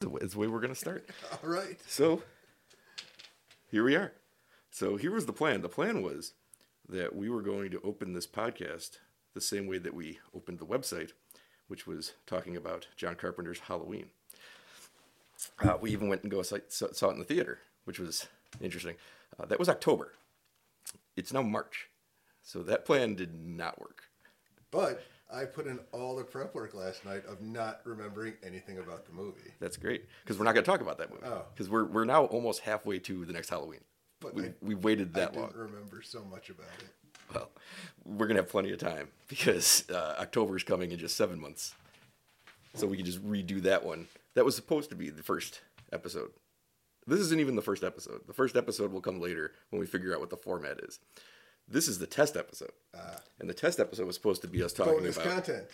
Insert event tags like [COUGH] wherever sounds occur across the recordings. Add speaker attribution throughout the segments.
Speaker 1: That's the way we're gonna start.
Speaker 2: All right.
Speaker 1: So here we are. So here was the plan. The plan was that we were going to open this podcast the same way that we opened the website, which was talking about John Carpenter's Halloween. Uh, we even went and go saw, saw it in the theater, which was interesting. Uh, that was October. It's now March, so that plan did not work.
Speaker 2: But I put in all the prep work last night of not remembering anything about the movie.
Speaker 1: That's great because we're not going to talk about that movie
Speaker 2: Oh.
Speaker 1: because we're we're now almost halfway to the next Halloween.
Speaker 2: But
Speaker 1: we
Speaker 2: I-
Speaker 1: we waited that
Speaker 2: I
Speaker 1: long.
Speaker 2: didn't remember so much about it.
Speaker 1: Well, we're gonna have plenty of time [LAUGHS] because uh, October is coming in just seven months, so we can just redo that one. That was supposed to be the first episode. This isn't even the first episode. The first episode will come later when we figure out what the format is. This is the test episode,
Speaker 2: Ah.
Speaker 1: and the test episode was supposed to be us talking
Speaker 2: Bonus
Speaker 1: about.
Speaker 2: content.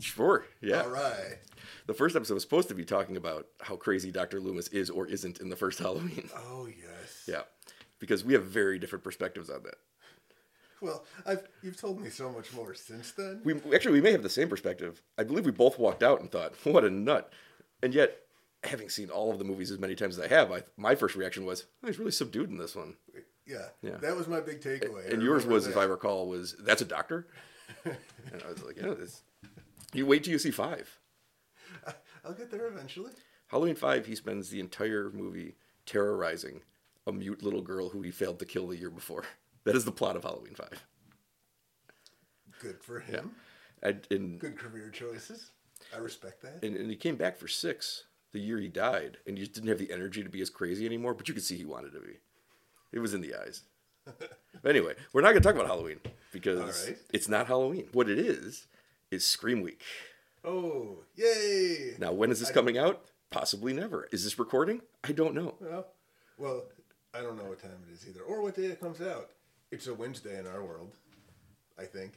Speaker 1: Sure, yeah.
Speaker 2: All right.
Speaker 1: The first episode was supposed to be talking about how crazy Dr. Loomis is or isn't in the first [LAUGHS] Halloween.
Speaker 2: Oh yes.
Speaker 1: yeah, because we have very different perspectives on that.
Speaker 2: Well, I've you've told me so much more since then.
Speaker 1: we actually we may have the same perspective. I believe we both walked out and thought, [LAUGHS] "What a nut!" And yet, having seen all of the movies as many times as I have, I, my first reaction was, oh, "He's really subdued in this one."
Speaker 2: yeah.
Speaker 1: Yeah.
Speaker 2: That was my big takeaway. I
Speaker 1: and yours
Speaker 2: remember
Speaker 1: was, if
Speaker 2: that.
Speaker 1: I recall, was that's a
Speaker 2: [LAUGHS]
Speaker 1: doctor. and I was like, "Yeah, this." You wait till you see five.
Speaker 2: I'll get there eventually.
Speaker 1: Halloween five, he spends the entire movie terrorizing a mute little girl who he failed to kill the year before. [LAUGHS] That is the plot of Halloween five.
Speaker 2: Good for him.
Speaker 1: Yeah, and, and
Speaker 2: Good career choices. I respect that.
Speaker 1: and, and he came back for six the year he died, and he just didn't have the energy to be as crazy anymore. But you could see he wanted to be. It was in the
Speaker 2: [LAUGHS]
Speaker 1: eyes. anyway, we're not going to talk about Halloween because
Speaker 2: All right.
Speaker 1: it's not Halloween. What it is is Scream Week.
Speaker 2: oh, yay!
Speaker 1: Now, when is this coming out? Possibly never. Is this recording? I don't know. [SIGHS]
Speaker 2: Well, well, I don't know what time it is either, or what day it comes out. It's a Wednesday in our world, I think.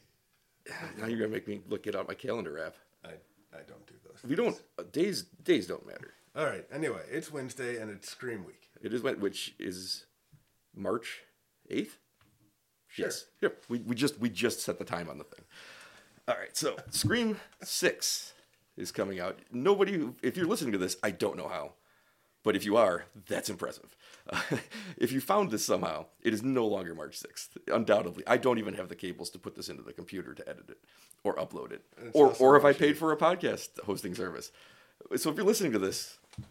Speaker 1: Now you're going to make me look it out my calendar app.
Speaker 2: I I don't do those.
Speaker 1: We don't uh, days days don't matter.
Speaker 2: All right. Anyway, it's Wednesday and it's Scream Week.
Speaker 1: It is when which is March eighth.
Speaker 2: Sure.
Speaker 1: Yes. Yep. We, we just we just set the time on the thing. All right. So Scream Six is coming out. Nobody, who- if you're listening to this, I don't know how, but if you are, that's impressive. [LAUGHS] if you found this somehow, it is no longer March sixth. Undoubtedly, I don't even have the cables to put this into the computer to edit it or upload it,
Speaker 2: it's
Speaker 1: or
Speaker 2: also
Speaker 1: or if I
Speaker 2: March
Speaker 1: paid for a podcast hosting service. So if you're listening to this, [SIGHS]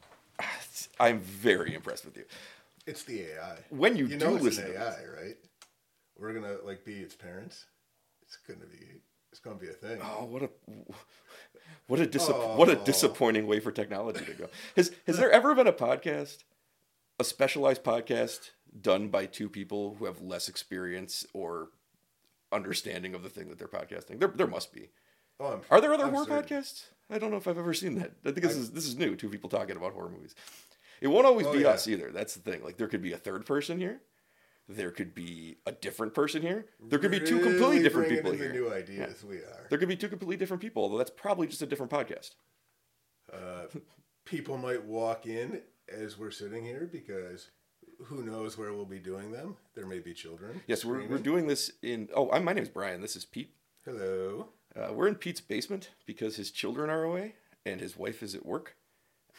Speaker 1: I'm very impressed with you.
Speaker 2: It's the AI.
Speaker 1: When you
Speaker 2: you
Speaker 1: do
Speaker 2: know it's
Speaker 1: listen
Speaker 2: an
Speaker 1: to
Speaker 2: AI, right? We're gonna like be its parents. It's gonna be. It's gonna be a thing.
Speaker 1: Oh, what a what a disap- what a disappointing way for technology to go. Has has there ever been a podcast, a specialized podcast done by two people who have less experience or understanding of the thing that they're podcasting? There there must be.
Speaker 2: Oh, I'm,
Speaker 1: Are there other
Speaker 2: I'm
Speaker 1: horror
Speaker 2: certain.
Speaker 1: podcasts? I don't know if I've ever seen that. I think this is this is new. Two people talking about horror movies. It won't always
Speaker 2: Oh,
Speaker 1: be
Speaker 2: yeah.
Speaker 1: us either. That's the thing. Like there could be a third person here. There could be a different person here. There could be two completely
Speaker 2: Really
Speaker 1: different
Speaker 2: bringing
Speaker 1: people
Speaker 2: in the
Speaker 1: here.
Speaker 2: New ideas we are.
Speaker 1: There could be two completely different people, although that's probably just a different podcast.
Speaker 2: Uh, [LAUGHS] People might walk in as we're sitting here because who knows where we'll be doing them. There may be children.
Speaker 1: Yes, we're, we're doing this in. Oh, I'm, my name is Brian. This is Pete.
Speaker 2: Hello. [LAUGHS]
Speaker 1: Uh, we're in Pete's basement because his children are away and his wife is at work.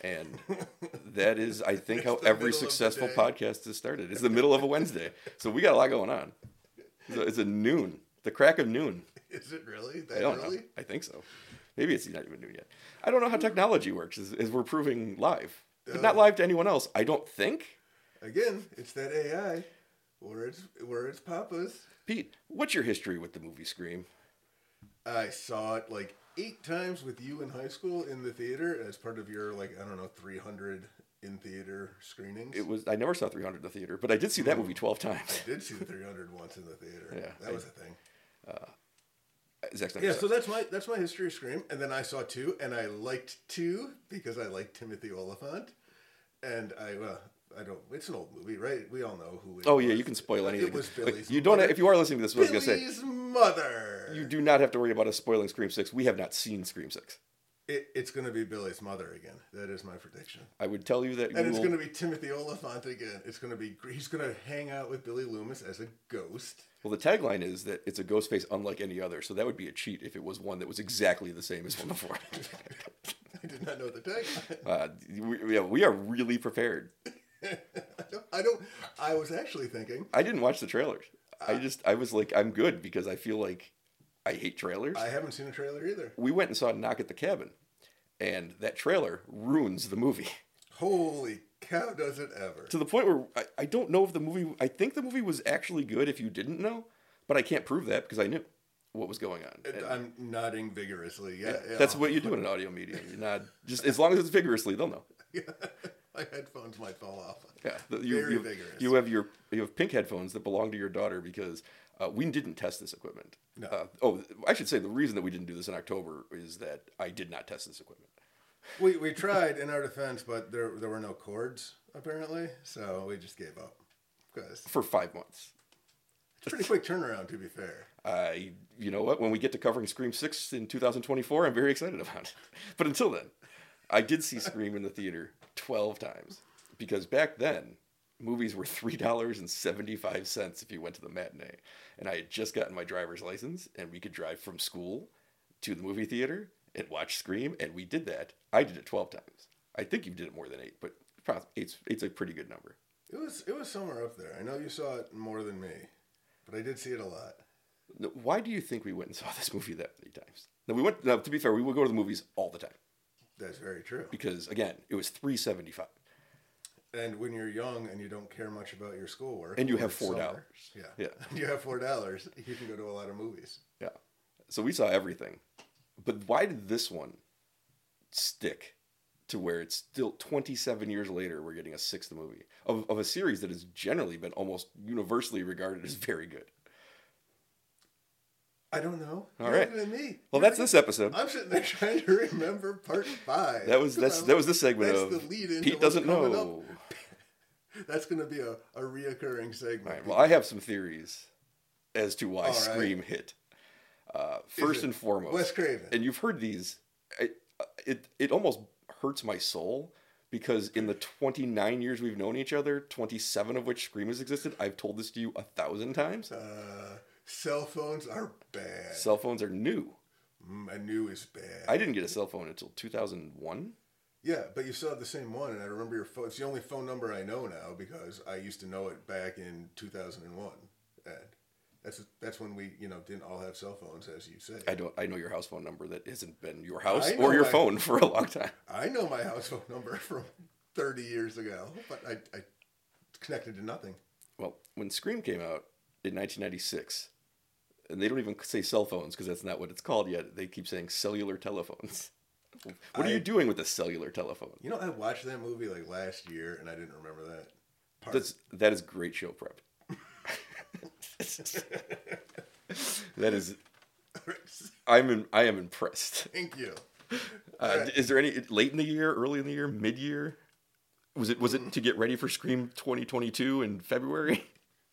Speaker 1: And
Speaker 2: [LAUGHS]
Speaker 1: that is, I think, how
Speaker 2: the
Speaker 1: every
Speaker 2: middle of the
Speaker 1: successful
Speaker 2: day.
Speaker 1: podcast is started. It's the middle of a Wednesday. So we got a lot going on. So it's a noon, the crack of noon.
Speaker 2: Is it really
Speaker 1: I
Speaker 2: that
Speaker 1: don't
Speaker 2: early?
Speaker 1: know. I think so. Maybe it's not even noon yet. I don't know how technology works, as, as we're proving live. But
Speaker 2: Uh.
Speaker 1: not live to anyone else, I don't think.
Speaker 2: Again, it's that AI. Where it's where it's Papa's.
Speaker 1: Pete, what's your history with the movie Scream?
Speaker 2: I saw it like eight times with you in high school in the theater as part of your like I don't know 300 in theater screenings.
Speaker 1: It was I never saw 300 in the theater, but I did see that movie 12
Speaker 2: [LAUGHS]
Speaker 1: times.
Speaker 2: I did see the 300 once in the theater.
Speaker 1: Yeah,
Speaker 2: that
Speaker 1: I-
Speaker 2: was a thing.
Speaker 1: Zack Snyder
Speaker 2: Yeah,
Speaker 1: saw
Speaker 2: so
Speaker 1: it.
Speaker 2: that's my that's my history of Scream, and then I saw two, and I liked two because I liked Timothy Oliphant, and I well I don't. It's an old movie, right? We all know who. It
Speaker 1: Oh yeah,
Speaker 2: was.
Speaker 1: you can spoil
Speaker 2: Uh,
Speaker 1: anything.
Speaker 2: It was
Speaker 1: Like,
Speaker 2: Billy's.
Speaker 1: you don't.
Speaker 2: mother.
Speaker 1: If you are listening to this, what I was gonna say
Speaker 2: Billy's mother.
Speaker 1: you do not have to worry about us spoiling Scream Six. We have not seen Scream Six.
Speaker 2: It, it's going to be Billy's mother again. That is my prediction.
Speaker 1: I would tell you that.
Speaker 2: And
Speaker 1: we
Speaker 2: it's
Speaker 1: will-
Speaker 2: going to be Timothy Oliphant again. It's going to be he's going to hang out with Billy Loomis as a ghost. [LAUGHS]
Speaker 1: Well, the tagline is that it's a ghost face unlike any other, so that would be a cheat if it was one that was exactly the same as one before.
Speaker 2: I did not know the tagline.
Speaker 1: [LAUGHS] Uh, we, yeah, we are really prepared.
Speaker 2: [LAUGHS] I don't. I was actually thinking.
Speaker 1: I didn't watch the trailers. I
Speaker 2: Uh,
Speaker 1: just I was like I'm good because I feel like I hate trailers.
Speaker 2: I haven't seen a trailer either.
Speaker 1: we went and saw Knock at the Cabin, and that trailer ruins the movie
Speaker 2: Holy cow! Does it ever?
Speaker 1: to the point where I, I don't know if the movie. I think the movie was actually good if you didn't know, but I can't prove that because I knew what was going on. And
Speaker 2: I'm nodding vigorously. Uh, Yeah, yeah.
Speaker 1: That's what you do in an audio medium. You're not just as long as it's vigorously, they'll know.
Speaker 2: My headphones might fall off.
Speaker 1: Yeah, the- you,
Speaker 2: Very
Speaker 1: you,
Speaker 2: vigorous.
Speaker 1: You have your you have pink headphones that belong to your daughter because uh, we didn't test this equipment.
Speaker 2: No.
Speaker 1: Uh, oh, I should say the reason that we didn't do this in October is that I did not test this equipment.
Speaker 2: We we tried in our defense, but there there were no cords apparently, so we just gave up. Because
Speaker 1: for five months.
Speaker 2: it's a pretty quick turnaround, to be fair.
Speaker 1: I, Uh, you know what? When we get to covering Scream Six in 2024, I'm very excited about it. [LAUGHS] But until then, I did see Scream in the theater 12 times because back then movies were three dollars and 75 cents if you went to the matinee, and I had just gotten my driver's license, and we could drive from school to the movie theater and watch Scream, and we did that. I did it 12 times. I think you did it more than eight, but prob- eight's eight's a pretty good number.
Speaker 2: It was it was somewhere up there. I know you saw it more than me, but I did see it a lot.
Speaker 1: No, Why do you think we went and saw this movie that many times? Now we went. Now to be fair, we would go to the movies all the time
Speaker 2: That's very true.
Speaker 1: because again, it was three seventy five,
Speaker 2: And when you're young and you don't care much about your schoolwork,
Speaker 1: and you
Speaker 2: or
Speaker 1: have
Speaker 2: it's
Speaker 1: four
Speaker 2: summer-
Speaker 1: dollars.
Speaker 2: Yeah.
Speaker 1: Yeah.
Speaker 2: [LAUGHS] You have four dollars. You can go to a lot of movies.
Speaker 1: yeah. So we saw everything, but why did this one stick to where it's still twenty seven years later? We're getting a sixth movie of of a series that has generally been almost universally regarded as very good.
Speaker 2: I don't know.
Speaker 1: All
Speaker 2: You're
Speaker 1: right.
Speaker 2: looking at me.
Speaker 1: Well,
Speaker 2: You're
Speaker 1: that's this episode.
Speaker 2: I'm sitting there [LAUGHS] trying to remember part five.
Speaker 1: That was that's that was this segment
Speaker 2: That's
Speaker 1: of
Speaker 2: the lead into
Speaker 1: Pete
Speaker 2: what's
Speaker 1: doesn't
Speaker 2: coming
Speaker 1: know.
Speaker 2: That's going to be a, a reoccurring segment.
Speaker 1: All right. Well, I have some theories as to why
Speaker 2: All right.
Speaker 1: Scream hit. Uh, first
Speaker 2: it
Speaker 1: and foremost,
Speaker 2: Wes Craven.
Speaker 1: and you've heard these. It, it it almost hurts my soul because in the 29 years we've known each other, 27 of which Scream has existed, I've told this to you a thousand times.
Speaker 2: uh, cell phones are bad.
Speaker 1: Cell phones are new.
Speaker 2: Mm, I knew is bad.
Speaker 1: I didn't get a cell phone until 2001.
Speaker 2: yeah, but you still have the same one, and I remember your phone. It's the only phone number I know now because I used to know it back in 2001. And that's that's when we, you know, didn't all have cell phones, as you say.
Speaker 1: I don't. I know your house phone number that hasn't been your house
Speaker 2: I know
Speaker 1: or your
Speaker 2: I-
Speaker 1: phone for a long time.
Speaker 2: I know my house phone number [LAUGHS] from 30 years ago, but I, I connected to nothing.
Speaker 1: Well, when Scream came out in 1996, and they don't even say cell phones because that's not what it's called yet. They keep saying cellular telephones. [LAUGHS] What are
Speaker 2: I-
Speaker 1: you doing with a cellular telephone?
Speaker 2: You know, I watched that movie like last year, and I didn't remember that part.
Speaker 1: That's that is great show prep. [LAUGHS] that is, I'm in, I am impressed.
Speaker 2: [LAUGHS] Thank you.
Speaker 1: Uh, Is there any late in the year, early in the year, mid year? Was it was it to get ready for Scream 2022 in February?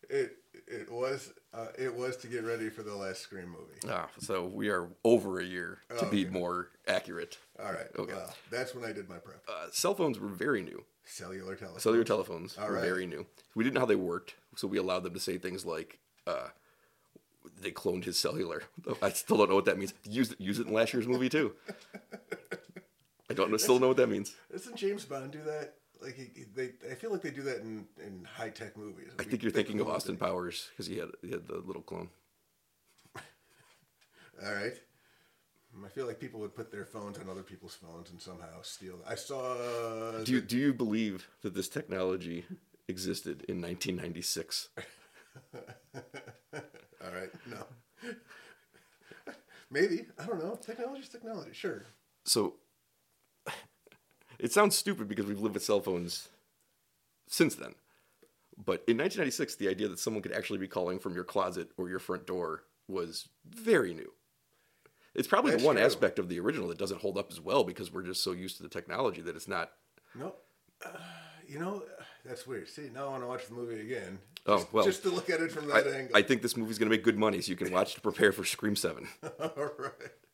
Speaker 2: It it was uh, it was to get ready for the last Scream movie.
Speaker 1: Ah, so we are over a year to be more accurate.
Speaker 2: All right.
Speaker 1: Okay.
Speaker 2: Well, that's when I did my prep.
Speaker 1: Uh, cell phones were very new.
Speaker 2: Cellular telephone.
Speaker 1: Cellular telephones were
Speaker 2: right.
Speaker 1: very new. We didn't know how they worked, so we allowed them to say things like, uh, "They cloned his cellular." [LAUGHS] I still don't know what that means. Use it, use it in last year's movie too. I don't know, still know what that means.
Speaker 2: Doesn't James Bond do that? Like he, he- they, I feel like they do that in, in high tech movies.
Speaker 1: I think you're thinking of Austin Powers because he had he had the little clone.
Speaker 2: All right. Mm, I feel like people would put their phones on other people's phones and somehow steal. I saw. uh,
Speaker 1: Do you, do you believe that this technology existed in 1996?
Speaker 2: All right. No. [LAUGHS] Maybe I don't know. Technology's technology. Sure.
Speaker 1: So [LAUGHS] it sounds stupid because we've lived with cell phones since then. But in 1996, the idea that someone could actually be calling from your closet or your front door was very new. It's probably
Speaker 2: That's
Speaker 1: the one
Speaker 2: true.
Speaker 1: aspect of the original that doesn't hold up as well because we're just so used to the technology that it's not.
Speaker 2: No. Uh, you know, that's weird. See, now I want to watch the movie again.
Speaker 1: Oh,
Speaker 2: Just-
Speaker 1: well,
Speaker 2: Just to look at it from that
Speaker 1: I,
Speaker 2: angle. [LAUGHS]
Speaker 1: I think this movie's going to make good money so you can watch to prepare for Scream 7.
Speaker 2: All right.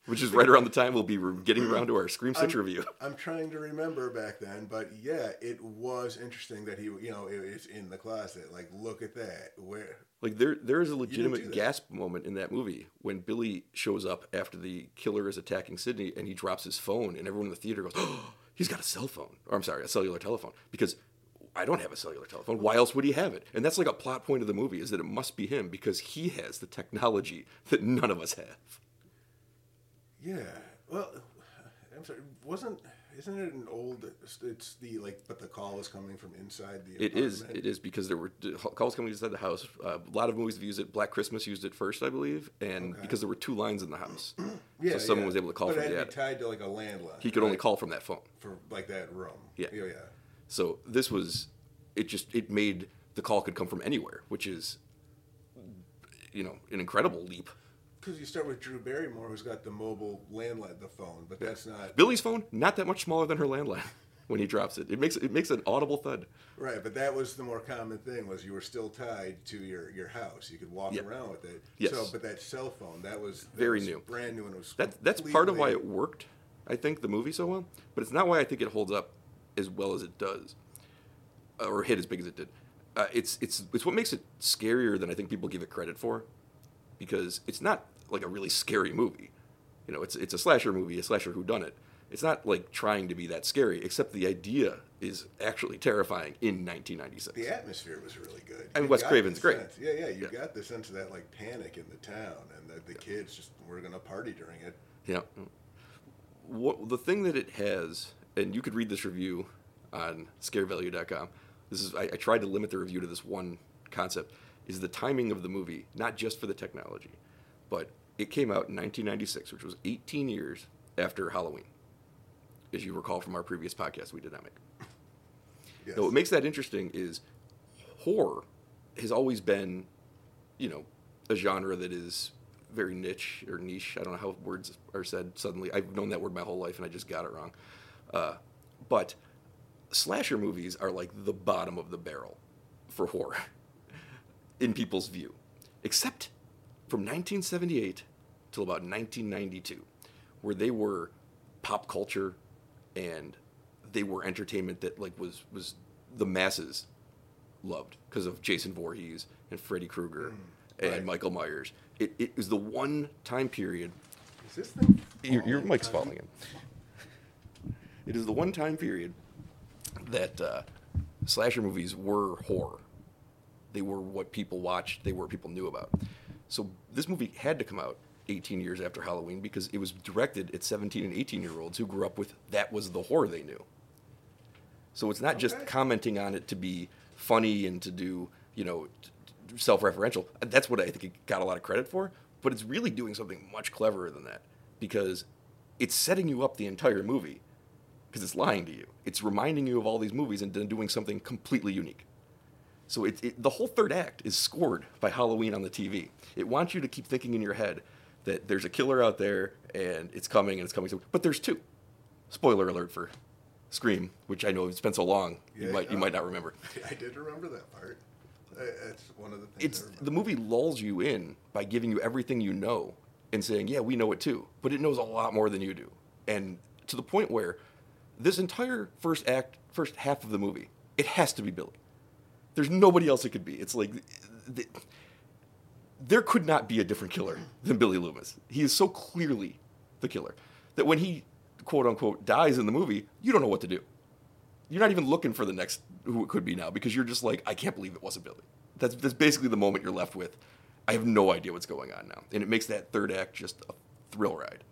Speaker 1: which is right around the time we'll be re- getting around to our Scream 6 review.
Speaker 2: I'm trying to remember back then, but yeah, it was interesting that he, you know, it, it's in the closet. Like, look at that. Where?
Speaker 1: Like there there is a
Speaker 2: do
Speaker 1: legitimate
Speaker 2: that.
Speaker 1: gasp moment in that movie when Billy shows up after the killer is attacking Sydney and he drops his phone and everyone in the theater goes, [GASPS] "Oh, he's got a cell phone." Or I'm sorry, a cellular telephone because I don't have a cellular telephone. Why else would he have it? And that's like a plot point of the movie is that it must be him because he has the technology that none of us have.
Speaker 2: Yeah. Well, I'm sorry. Wasn't? Isn't it an old? It's the like, but the call is coming from inside the.
Speaker 1: It is.
Speaker 2: apartment.
Speaker 1: It is because there were d- calls coming inside the house. Uh, a lot of movies have used it. Black Christmas used it first, I believe, and because there were two lines in the house, so someone was able to call
Speaker 2: but
Speaker 1: from
Speaker 2: it had
Speaker 1: the
Speaker 2: to be
Speaker 1: attic.
Speaker 2: tied to like a landline. [CLEARS THROAT]
Speaker 1: He could only call from that phone.
Speaker 2: for like that room.
Speaker 1: Yeah.
Speaker 2: Yeah. Yeah.
Speaker 1: So this was, it just it made the call could come from anywhere, which is, you know, an incredible leap.
Speaker 2: Because you start with Drew Barrymore, who's got the mobile landline, the phone, but that's not
Speaker 1: Billy's phone not that much smaller than her landline. [LAUGHS] When he drops it, it makes it makes an audible thud.
Speaker 2: Right, but that was the more common thing was you were still tied to your, your house. You could walk
Speaker 1: Yeah.
Speaker 2: around with it.
Speaker 1: Yes.
Speaker 2: So, but that cell phone that was that
Speaker 1: Very
Speaker 2: was
Speaker 1: new.
Speaker 2: brand new, and it was
Speaker 1: That that's part of why it
Speaker 2: completely-
Speaker 1: worked, I think, the movie so well. But it's not why I think it holds up as well as it does, uh, or hit as big as it did. Uh, it's it's it's what makes it scarier than I think people give it credit for, because it's not like a really scary movie. You know, it's it's a slasher movie, a slasher who done it. It's not like trying to be that scary, except the idea is actually terrifying in 1996.
Speaker 2: the atmosphere was really good.
Speaker 1: And
Speaker 2: You
Speaker 1: Wes
Speaker 2: got
Speaker 1: Craven's
Speaker 2: the
Speaker 1: great.
Speaker 2: sense- yeah, yeah, you
Speaker 1: Yeah.
Speaker 2: got the sense of that like panic in the town, and that the kids just were gonna party during it.
Speaker 1: Yeah. What, the thing that it has, and you could read this review on scarevalue.com. This is I, I tried to limit the review to this one concept. Is the timing of the movie not just for the technology, but it came out in 1996, which was 18 years after Halloween, as you recall from our previous podcast we did not make.
Speaker 2: Yes.
Speaker 1: Now, what makes that interesting is horror has always been, you know, a genre that is very niche or niche. I don't know how words are said suddenly. I've known that word my whole life and I just got it wrong. Uh, but slasher movies are like the bottom of the barrel for horror [LAUGHS] in people's view, except from 1978 till about 1992, where they were pop culture and they were entertainment that like was was the masses loved because of Jason Voorhees and Freddy Krueger and
Speaker 2: right.
Speaker 1: Michael Myers. It, it was the one time period
Speaker 2: is this thing?
Speaker 1: your, your
Speaker 2: falling?
Speaker 1: mic's
Speaker 2: Uh,
Speaker 1: falling in. It is the one time period that uh, slasher movies were horror. They were what people watched. They were what people knew about. So this movie had to come out 18 years after Halloween because it was directed at 17 and 18 year olds who grew up with that was the horror they knew. So it's not just
Speaker 2: Okay.
Speaker 1: commenting on it to be funny and to do, you know, t- t- self-referential. That's what I think it got a lot of credit for, but it's really doing something much cleverer than that because it's setting you up the entire movie because it's lying to you. It's reminding you of all these movies and then doing something completely unique. So it, it, the whole third act is scored by Halloween on the TV. It wants you to keep thinking in your head that there's a killer out there and it's coming and it's coming. But there's two. Spoiler alert for Scream, which I know it's been so long you
Speaker 2: Yeah.
Speaker 1: might you might not remember.
Speaker 2: [LAUGHS] I did remember that part. Uh, That's one of the things.
Speaker 1: It's
Speaker 2: I remember.
Speaker 1: the movie lulls you in by giving you everything you know and saying, "Yeah, we know it too," but it knows a lot more than you do, and to the point where this entire first act, first half of the movie, it has to be Billy. There's nobody else it could be. It's like th- there could not be a different killer than Billy Loomis. He is so clearly the killer that when he quote unquote dies in the movie, you don't know what to do. You're not even looking for the next who it could be now because you're just like, I can't believe it wasn't Billy. That's that's basically the moment you're left with. I have no idea what's going on now, and it makes that third act just a thrill ride.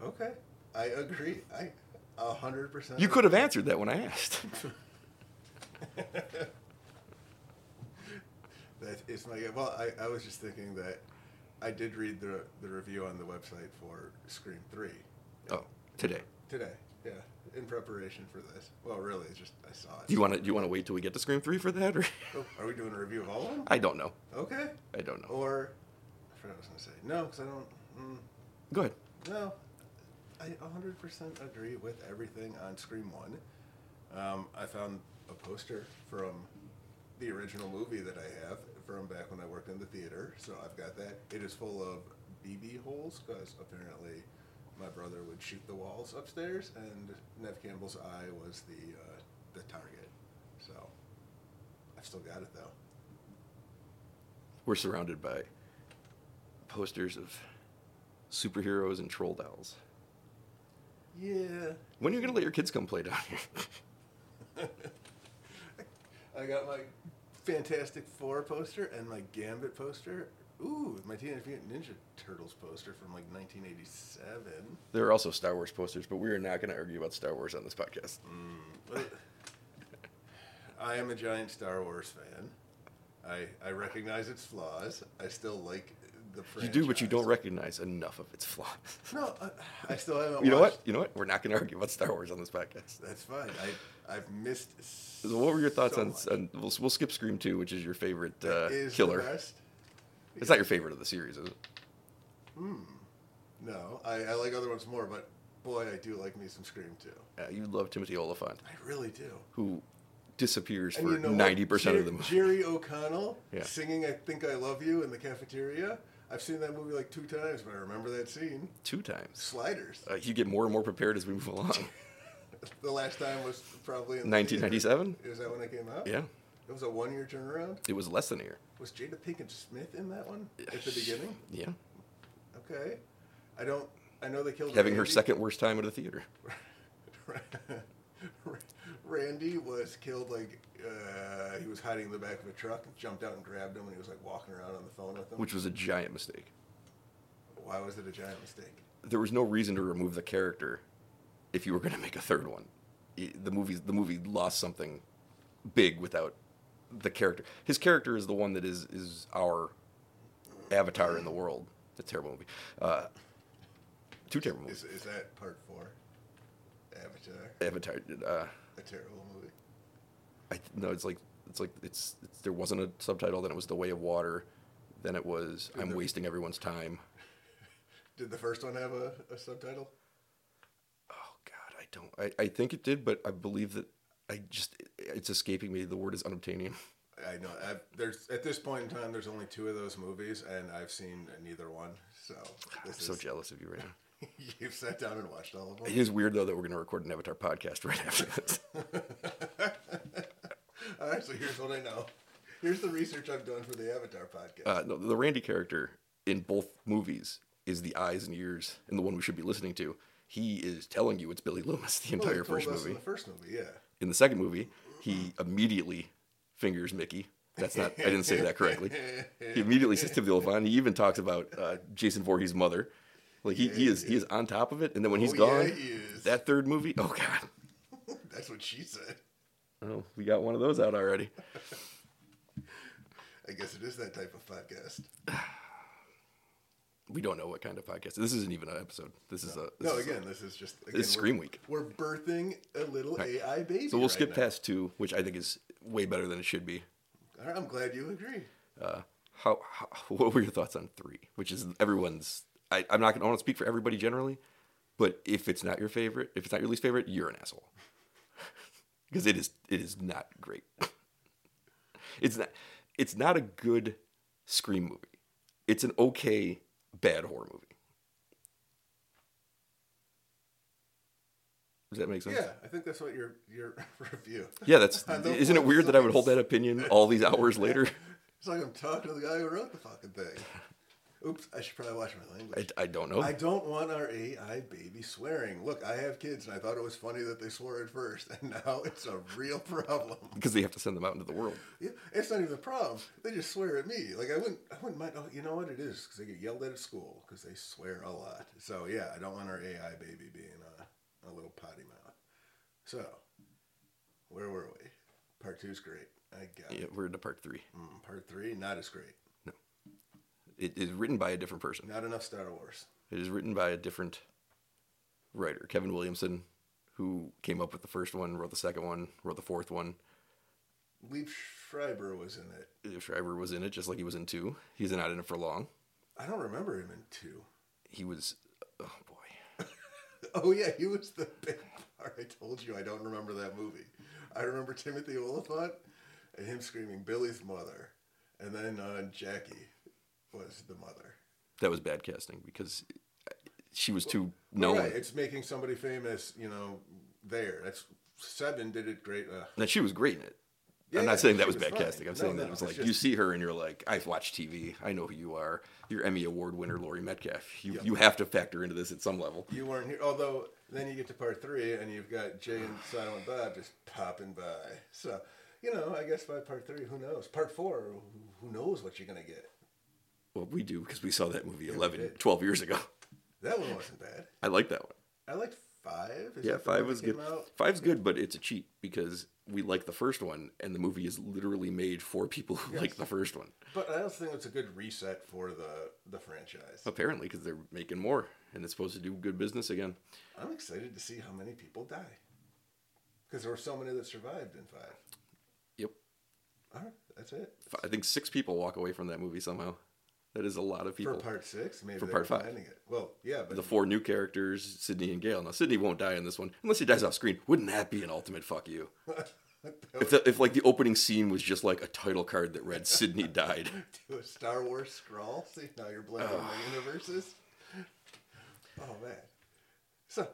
Speaker 2: Okay, I agree. I a hundred percent.
Speaker 1: You could have answered that when I asked.
Speaker 2: That is my well. I, I was just thinking that I did read the the review on the website for Scream Three
Speaker 1: Oh, today.
Speaker 2: today. Yeah, in preparation for this. Well, really, it's just I saw it.
Speaker 1: Do you want to do you want to wait till we get to Scream Three for that, or
Speaker 2: Oh, are we doing a review of all of them?
Speaker 1: I don't know.
Speaker 2: Okay.
Speaker 1: I don't know.
Speaker 2: Or I forgot what I was gonna say. No, because I don't. Mm,
Speaker 1: Go ahead.
Speaker 2: no, I a hundred percent agree with everything on Scream One. Um, I found a poster from the original movie that I have from back when I worked in the theater, so I've got that. It is full of BB holes because apparently my brother would shoot the walls upstairs, and Nev Campbell's eye was the uh, the target. So I've still got it though.
Speaker 1: We're surrounded by posters of superheroes and troll dolls.
Speaker 2: Yeah,
Speaker 1: When are you going to let your kids come play down here? [LAUGHS]
Speaker 2: I got my Fantastic Four poster and my Gambit poster. Ooh, my Teenage Mutant Ninja Turtles poster from like 1987.
Speaker 1: there are also Star Wars posters, but we are not going to argue about Star Wars on this podcast.
Speaker 2: But-
Speaker 1: [LAUGHS]
Speaker 2: I am a giant Star Wars fan. I I recognize its flaws. I still like the
Speaker 1: You
Speaker 2: franchise.
Speaker 1: do, but you don't recognize enough of its flaws.
Speaker 2: No, I, I still haven't.
Speaker 1: You know
Speaker 2: watched-
Speaker 1: what? You know what? We're not going to argue about Star Wars on this podcast.
Speaker 2: That's fine. I I've missed. So
Speaker 1: So what were your thoughts on,
Speaker 2: much.
Speaker 1: on? We'll we'll skip Scream Two, which is your favorite uh,
Speaker 2: It is the
Speaker 1: killer.
Speaker 2: best.
Speaker 1: It's not your favorite of the series, is it?
Speaker 2: No, I, I like other ones more, but boy, I do like me some Scream too.
Speaker 1: Uh, you love Timothy Oliphant,
Speaker 2: I really do.
Speaker 1: who disappears
Speaker 2: And
Speaker 1: for
Speaker 2: you know what?
Speaker 1: ninety percent of
Speaker 2: Jer-
Speaker 1: the movie.
Speaker 2: Jerry O'Connell
Speaker 1: [LAUGHS] Yeah.
Speaker 2: singing "I Think I Love You" in the cafeteria. I've seen that movie like two times, but I remember that scene.
Speaker 1: Two times.
Speaker 2: Sliders.
Speaker 1: Uh, you get more and more prepared as we move along.
Speaker 2: The last time was probably in the
Speaker 1: 1997?
Speaker 2: theater. Is that when it came
Speaker 1: [LAUGHS]
Speaker 2: out?
Speaker 1: yeah,
Speaker 2: It was a one-year turnaround.
Speaker 1: it was less than a year.
Speaker 2: Was Jada Pinkett Smith in that one at the beginning?
Speaker 1: Yeah,
Speaker 2: Okay, I don't. I know they killed
Speaker 1: having her
Speaker 2: Randy.
Speaker 1: second worst time at a theater.
Speaker 2: [LAUGHS] Randy was killed like uh, he was hiding in the back of a truck, jumped out and grabbed him, and he was like walking around on the phone with him.
Speaker 1: which was a giant mistake.
Speaker 2: Why was it a giant mistake?
Speaker 1: There was no reason to remove the character if you were going to make a third one. I- The movie, the movie lost something big without the character. His character is the one that is is our avatar in the world. The terrible movie. Uh, two terrible movies.
Speaker 2: Is, is that part four? Avatar,
Speaker 1: Avatar. Uh,
Speaker 2: a terrible movie.
Speaker 1: I th- no, it's like it's like it's, it's there wasn't a subtitle. Then it was The Way of Water. Then it was I'm
Speaker 2: there-
Speaker 1: wasting everyone's time.
Speaker 2: Did the first one have a, a subtitle?
Speaker 1: Oh God, I don't. I, I think it did, but I believe that I just it's escaping me. The word is unobtainium.
Speaker 2: I know. i there's at this point in time, there's only two of those movies, and I've seen neither one. So
Speaker 1: I'm
Speaker 2: this
Speaker 1: so
Speaker 2: is,
Speaker 1: jealous of you right now.
Speaker 2: [LAUGHS] you've sat down and watched all of
Speaker 1: [LAUGHS]
Speaker 2: them.
Speaker 1: It is weird though that we're going to record an Avatar podcast right after this.
Speaker 2: [LAUGHS] All right, so here's what I know. Here's the research I've done for the Avatar
Speaker 1: [LAUGHS]
Speaker 2: podcast.
Speaker 1: Uh, no, the Randy character in both movies is the eyes and ears, and the one we should be listening to. He is telling you it's Billy Loomis the
Speaker 2: Well, they
Speaker 1: entire
Speaker 2: told
Speaker 1: first
Speaker 2: us
Speaker 1: movie.
Speaker 2: In the first movie, yeah.
Speaker 1: in the second movie, he immediately fingers Mickey. That's not. I didn't say that correctly. He immediately says Timothy Olyphant. He even talks about uh, Jason Voorhees' mother. Like he, he is he is on top of it. And then when he's
Speaker 2: Oh,
Speaker 1: gone,
Speaker 2: yeah, he is.
Speaker 1: that third movie. Oh God.
Speaker 2: That's what she said.
Speaker 1: Oh, we got one of those out already.
Speaker 2: I guess it is that type of podcast.
Speaker 1: We don't know what kind of podcast. This isn't even an episode. This is a this
Speaker 2: no,
Speaker 1: is a-
Speaker 2: again, this is just again,
Speaker 1: is Scream
Speaker 2: we're-
Speaker 1: Week.
Speaker 2: We're birthing a little AI baby.
Speaker 1: so we'll
Speaker 2: right
Speaker 1: skip
Speaker 2: now.
Speaker 1: past two, which I think is way better than it should be.
Speaker 2: All right, I'm glad you agree.
Speaker 1: Uh, how, how [LAUGHS] what were your thoughts on three? Which is everyone's. I, I'm not gonna I want to speak for everybody generally, but if it's not your favorite, if it's not your least favorite, you're an asshole. [LAUGHS] because it is it is not great. [LAUGHS] it's not it's not a good scream movie. It's an okay bad horror movie. Does that make sense?
Speaker 2: Yeah, I think that's what your your [LAUGHS] review.
Speaker 1: Yeah, that's
Speaker 2: [LAUGHS] I don't
Speaker 1: isn't it
Speaker 2: like
Speaker 1: weird that I would hold
Speaker 2: zombies.
Speaker 1: that
Speaker 2: [LAUGHS]
Speaker 1: opinion all these hours later?
Speaker 2: It's like I'm talking to the guy who wrote the fucking thing. Oops, I should probably watch my language.
Speaker 1: I, I don't know. [LAUGHS]
Speaker 2: I don't want our AI baby swearing. Look, I have kids, and I thought it was funny that they swore at first, [LAUGHS] and now it's a real problem.
Speaker 1: because they have to send them out into the world.
Speaker 2: Yeah, It's not even a problem. They just swear at me. Like I wouldn't, I wouldn't mind. Oh, you know what it is? Because they get yelled at at school because they swear a lot. So yeah, I don't want our AI baby being a, a little potty mouth. So, where were we? Part two's great. I got
Speaker 1: Yeah,
Speaker 2: it.
Speaker 1: we're into part three.
Speaker 2: Mm, part three, not as great.
Speaker 1: It is written by a different person.
Speaker 2: Not enough Star Wars.
Speaker 1: It is written by a different writer, Kevin Williamson, who came up with the first one, wrote the second one, wrote the fourth one.
Speaker 2: Leif Schreiber was in it.
Speaker 1: Shriver was in it, just like he was in two. He's not in it for long.
Speaker 2: I don't remember him in two.
Speaker 1: He was, oh boy,
Speaker 2: Oh yeah, he was the [LAUGHS] big part. I told you I don't remember that movie. I remember Timothy Oliphant and him screaming Billy's mother, and then uh, Jackie was the mother.
Speaker 1: that was bad casting because she was too known.
Speaker 2: Right, it's making somebody famous, you know, there. That's Seven did it great. Uh,
Speaker 1: Now she was great in it.
Speaker 2: Yeah,
Speaker 1: I'm not
Speaker 2: yeah,
Speaker 1: saying
Speaker 2: she
Speaker 1: that was
Speaker 2: was
Speaker 1: bad
Speaker 2: fine.
Speaker 1: casting. I'm
Speaker 2: No,
Speaker 1: saying
Speaker 2: no,
Speaker 1: that it was
Speaker 2: it's
Speaker 1: like
Speaker 2: just-
Speaker 1: you see her and you're like, I've watched TV. I know who you are. You're Emmy Award winner Laurie Metcalf. You you have to factor into this at some level.
Speaker 2: you weren't here. Although then you get to part three and you've got Jay and Silent Bob just popping by. So you know, I guess by part three, who knows? Part four, who- who knows what you're gonna get?
Speaker 1: Well, we do because we saw that movie
Speaker 2: we
Speaker 1: 11,
Speaker 2: did.
Speaker 1: 12 years ago. [LAUGHS]
Speaker 2: That one wasn't bad.
Speaker 1: I like that one. oh,
Speaker 2: I liked five. Is
Speaker 1: yeah,
Speaker 2: that the one
Speaker 1: five
Speaker 2: that
Speaker 1: was
Speaker 2: came
Speaker 1: good.
Speaker 2: out?
Speaker 1: Five's good, but it's a cheat because we like the first one, and the movie is literally made for people who like the first one.
Speaker 2: But I also think it's a good reset for the the franchise.
Speaker 1: Apparently, because they're making more, and it's supposed to do good business again.
Speaker 2: I'm excited to see how many people die. Because there were so many that survived in five.
Speaker 1: Yep,
Speaker 2: All right, that's it.
Speaker 1: F- I think six people walk away from that movie somehow. That is a lot of
Speaker 2: For
Speaker 1: people.
Speaker 2: part six, maybe
Speaker 1: For
Speaker 2: they
Speaker 1: part
Speaker 2: were
Speaker 1: five.
Speaker 2: ending it. Well, yeah, but
Speaker 1: the four new characters, Sydney and Gail. Now Sydney won't die in this one unless he dies off screen. Wouldn't that be an ultimate fuck you?
Speaker 2: [LAUGHS]
Speaker 1: If the, if like the opening scene was just like a title card that read Sydney died.
Speaker 2: to a Star Wars scroll. See, now you're blending the universes. Oh man. So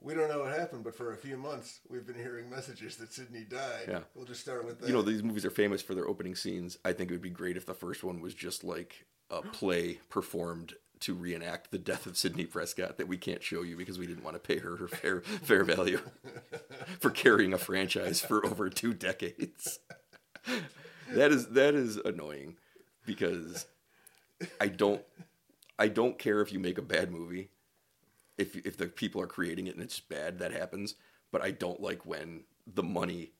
Speaker 2: we don't know what happened, but for a few months we've been hearing messages that Sydney died.
Speaker 1: Yeah.
Speaker 2: We'll just start with that.
Speaker 1: You know these movies are famous for their opening scenes. I think it would be great if the first one was just like a play performed to reenact the death of Sydney Prescott that we can't show you because we didn't want to pay her her fair fair value for carrying a franchise for over two decades. that is that is annoying because I don't I don't care if you make a bad movie. If if the people are creating it and it's bad, that happens. But I don't like when the money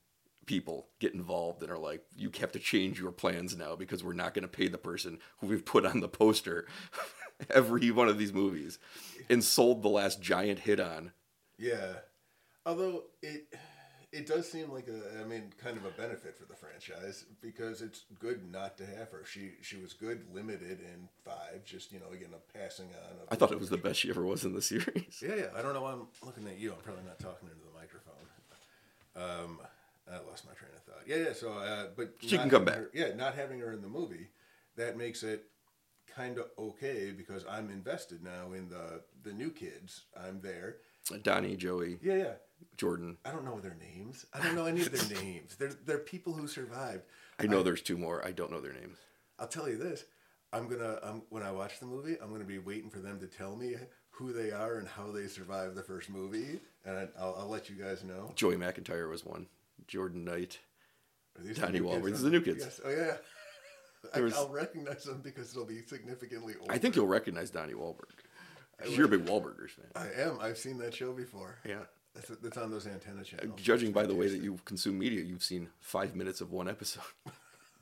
Speaker 1: people get involved and are like, you have to change your plans now because we're not going to pay the person who we've put on the poster [LAUGHS] every one of these movies and sold the last giant hit on.
Speaker 2: Yeah. Although it it does seem like a I mean kind of a benefit for the franchise because it's good not to have her. She she was good limited in 5 just you know again a passing on of
Speaker 1: I thought it was the best she ever was in the [LAUGHS] series.
Speaker 2: Yeah, yeah. I don't know why I'm looking at you. I'm probably not talking into the microphone. Um, I lost my train of thought. Yeah, yeah. So, uh, but
Speaker 1: She can
Speaker 2: not
Speaker 1: come
Speaker 2: having
Speaker 1: back.
Speaker 2: her- yeah, not having her in the movie, that makes it kind of okay because I'm invested now in the the new kids. I'm there.
Speaker 1: Donnie, Joey,
Speaker 2: Yeah, yeah.
Speaker 1: Jordan.
Speaker 2: I don't know their names. I don't know any of
Speaker 1: [LAUGHS]
Speaker 2: their names. They're they're people who survived.
Speaker 1: I know there's two more. I don't know their names.
Speaker 2: I'll tell you this. I'm gonna um, when I watch the movie, I'm gonna be waiting for them to tell me who they are and how they survived the first movie, and I, I'll, I'll let you guys know.
Speaker 1: Joey McIntyre was one. Jordan Knight.
Speaker 2: Are these
Speaker 1: Donnie
Speaker 2: new kids
Speaker 1: Wahlberg. These
Speaker 2: on-
Speaker 1: are the new kids.
Speaker 2: Yes. Oh yeah. [LAUGHS] I,
Speaker 1: There was-
Speaker 2: I'll recognize them because they'll be significantly older.
Speaker 1: I think you'll recognize Donnie Wahlberg. 'Cause You're a big Wahlbergers fan.
Speaker 2: I am. I've seen that show before.
Speaker 1: Yeah.
Speaker 2: That's, that's on those antenna channels.
Speaker 1: Judging by the way that you consume media, you've seen five minutes of one episode. [LAUGHS]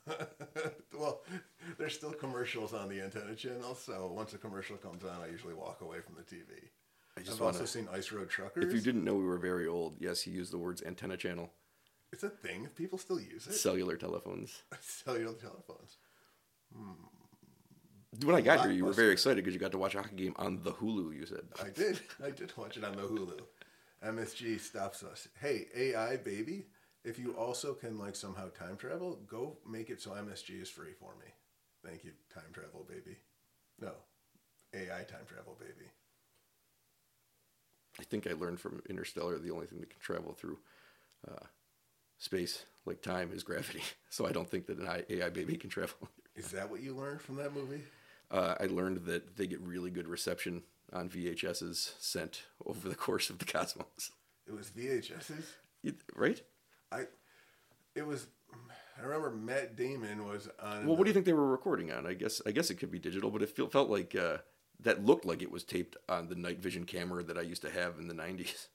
Speaker 2: [LAUGHS] well, there's still commercials on the antenna channel, so once a commercial comes on, I usually walk away from the TV. I
Speaker 1: just
Speaker 2: have
Speaker 1: wanna-
Speaker 2: also seen Ice Road Truckers.
Speaker 1: If you didn't know we were very old, yes, he used the words antenna channel,
Speaker 2: It's a thing. People still use [LAUGHS] it.
Speaker 1: cellular telephones.
Speaker 2: Cellular telephones.
Speaker 1: When I got here, you were very
Speaker 2: Blockbuster.
Speaker 1: excited because you got to watch a hockey game on the Hulu. You said,
Speaker 2: I did. I did watch it on the Hulu. MSG stops us. Hey, AI baby, if you also can like somehow time travel, go make it so MSG is free for me. Thank you, time travel baby. No, AI time travel baby.
Speaker 1: I think I learned from Interstellar the only thing that can travel through uh, space like time is gravity. [LAUGHS] So I don't think that an I- AI baby can travel. [LAUGHS]
Speaker 2: Is that what you learned from that movie?
Speaker 1: Uh, I learned that they get really good reception on VHSs sent over the course of the [LAUGHS] cosmos.
Speaker 2: It was VHS's.
Speaker 1: It- right?
Speaker 2: I. It was. I remember Matt Damon was on.
Speaker 1: Well, what do you think they were recording on? I guess I guess it could be digital, but it feel, felt like uh, that looked like it was taped on the night vision camera that I used to have in the '90s.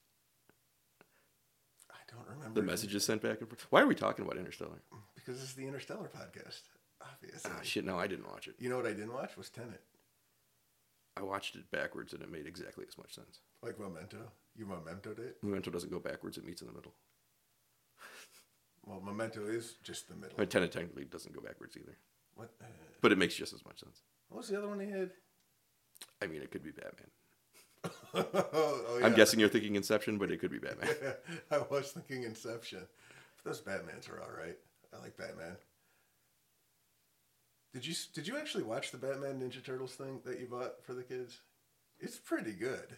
Speaker 2: I don't
Speaker 1: [LAUGHS]
Speaker 2: remember
Speaker 1: The messages sent back and forth. Why are we talking about Interstellar?
Speaker 2: because it's the Interstellar podcast. Obviously,
Speaker 1: Ah, shit! No, I didn't watch it.
Speaker 2: you know what I didn't watch was Tenet.
Speaker 1: I watched it backwards, and it made exactly as much sense.
Speaker 2: Like Memento. You mementoed it?
Speaker 1: Memento doesn't go backwards; it meets in the middle.
Speaker 2: Well, Memento is just the middle.
Speaker 1: I mean, Tenet technically doesn't go backwards either,
Speaker 2: What, uh,
Speaker 1: but it makes just as much sense.
Speaker 2: what was the other one he had? [LAUGHS]
Speaker 1: I mean, it could be Batman.
Speaker 2: oh, oh,
Speaker 1: I'm
Speaker 2: yeah.
Speaker 1: guessing you're thinking Inception, but it could be Batman.
Speaker 2: [LAUGHS] I was thinking Inception. But those Batmans are all right. I like Batman. Did you did you actually watch the Batman Ninja Turtles thing that you bought for the kids? It's pretty good.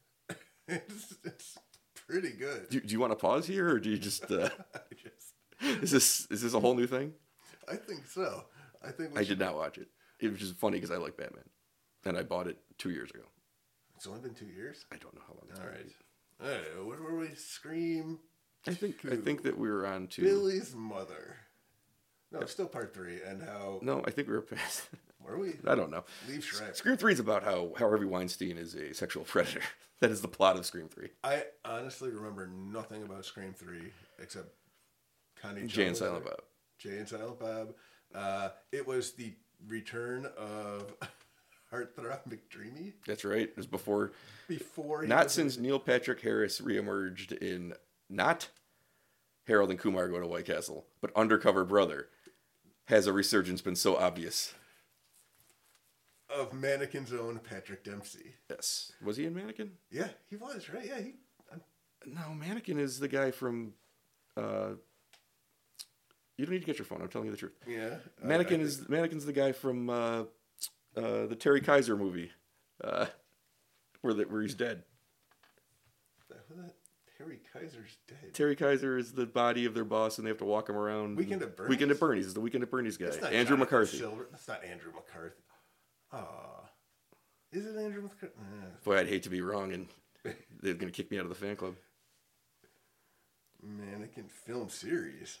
Speaker 2: [LAUGHS] it's, it's pretty good.
Speaker 1: Do, do you want to pause here, or do you just? Uh, [LAUGHS]
Speaker 2: [LAUGHS] I just
Speaker 1: is this is this a whole new thing?
Speaker 2: I think so. I think we
Speaker 1: I
Speaker 2: should,
Speaker 1: did not watch it. It was just funny because I like Batman, and I bought it two years ago.
Speaker 2: it's only been two years.
Speaker 1: I don't know how long. It's
Speaker 2: All
Speaker 1: been.
Speaker 2: right. All right. What were we? Scream.
Speaker 1: I think I think that we were on to.
Speaker 2: Billy's mother. No, it's still part three. And how
Speaker 1: No, I think we were past. [LAUGHS]
Speaker 2: were we?
Speaker 1: I don't know.
Speaker 2: Leave Shrek.
Speaker 1: Scream Three is about how how Harvey Weinstein is a sexual predator. [LAUGHS] that is the plot of Scream Three.
Speaker 2: I honestly remember nothing about Scream three except Connie. Chung
Speaker 1: Jay and
Speaker 2: was there.
Speaker 1: Silent Bob.
Speaker 2: Jay and Silent Bob. Uh, it was the return of [LAUGHS] Heartthrob McDreamy
Speaker 1: That's right. It was before.
Speaker 2: before he
Speaker 1: Not
Speaker 2: was-
Speaker 1: since Neil Patrick Harris reemerged in not Harold and Kumar Go to White Castle, but Undercover Brother has a resurgence been so obvious.
Speaker 2: of Mannequin's own Patrick Dempsey.
Speaker 1: Yes. Was he in Mannequin?
Speaker 2: Yeah, he was right. Yeah, he. I'm,
Speaker 1: No, Mannequin is the guy from. Uh, you don't need to get your phone. I'm telling you the truth.
Speaker 2: yeah, I-
Speaker 1: Mannequin
Speaker 2: Uh, I
Speaker 1: is Mannequin's the guy from uh, uh, the Terry Kaiser movie, uh, where that where he's dead.
Speaker 2: think that- who that Harry Kaiser's dead.
Speaker 1: Terry Kaiser is the body of their boss, and they have to walk him around.
Speaker 2: Weekend
Speaker 1: and-
Speaker 2: at Bernie's?
Speaker 1: Weekend at Bernie's is the Weekend at Bernie's guy.
Speaker 2: That's not
Speaker 1: Andrew
Speaker 2: Jonathan
Speaker 1: McCarthy.
Speaker 2: Silver. That's not Andrew McCarthy. Ah, is it Andrew McCarthy?
Speaker 1: Boy, I'd hate to be wrong,
Speaker 2: [LAUGHS]
Speaker 1: and they're gonna kick me out of the fan club.
Speaker 2: Mannequin film series.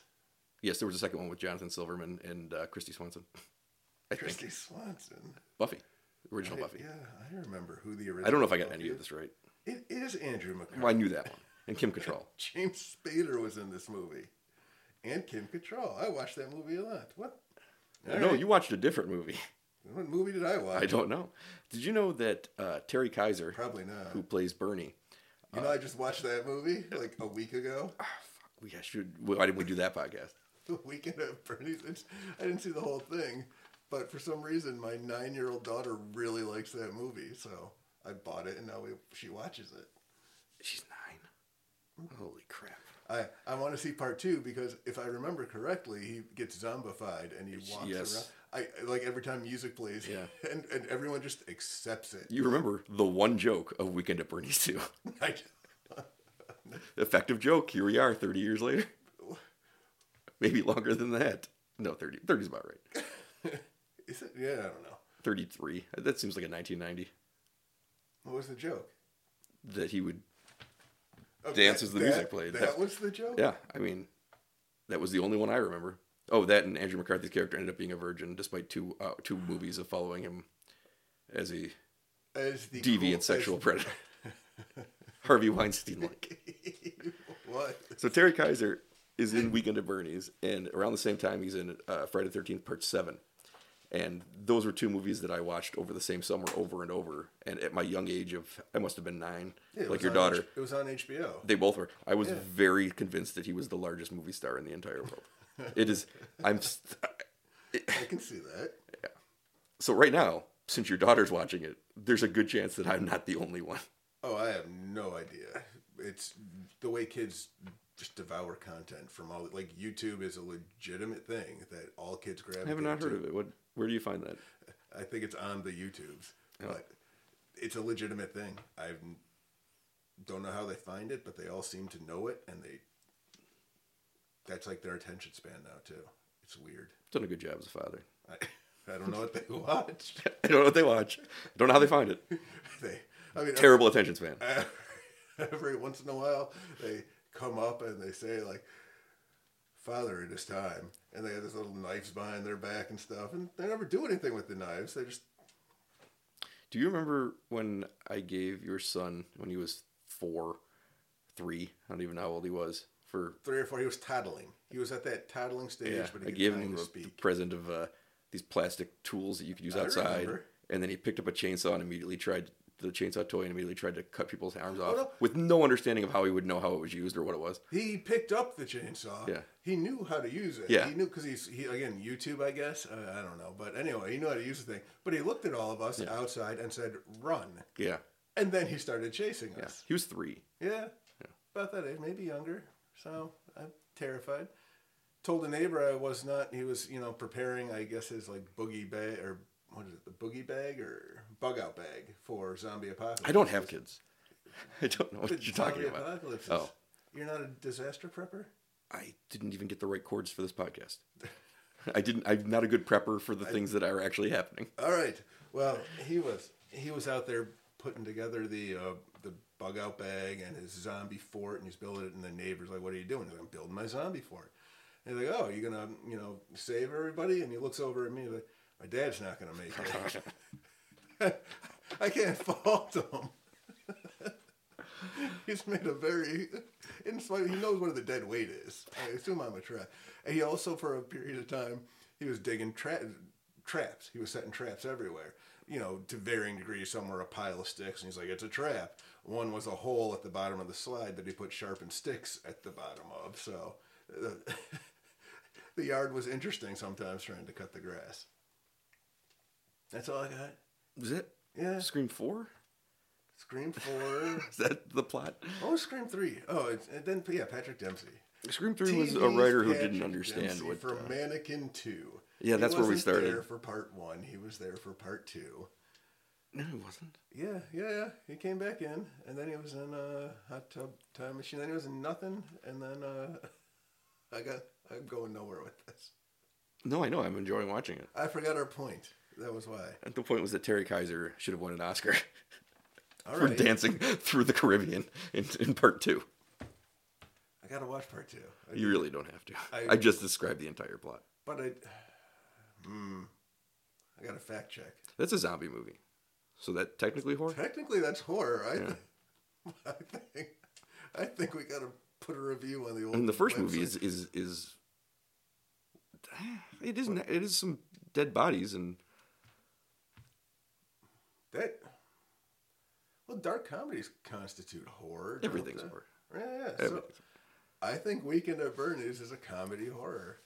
Speaker 1: Yes, there was a second one with Jonathan Silverman and uh, Christy Swanson. I think
Speaker 2: Christy Swanson.
Speaker 1: Buffy, original
Speaker 2: I-
Speaker 1: Buffy.
Speaker 2: Yeah, I remember who the original.
Speaker 1: I don't know if I got
Speaker 2: Buffy
Speaker 1: any of
Speaker 2: is.
Speaker 1: this right.
Speaker 2: It is Andrew McCarthy.
Speaker 1: Well, I knew that one. And Kim Cattrall. [LAUGHS]
Speaker 2: James Spader was in this movie, and Kim Cattrall. I watched that movie a lot. What? All
Speaker 1: no,
Speaker 2: right.
Speaker 1: you watched a different movie.
Speaker 2: What movie did I
Speaker 1: [LAUGHS]
Speaker 2: watch?
Speaker 1: I don't know. Did you know that uh, Terry Kaiser,
Speaker 2: Probably not.
Speaker 1: who plays Bernie,
Speaker 2: You know, I just watched that movie like a week ago. [LAUGHS]
Speaker 1: we I should why didn't we do that podcast?
Speaker 2: The weekend at Bernie's. It's- I didn't see the whole thing, but for some reason, my nine-year-old daughter really likes that movie, so I bought it, and now we, she watches it.
Speaker 1: She's nine. Holy crap!
Speaker 2: I, I want to see part two because if I remember correctly, he gets zombified and he walks
Speaker 1: Yes.
Speaker 2: around. I like every time music plays,
Speaker 1: Yeah.
Speaker 2: [LAUGHS] and, and everyone just accepts it.
Speaker 1: You remember the one joke of Weekend at Bernie's too?
Speaker 2: [LAUGHS]
Speaker 1: [LAUGHS]
Speaker 2: I,
Speaker 1: Effective joke. Here we are, thirty years later. [LAUGHS] Maybe longer than that. No, 30. 30 is about right.
Speaker 2: is it? Yeah, I don't know.
Speaker 1: Thirty-three. That seems like a nineteen ninety.
Speaker 2: What was the joke?
Speaker 1: That he would.
Speaker 2: Oh,
Speaker 1: Dance
Speaker 2: that-
Speaker 1: as the
Speaker 2: that-
Speaker 1: music played.
Speaker 2: That,
Speaker 1: That-
Speaker 2: was the joke.
Speaker 1: Yeah, I mean, that was the only one I remember. Oh, that and Andrew McCarthy's character ended up being a virgin, despite two uh, two movies of following him as a
Speaker 2: As the
Speaker 1: deviant
Speaker 2: cool- as- [LAUGHS]
Speaker 1: sexual predator. [LAUGHS] Harvey Weinstein like.
Speaker 2: what?
Speaker 1: So Terry Kaiser is in Weekend at Bernie's, and around the same time he's in uh, Friday the 13th Part 7. And those were two movies that I watched over the same summer over and over. And at my young age of, I must have been nine,
Speaker 2: Yeah, it
Speaker 1: like
Speaker 2: was
Speaker 1: your
Speaker 2: on
Speaker 1: daughter,
Speaker 2: H- it was on HBO.
Speaker 1: they both were. I was very convinced that he was the largest movie star in the entire world. it is, I'm, st-
Speaker 2: I can see that.
Speaker 1: so right now, since your daughter's watching it, there's a good chance that I'm not the only one.
Speaker 2: Oh, I have no idea. It's the way kids just devour content from all like YouTube is a legitimate thing that all kids gravitate.
Speaker 1: I have not
Speaker 2: to.
Speaker 1: heard of it. What, where do you find that?
Speaker 2: I think it's on the YouTubes, but it's a legitimate thing. I don't know how they find it, but they all seem to know it, and they that's like their attention span now too. It's weird.
Speaker 1: Done a good job as a father. [LAUGHS]
Speaker 2: I, I don't know what they [LAUGHS] watch.
Speaker 1: I don't know what they watch. I don't know how they find it.
Speaker 2: they, I mean,
Speaker 1: Terrible attention span.
Speaker 2: every, [LAUGHS] every once in a while they come up and they say like father it is time and they have these little knives behind their back and stuff and they never do anything with the knives they just
Speaker 1: Do you remember when I gave your son when he was four, three? I don't even know how old he was. For
Speaker 2: three or four he was toddling he was at that toddling stage
Speaker 1: yeah,
Speaker 2: but
Speaker 1: I
Speaker 2: he
Speaker 1: gave
Speaker 2: gave time
Speaker 1: him
Speaker 2: to
Speaker 1: a
Speaker 2: speak
Speaker 1: present of uh, these plastic tools that you could use
Speaker 2: I
Speaker 1: outside,
Speaker 2: remember.
Speaker 1: and then he picked up a chainsaw and immediately tried the chainsaw toy and immediately tried to cut people's arms off
Speaker 2: no.
Speaker 1: with no understanding of how he would know how it was used or what it was.
Speaker 2: he picked up the chainsaw
Speaker 1: Yeah.
Speaker 2: he knew how to use it
Speaker 1: Yeah.
Speaker 2: he knew because he's he, again youtube i guess uh, i don't know but anyway he knew how to use the thing but he looked at all of us outside and said run
Speaker 1: Yeah,
Speaker 2: and then he started chasing us
Speaker 1: yeah. He was three.
Speaker 2: Yeah, about that age, maybe younger. So I'm terrified. told a neighbor I was not. He was, you know, preparing, I guess, his like boogie bag or what is it, the boogie bag or bug out bag for zombie apocalypse.
Speaker 1: I don't have kids. [LAUGHS] I don't know what
Speaker 2: But
Speaker 1: you're talking
Speaker 2: zombie
Speaker 1: about.
Speaker 2: apocalypses.
Speaker 1: Oh.
Speaker 2: You're not a disaster prepper?
Speaker 1: I didn't even get the right chords for this podcast. [LAUGHS] I didn't. I'm not a good prepper for the things that are actually happening.
Speaker 2: All right. Well, he was he was out there putting together the uh, the bug out bag and his zombie fort, and he's building it. And the neighbors like, "What are you doing?" He's like, "I'm building my zombie fort." And he's like, "Oh, you're gonna you know save everybody?" And he looks over at me like, "My dad's not gonna make [LAUGHS] it." I can't fault him. He's made a very, in spite, he knows where the dead weight is. I assume I'm a trap. And he also, for a period of time, he was digging tra- traps. He was setting traps everywhere, you know, to varying degrees. Some were a pile of sticks, and he's like, it's a trap. One was a hole at the bottom of the slide that he put sharpened sticks at the bottom of. So uh, [LAUGHS] the yard was interesting sometimes trying to cut the grass. That's all I got.
Speaker 1: Was it
Speaker 2: Yeah.
Speaker 1: Scream Four?
Speaker 2: Scream 4.
Speaker 1: Is that the plot?
Speaker 2: What was Scream Three? Oh, it's, and then yeah, Patrick Dempsey.
Speaker 1: Scream Three was a
Speaker 2: TV's
Speaker 1: writer who
Speaker 2: Patrick
Speaker 1: didn't understand
Speaker 2: Dempsey
Speaker 1: what.
Speaker 2: for
Speaker 1: uh,
Speaker 2: Mannequin Two.
Speaker 1: Yeah,
Speaker 2: He
Speaker 1: that's where we
Speaker 2: wasn't
Speaker 1: started.
Speaker 2: There for part one, he was there for part two.
Speaker 1: no, it wasn't.
Speaker 2: Yeah, yeah, yeah. He came back in, and then he was in uh, hot tub time machine. Then he was in nothing, and then uh, [LAUGHS] I got I'm going nowhere with this.
Speaker 1: No, I know. I'm enjoying watching it.
Speaker 2: I forgot our point. That was why.
Speaker 1: At the point was that Terry Kaiser should have won an Oscar [LAUGHS]
Speaker 2: All
Speaker 1: for
Speaker 2: right,
Speaker 1: dancing [LAUGHS] through the Caribbean in, in part two.
Speaker 2: I gotta watch part two. I-
Speaker 1: You really don't have to.
Speaker 2: I-
Speaker 1: I, just described the entire plot.
Speaker 2: but I, [SIGHS] hmm, I gotta fact check.
Speaker 1: That's a zombie movie, so that technically horror.
Speaker 2: Technically, that's horror. I,
Speaker 1: Yeah.
Speaker 2: [LAUGHS] I think, I think we gotta put a review on the old.
Speaker 1: And the first movie
Speaker 2: website.
Speaker 1: is is is [SIGHS] it isn't it is some dead bodies and
Speaker 2: that. Well, dark comedies constitute horror. don't
Speaker 1: everything's
Speaker 2: they?
Speaker 1: horror.
Speaker 2: Yeah, yeah. So
Speaker 1: Everything's-
Speaker 2: I think Weekend at Bernie's is a comedy horror,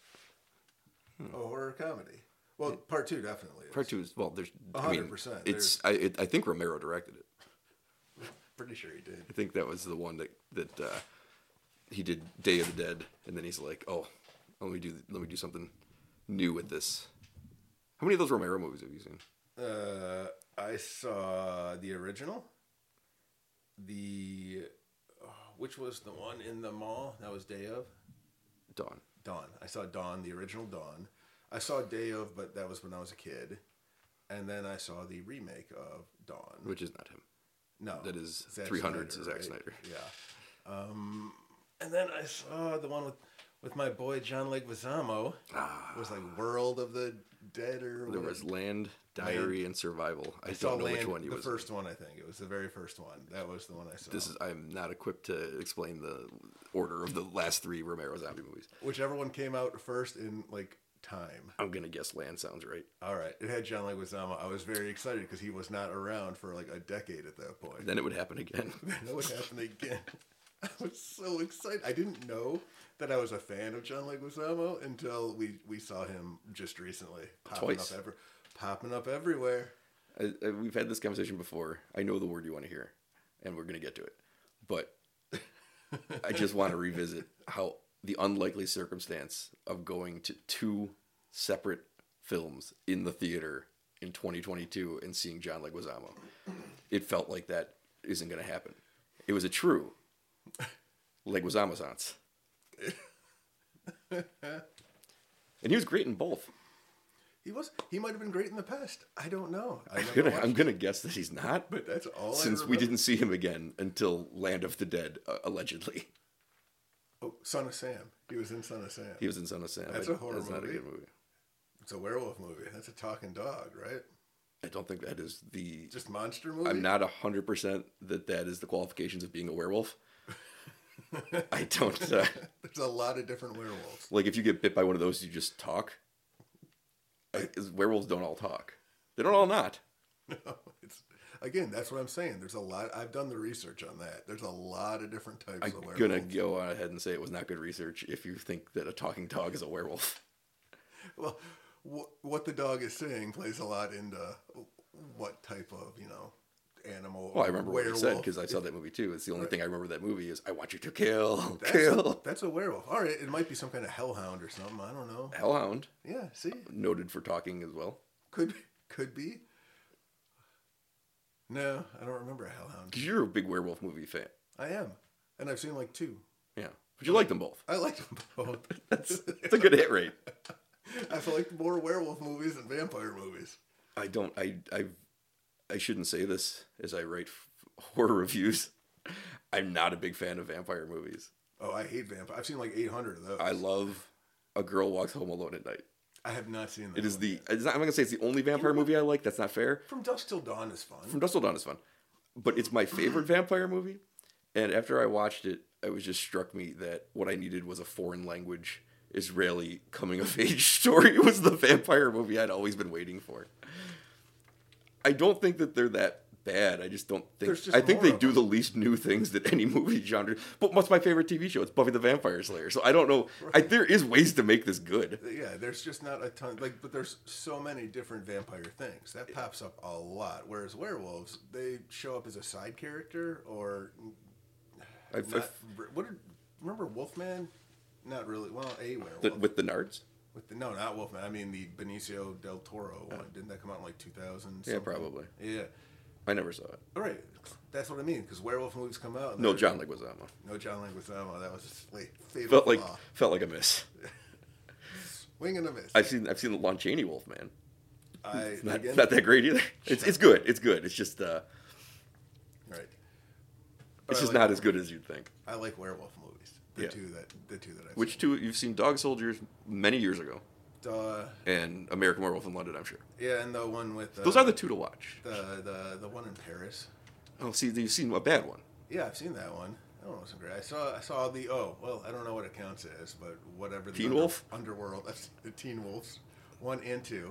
Speaker 2: a horror comedy. Well, part two definitely. Is.
Speaker 1: Hmm. Part two is well. There's
Speaker 2: A
Speaker 1: I mean,
Speaker 2: hundred percent.
Speaker 1: It's I it, I think Romero directed it.
Speaker 2: Pretty sure he did.
Speaker 1: I think that was the one that that uh, he did Day of the Dead, and then he's like, oh, let me do let me do something new with this. How many of those Romero movies have you seen?
Speaker 2: Uh, I saw the original. The uh, which was the one in the mall that was Day of.
Speaker 1: Dawn.
Speaker 2: Dawn. I saw Dawn, the original Dawn. I saw Day of, but that was when I was a kid. And then I saw the remake of Dawn.
Speaker 1: which is not him.
Speaker 2: No,
Speaker 1: that is
Speaker 2: Zack
Speaker 1: 300's
Speaker 2: Snyder,
Speaker 1: Zack
Speaker 2: right?
Speaker 1: Snyder.
Speaker 2: Yeah. Um, and then I saw the one with with my boy John Leguizamo.
Speaker 1: Ah.
Speaker 2: It was like World of the Dead or
Speaker 1: There
Speaker 2: whatever.
Speaker 1: was Land, Diary, and Survival. I, don't know which one he
Speaker 2: the
Speaker 1: was. in.
Speaker 2: first one, I think it was the very first one. That was the one I saw.
Speaker 1: This is I'm not equipped to explain the order of the last three Romero zombie movies.
Speaker 2: whichever one came out first in like time.
Speaker 1: I'm gonna guess Land sounds right.
Speaker 2: All right, it had John Leguizamo. I was very excited because he was not around for like a decade at that point.
Speaker 1: Then it would happen again.
Speaker 2: [LAUGHS] That would happen again. [LAUGHS] I was so excited. I didn't know that I was a fan of John Leguizamo until we, we saw him just recently popping
Speaker 1: Twice.
Speaker 2: up ever, popping up everywhere.
Speaker 1: I, I, we've had this conversation before. I know the word you want to hear, and we're gonna get to it. But I just want to revisit how the unlikely circumstance of going to two separate films in the theater in 2022 and seeing John Leguizamo. It felt like that isn't gonna happen. It was a true Leguizamo And he was great in both.
Speaker 2: He was he might have been great in the past. I don't know. I
Speaker 1: I'm
Speaker 2: never
Speaker 1: gonna,
Speaker 2: watched-
Speaker 1: I'm gonna guess that he's not,
Speaker 2: but that's all.
Speaker 1: since
Speaker 2: I
Speaker 1: we
Speaker 2: remember.
Speaker 1: didn't see him again until Land of the Dead, uh, allegedly. [LAUGHS]
Speaker 2: Oh, Son of Sam. He was in Son of Sam.
Speaker 1: He was in Son of Sam.
Speaker 2: That's
Speaker 1: I-
Speaker 2: a horror
Speaker 1: not a
Speaker 2: movie.
Speaker 1: good movie.
Speaker 2: It's a werewolf movie. That's a talking dog, right?
Speaker 1: I don't think that is the.
Speaker 2: Just monster movie.
Speaker 1: I'm not hundred percent that that is the qualifications of being a [LAUGHS] werewolf. I don't uh,
Speaker 2: There's a lot of different werewolves.
Speaker 1: like if you get bit by one of those, you just talk. I, 'cause werewolves don't all talk. They don't all not.
Speaker 2: [LAUGHS] It's, again, that's what I'm saying. There's a lot. I've done the research on that. There's a lot of different types
Speaker 1: I'm
Speaker 2: of werewolves.
Speaker 1: gonna go on ahead and say it was not good research if you think that a talking dog is a werewolf.
Speaker 2: Well, wh- what the dog is saying plays a lot into what type of you know animal.
Speaker 1: Well, Oh, I remember what he said
Speaker 2: werewolf.
Speaker 1: because I saw that movie too. It's the only thing I remember that movie is I want you to kill, [LAUGHS]
Speaker 2: That's-
Speaker 1: kill.
Speaker 2: That's a werewolf. All right, it might be some kind of hellhound or something. I don't know.
Speaker 1: Hellhound,
Speaker 2: Yeah, see,
Speaker 1: noted for talking as well.
Speaker 2: could could be. No, I don't remember a hellhound.
Speaker 1: 'Cause you're a big werewolf movie fan.
Speaker 2: I am, and I've seen like two.
Speaker 1: Yeah. But you like them both.
Speaker 2: I like them both.
Speaker 1: [LAUGHS]
Speaker 2: [LAUGHS]
Speaker 1: That's, that's a good hit rate.
Speaker 2: I feel like more werewolf movies than vampire movies.
Speaker 1: I don't. I. I. I shouldn't say this as I write [LAUGHS] f- horror reviews. I'm not a big fan of vampire movies.
Speaker 2: Oh, I hate vampire. I've seen like 800 of those.
Speaker 1: I love A Girl Walks Home Alone at Night.
Speaker 2: I have not seen that.
Speaker 1: It is
Speaker 2: one
Speaker 1: the.
Speaker 2: yet.
Speaker 1: It's not, I'm not gonna say it's the only vampire movie I like. That's not fair.
Speaker 2: From Dusk Till Dawn is fun.
Speaker 1: From Dust Till Dawn is fun, but it's my favorite vampire movie. And after I watched it, it was just struck me that what I needed was a foreign language Israeli coming of age [LAUGHS] story. It was the vampire movie I'd always been waiting for. I don't think that they're that bad. I just don't think.
Speaker 2: There's just
Speaker 1: I think
Speaker 2: more
Speaker 1: they
Speaker 2: of
Speaker 1: do
Speaker 2: them.
Speaker 1: the least new things that any [LAUGHS] movie genre. But what's my favorite TV show? It's Buffy the Vampire Slayer. So I don't know. I, there is ways to make this good.
Speaker 2: yeah, there's just not a ton. Like, but there's so many different vampire things that pops up a lot. Whereas werewolves, they show up as a side character or
Speaker 1: I, I,
Speaker 2: not. What did, remember Wolfman? Not really. Well, a werewolf.
Speaker 1: the- with the nards.
Speaker 2: With the, no, not Wolfman. I mean the Benicio del Toro one. Didn't that come out in like 2000?
Speaker 1: Yeah, probably.
Speaker 2: Yeah.
Speaker 1: I never saw it.
Speaker 2: All right. That's what I mean. Because werewolf movies come out. and
Speaker 1: No,
Speaker 2: they're-
Speaker 1: John Leguizamo.
Speaker 2: No John Leguizamo. That was his fa- favorite.
Speaker 1: felt like
Speaker 2: flaw.
Speaker 1: felt like a miss.
Speaker 2: wing and a miss.
Speaker 1: I've seen I've seen the Lon Chaney Wolfman.
Speaker 2: I
Speaker 1: It's not,
Speaker 2: again,
Speaker 1: not that great
Speaker 2: [LAUGHS]
Speaker 1: either. It's it's good. It's good. It's just uh,
Speaker 2: right. But
Speaker 1: it's
Speaker 2: I
Speaker 1: just
Speaker 2: like-
Speaker 1: not as good as you'd think.
Speaker 2: I like werewolf movies. The
Speaker 1: Yeah.
Speaker 2: two that the two that I've
Speaker 1: Which
Speaker 2: seen.
Speaker 1: two you've seen Dog Soldiers many years ago,
Speaker 2: uh,
Speaker 1: and American Werewolf in London, I'm sure.
Speaker 2: yeah, and the one with uh,
Speaker 1: Those are the two to watch.
Speaker 2: the the the one in Paris.
Speaker 1: Oh, see, you've seen a bad one.
Speaker 2: Yeah, I've seen that one. That one wasn't great. I saw I saw the oh well I don't know what it counts as but whatever the
Speaker 1: Teen Wolf?
Speaker 2: underworld [LAUGHS] that's the Teen Wolves one and two.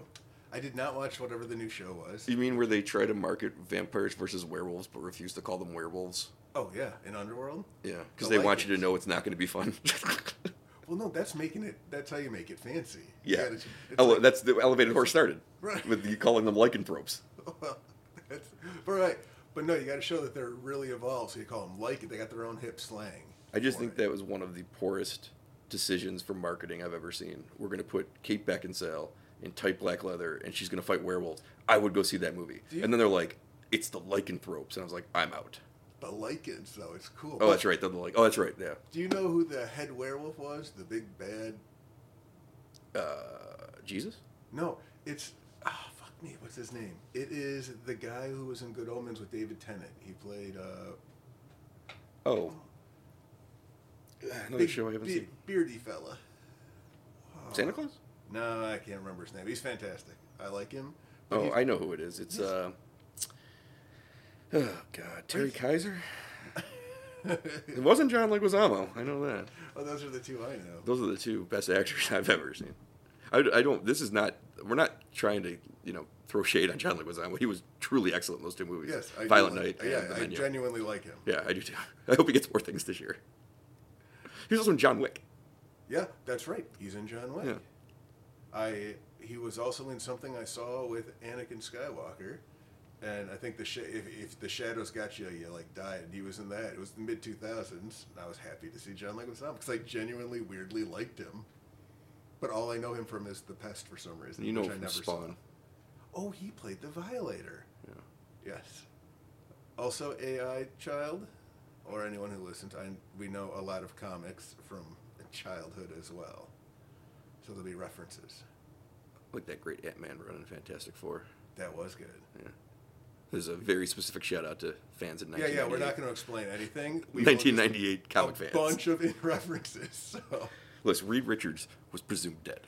Speaker 2: I did not watch whatever the new show was.
Speaker 1: You mean where they try to market vampires versus werewolves, but refuse to call them werewolves?
Speaker 2: Oh yeah, in Underworld.
Speaker 1: Yeah, because
Speaker 2: I
Speaker 1: they
Speaker 2: like
Speaker 1: want you
Speaker 2: it.
Speaker 1: to know it's not going to be
Speaker 2: [LAUGHS]
Speaker 1: fun. [LAUGHS]
Speaker 2: Well, no, that's making it. That's how you make it fancy. You
Speaker 1: yeah, Oh,
Speaker 2: gotta- it's
Speaker 1: Ele-
Speaker 2: like-
Speaker 1: that's the elevated horse started
Speaker 2: Right.
Speaker 1: with you calling them lycanthropes.
Speaker 2: Well, that's, but right, but no, you got to show that they're really evolved. So you call them like it. They got their own hip slang.
Speaker 1: I just
Speaker 2: for
Speaker 1: think
Speaker 2: it.
Speaker 1: that was one of the poorest decisions for marketing I've ever seen. We're going to put Kate Beckinsale in tight black leather and she's going to fight werewolves. I would go see that movie.
Speaker 2: Do you-
Speaker 1: And then they're like, it's the lycanthropes. And I was like, I'm out.
Speaker 2: the lichens though. It's cool.
Speaker 1: Oh, that's right. They're like, oh, that's right. Yeah.
Speaker 2: Do you know who the head werewolf was? The big bad.
Speaker 1: Uh, Jesus?
Speaker 2: No, it's ah fuck me. What's his name? It is the guy who was in Good Omens with David Tennant. He played uh,
Speaker 1: Oh. [SIGHS] Another
Speaker 2: big,
Speaker 1: show I haven't
Speaker 2: be-
Speaker 1: seen.
Speaker 2: beardy fella. Uh,
Speaker 1: Santa Claus?
Speaker 2: No, I can't remember his name. He's fantastic. I like him. but
Speaker 1: Oh,
Speaker 2: he's-
Speaker 1: I know who it is. It's, uh, [SIGHS] oh, God. Terry
Speaker 2: is-
Speaker 1: Kaiser? It wasn't John Leguizamo. I know that.
Speaker 2: [LAUGHS] oh, those are the two I know.
Speaker 1: Those are the two best actors [LAUGHS] I've ever seen. I, I don't. This is not. We're not trying to you know throw shade on John Leguizamo. He was truly excellent in those two movies.
Speaker 2: Yes, I do
Speaker 1: Violent
Speaker 2: like-
Speaker 1: Night.
Speaker 2: Yeah,
Speaker 1: and The
Speaker 2: I
Speaker 1: Menu.
Speaker 2: genuinely like him.
Speaker 1: yeah, I do too. [LAUGHS] I hope he gets more things this year. He was also in John Wick.
Speaker 2: Yeah, that's right. He's in John Wick.
Speaker 1: Yeah.
Speaker 2: I he was also in something I saw with Anakin Skywalker, and I think the sh- if, if the shadows got you, you like died. He was in that. It was the mid two thousands, and I was happy to see John Leguizamo because I genuinely weirdly liked him. But all I know him from is The Pest for some reason,
Speaker 1: You know
Speaker 2: which
Speaker 1: him from
Speaker 2: I never
Speaker 1: Spawn.
Speaker 2: saw. Oh, he played the Violator.
Speaker 1: Yeah.
Speaker 2: Yes. Also, AI child, or anyone who listens, I, we know a lot of comics from childhood as well. So there'll be references.
Speaker 1: Like that great Ant Man run in Fantastic Four.
Speaker 2: That was good.
Speaker 1: Yeah. There's a very specific shout out to fans in
Speaker 2: Yeah, yeah, we're
Speaker 1: 1998
Speaker 2: not going to explain anything. We will just-
Speaker 1: 1998
Speaker 2: A
Speaker 1: comic fans.
Speaker 2: bunch of [LAUGHS] in references. So
Speaker 1: Listen, Reed Richards was presumed dead.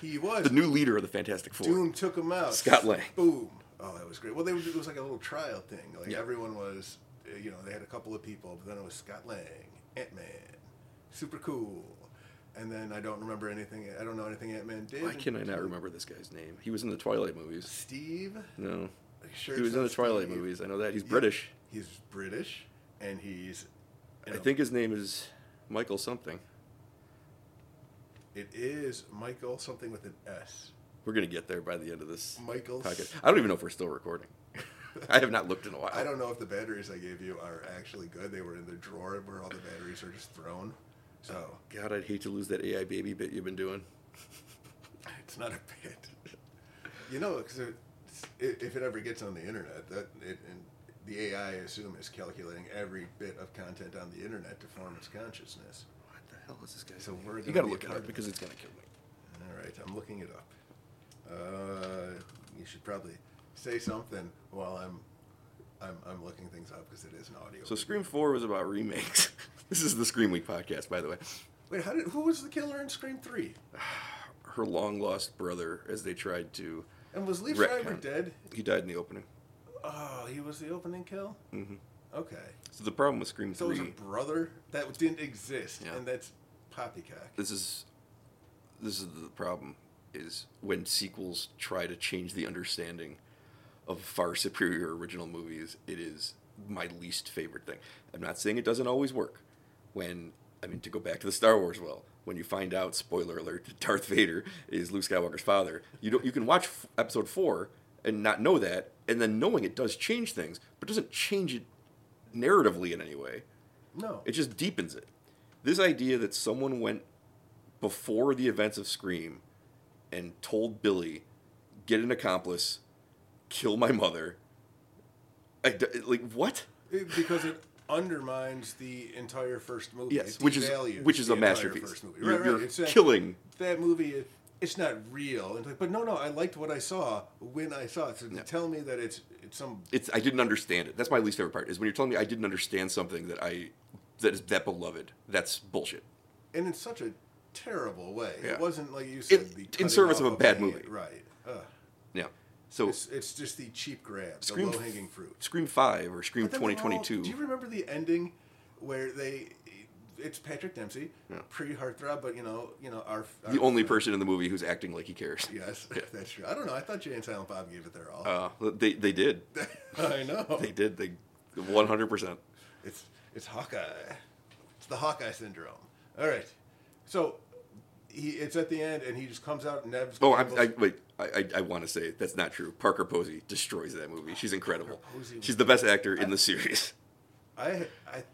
Speaker 2: he was.
Speaker 1: The new leader of the Fantastic Four.
Speaker 2: Doom took him out.
Speaker 1: Scott Lang.
Speaker 2: Boom. Oh, that was great. Well, they, it was like a little trial thing. Like
Speaker 1: Yeah.
Speaker 2: everyone was, uh, you know, they had a couple of people, but then it was Scott Lang, Ant Man, super cool. And then I don't remember anything. I don't know anything Ant Man did.
Speaker 1: Why can I not remember this guy's name? He was in the Twilight movies.
Speaker 2: Steve.
Speaker 1: No.
Speaker 2: Are you sure
Speaker 1: he
Speaker 2: it's
Speaker 1: was in the
Speaker 2: not
Speaker 1: Twilight
Speaker 2: Steve?
Speaker 1: movies. I know that. He's
Speaker 2: Yeah.
Speaker 1: British.
Speaker 2: He's British, and he's. you
Speaker 1: I
Speaker 2: know,
Speaker 1: think his name is Michael something.
Speaker 2: it is Michael something with an S.
Speaker 1: We're gonna get there by the end of this
Speaker 2: Michael.
Speaker 1: podcast. I don't even know if we're still recording. [LAUGHS] I have not looked in a while.
Speaker 2: I don't know if the batteries I gave you are actually good. They were in the drawer where all the batteries are just thrown. So
Speaker 1: God, I'd hate to lose that AI baby bit you've been doing.
Speaker 2: it's not a bit. You know, because if it ever gets on the internet, that it, and the AI, I assume, is calculating every bit of content on the internet to form its consciousness.
Speaker 1: What the hell is this guy?
Speaker 2: So
Speaker 1: doing?
Speaker 2: we're
Speaker 1: you
Speaker 2: gonna
Speaker 1: gotta
Speaker 2: be
Speaker 1: look it up
Speaker 2: covered.
Speaker 1: because it's gonna kill me.
Speaker 2: All right, I'm looking it up. Uh, you should probably say something while I'm I'm, I'm looking things up because it is an audio.
Speaker 1: So Scream Four was about remakes. [LAUGHS] this is the Scream Week podcast, by the way.
Speaker 2: Wait, how did who was the killer in Scream Three?
Speaker 1: Her long lost brother, as they tried to,
Speaker 2: And was Lee
Speaker 1: Retcon.
Speaker 2: Schreiber dead?
Speaker 1: he died in the opening.
Speaker 2: Oh, he was the opening kill.
Speaker 1: Mhm.
Speaker 2: Okay,
Speaker 1: So the problem with Scream
Speaker 2: so it
Speaker 1: Three.
Speaker 2: was a brother that didn't exist,
Speaker 1: Yeah.
Speaker 2: and that's poppycock.
Speaker 1: this is this is the problem is when sequels try to change the understanding of far superior original movies it is my least favorite thing i'm not saying it doesn't always work when i mean to go back to the star wars well when you find out spoiler alert that darth vader is luke skywalker's father you don't you can watch f- episode 4 and not know that and then knowing it does change things but doesn't change it narratively in any way
Speaker 2: No,
Speaker 1: it just deepens it. This idea that someone went before the events of Scream and told Billy, get an accomplice, kill my mother. I d like, what?
Speaker 2: It- because it undermines the entire first movie.
Speaker 1: Yes,
Speaker 2: It
Speaker 1: which is
Speaker 2: devalues
Speaker 1: which is
Speaker 2: the
Speaker 1: a
Speaker 2: entire
Speaker 1: masterpiece.
Speaker 2: first movie.
Speaker 1: You're,
Speaker 2: Right,
Speaker 1: you're
Speaker 2: right, it's that-
Speaker 1: killing.
Speaker 2: that movie is it's not real It's like, but no no i liked what i saw when i saw it so to tell me that it's it's some
Speaker 1: It's I didn't understand it. That's my least favorite part. Is when you're telling me I didn't understand something that I that is that beloved. That's bullshit.
Speaker 2: and in such a terrible way
Speaker 1: Yeah.
Speaker 2: it wasn't like you said
Speaker 1: In-
Speaker 2: the
Speaker 1: in
Speaker 2: cutting
Speaker 1: service
Speaker 2: off
Speaker 1: of a bad
Speaker 2: the-
Speaker 1: movie.
Speaker 2: right Ugh.
Speaker 1: Yeah. So
Speaker 2: it's, it's just the cheap grab
Speaker 1: Scream
Speaker 2: the low-hanging fruit
Speaker 1: Scream Five or Scream
Speaker 2: But then they're all-
Speaker 1: 2022.
Speaker 2: do you remember the ending where they it's patrick dempsey
Speaker 1: Yeah.
Speaker 2: pretty heartthrob but you know you know our, our
Speaker 1: the only person in the movie who's acting like he cares.
Speaker 2: [LAUGHS] yes that's true i don't know i thought jay and silent bob gave it their all
Speaker 1: Uh, they they did.
Speaker 2: [LAUGHS] i [LAUGHS] know
Speaker 1: They did. They 100%.
Speaker 2: It's it's Hawkeye. It's the Hawkeye syndrome. All right. So he it's at the end, and he just comes out. and Nev's
Speaker 1: Oh, I, I wait. I, I, I want to say that's not true. Parker Posey destroys that movie. She's incredible.
Speaker 2: Parker Posey was-
Speaker 1: She's the best actor in the series.
Speaker 2: I I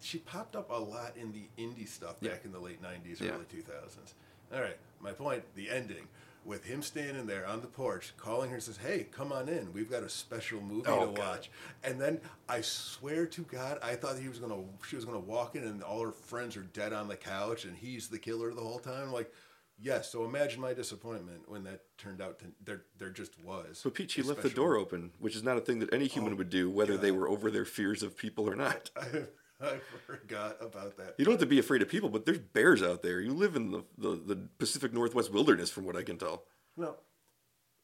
Speaker 2: she popped up a lot in the indie stuff back
Speaker 1: Yeah.
Speaker 2: in the late '90s,
Speaker 1: Yeah.
Speaker 2: early 2000s. All right. My point. The ending. With him standing there on the porch, calling her, says, "Hey, come on in. We've got a special movie
Speaker 1: Oh,
Speaker 2: to
Speaker 1: God.
Speaker 2: watch." And then I swear to God, I thought he was gonna, she was gonna walk in, and all her friends are dead on the couch, and he's the killer the whole time. like, yes. So imagine my disappointment when that turned out to there. There just was.
Speaker 1: [LAUGHS] But Pete, she
Speaker 2: a
Speaker 1: left the
Speaker 2: special- Oh
Speaker 1: door open, which is not a thing that any human would do, whether they were over their fears of people or
Speaker 2: [LAUGHS]
Speaker 1: not.
Speaker 2: I, I forgot about that.
Speaker 1: You don't have to be afraid of people, but there's bears out there. You live in the, the, the Pacific Northwest wilderness, from what I can tell.
Speaker 2: No.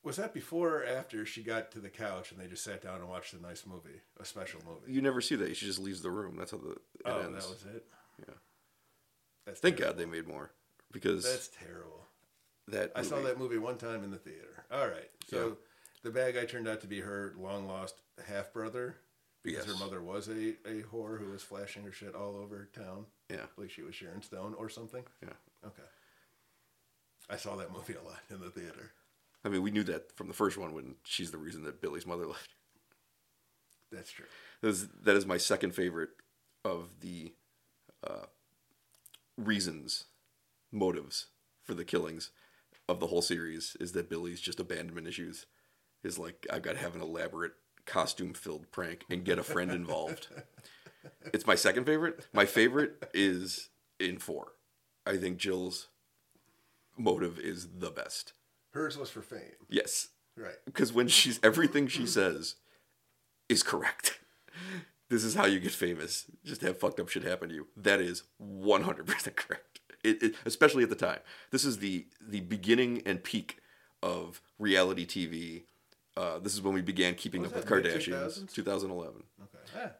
Speaker 2: Was that before or after she got to the couch and they just sat down and watched a nice movie, a special movie?
Speaker 1: You never see that. She just leaves the room. That's how the it
Speaker 2: oh, that
Speaker 1: ends.
Speaker 2: was it.
Speaker 1: Yeah.
Speaker 2: That's
Speaker 1: Thank
Speaker 2: terrible.
Speaker 1: God they made more because
Speaker 2: That's terrible.
Speaker 1: that
Speaker 2: I saw
Speaker 1: movie-
Speaker 2: that movie one time in the theater. All right. So
Speaker 1: Yeah.
Speaker 2: the bad guy turned out to be her long lost half brother because
Speaker 1: Yes.
Speaker 2: her mother was a, a whore who was flashing her shit all over town.
Speaker 1: Yeah,
Speaker 2: Like she was Sharon Stone or something.
Speaker 1: yeah.
Speaker 2: Okay. I saw that movie a lot in the theater.
Speaker 1: I mean, we knew that from the first one when she's the reason that Billy's mother left.
Speaker 2: That's true.
Speaker 1: That is, that is my second favorite of the uh, reasons, motives for the killings of the whole series is that Billy's just abandonment issues is like, I've got to have an elaborate costume filled prank and get a friend involved. it's my second favorite. My favorite is in four. I think Jill's motive is the best.
Speaker 2: Hers was for fame.
Speaker 1: Yes
Speaker 2: Right.
Speaker 1: because when she's everything she says is correct. This is how you get famous. Just have fucked up shit happen to you. That is 100% correct. It, it, especially at the time. This is the the beginning and peak of reality TV. Uh, this is when we began keeping
Speaker 2: Was
Speaker 1: up with
Speaker 2: that
Speaker 1: Kardashians,
Speaker 2: mid-2000s?
Speaker 1: 2011.
Speaker 2: Okay.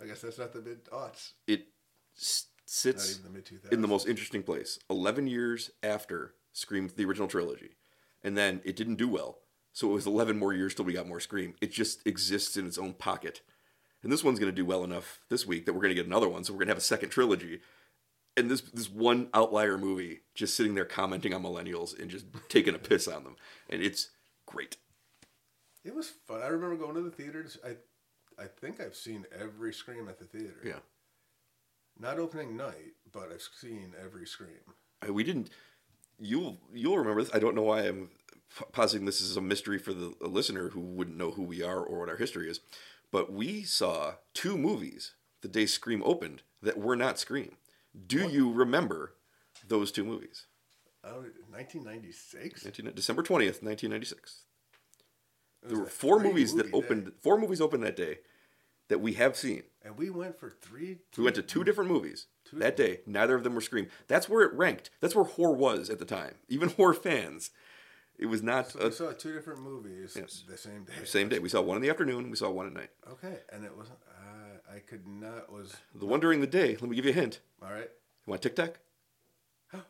Speaker 2: I guess that's not the mid aughts.
Speaker 1: It s-
Speaker 2: Not
Speaker 1: sits
Speaker 2: even the mid 2000s.
Speaker 1: in the most interesting place 11 years after scream the original trilogy and then it didn't do well so it was 11 more years till we got more scream it just exists in its own pocket and this one's going to do well enough this week that we're going to get another one so we're going to have a second trilogy and this this one outlier movie just [LAUGHS] sitting there commenting on millennials and just taking a piss on them and it's great
Speaker 2: It was fun. I remember going to the theaters. I, I think I've seen every Scream at the theater.
Speaker 1: Yeah.
Speaker 2: Not opening night, but I've seen every Scream.
Speaker 1: I, we didn't. You'll you'll remember this. I don't know why I'm f- positing this as a mystery for the listener who wouldn't know who we are or what our history is, but we saw two movies the day Scream opened that were not Scream. Do you remember those two movies?
Speaker 2: I don't, 1996.
Speaker 1: 19, December twentieth, nineteen ninety six.
Speaker 2: It was
Speaker 1: There were
Speaker 2: a
Speaker 1: four
Speaker 2: three
Speaker 1: movies that
Speaker 2: movie day.
Speaker 1: opened. Four movies opened that day that we have seen.
Speaker 2: and we went for three.
Speaker 1: We went to
Speaker 2: Mm-hmm.
Speaker 1: two different movies that day. Neither of them were Scream. That's where it ranked. That's where horror was at the time. Even horror fans. It was not
Speaker 2: So we
Speaker 1: a
Speaker 2: saw two different movies
Speaker 1: uh, Yes.
Speaker 2: the same day.
Speaker 1: same day. We saw one in the afternoon. We saw one at night.
Speaker 2: Okay, and it wasn't. Uh, I could not. Was
Speaker 1: The one during the day. Let me give you a hint.
Speaker 2: all right. [GASPS]
Speaker 1: You want Tic Tac?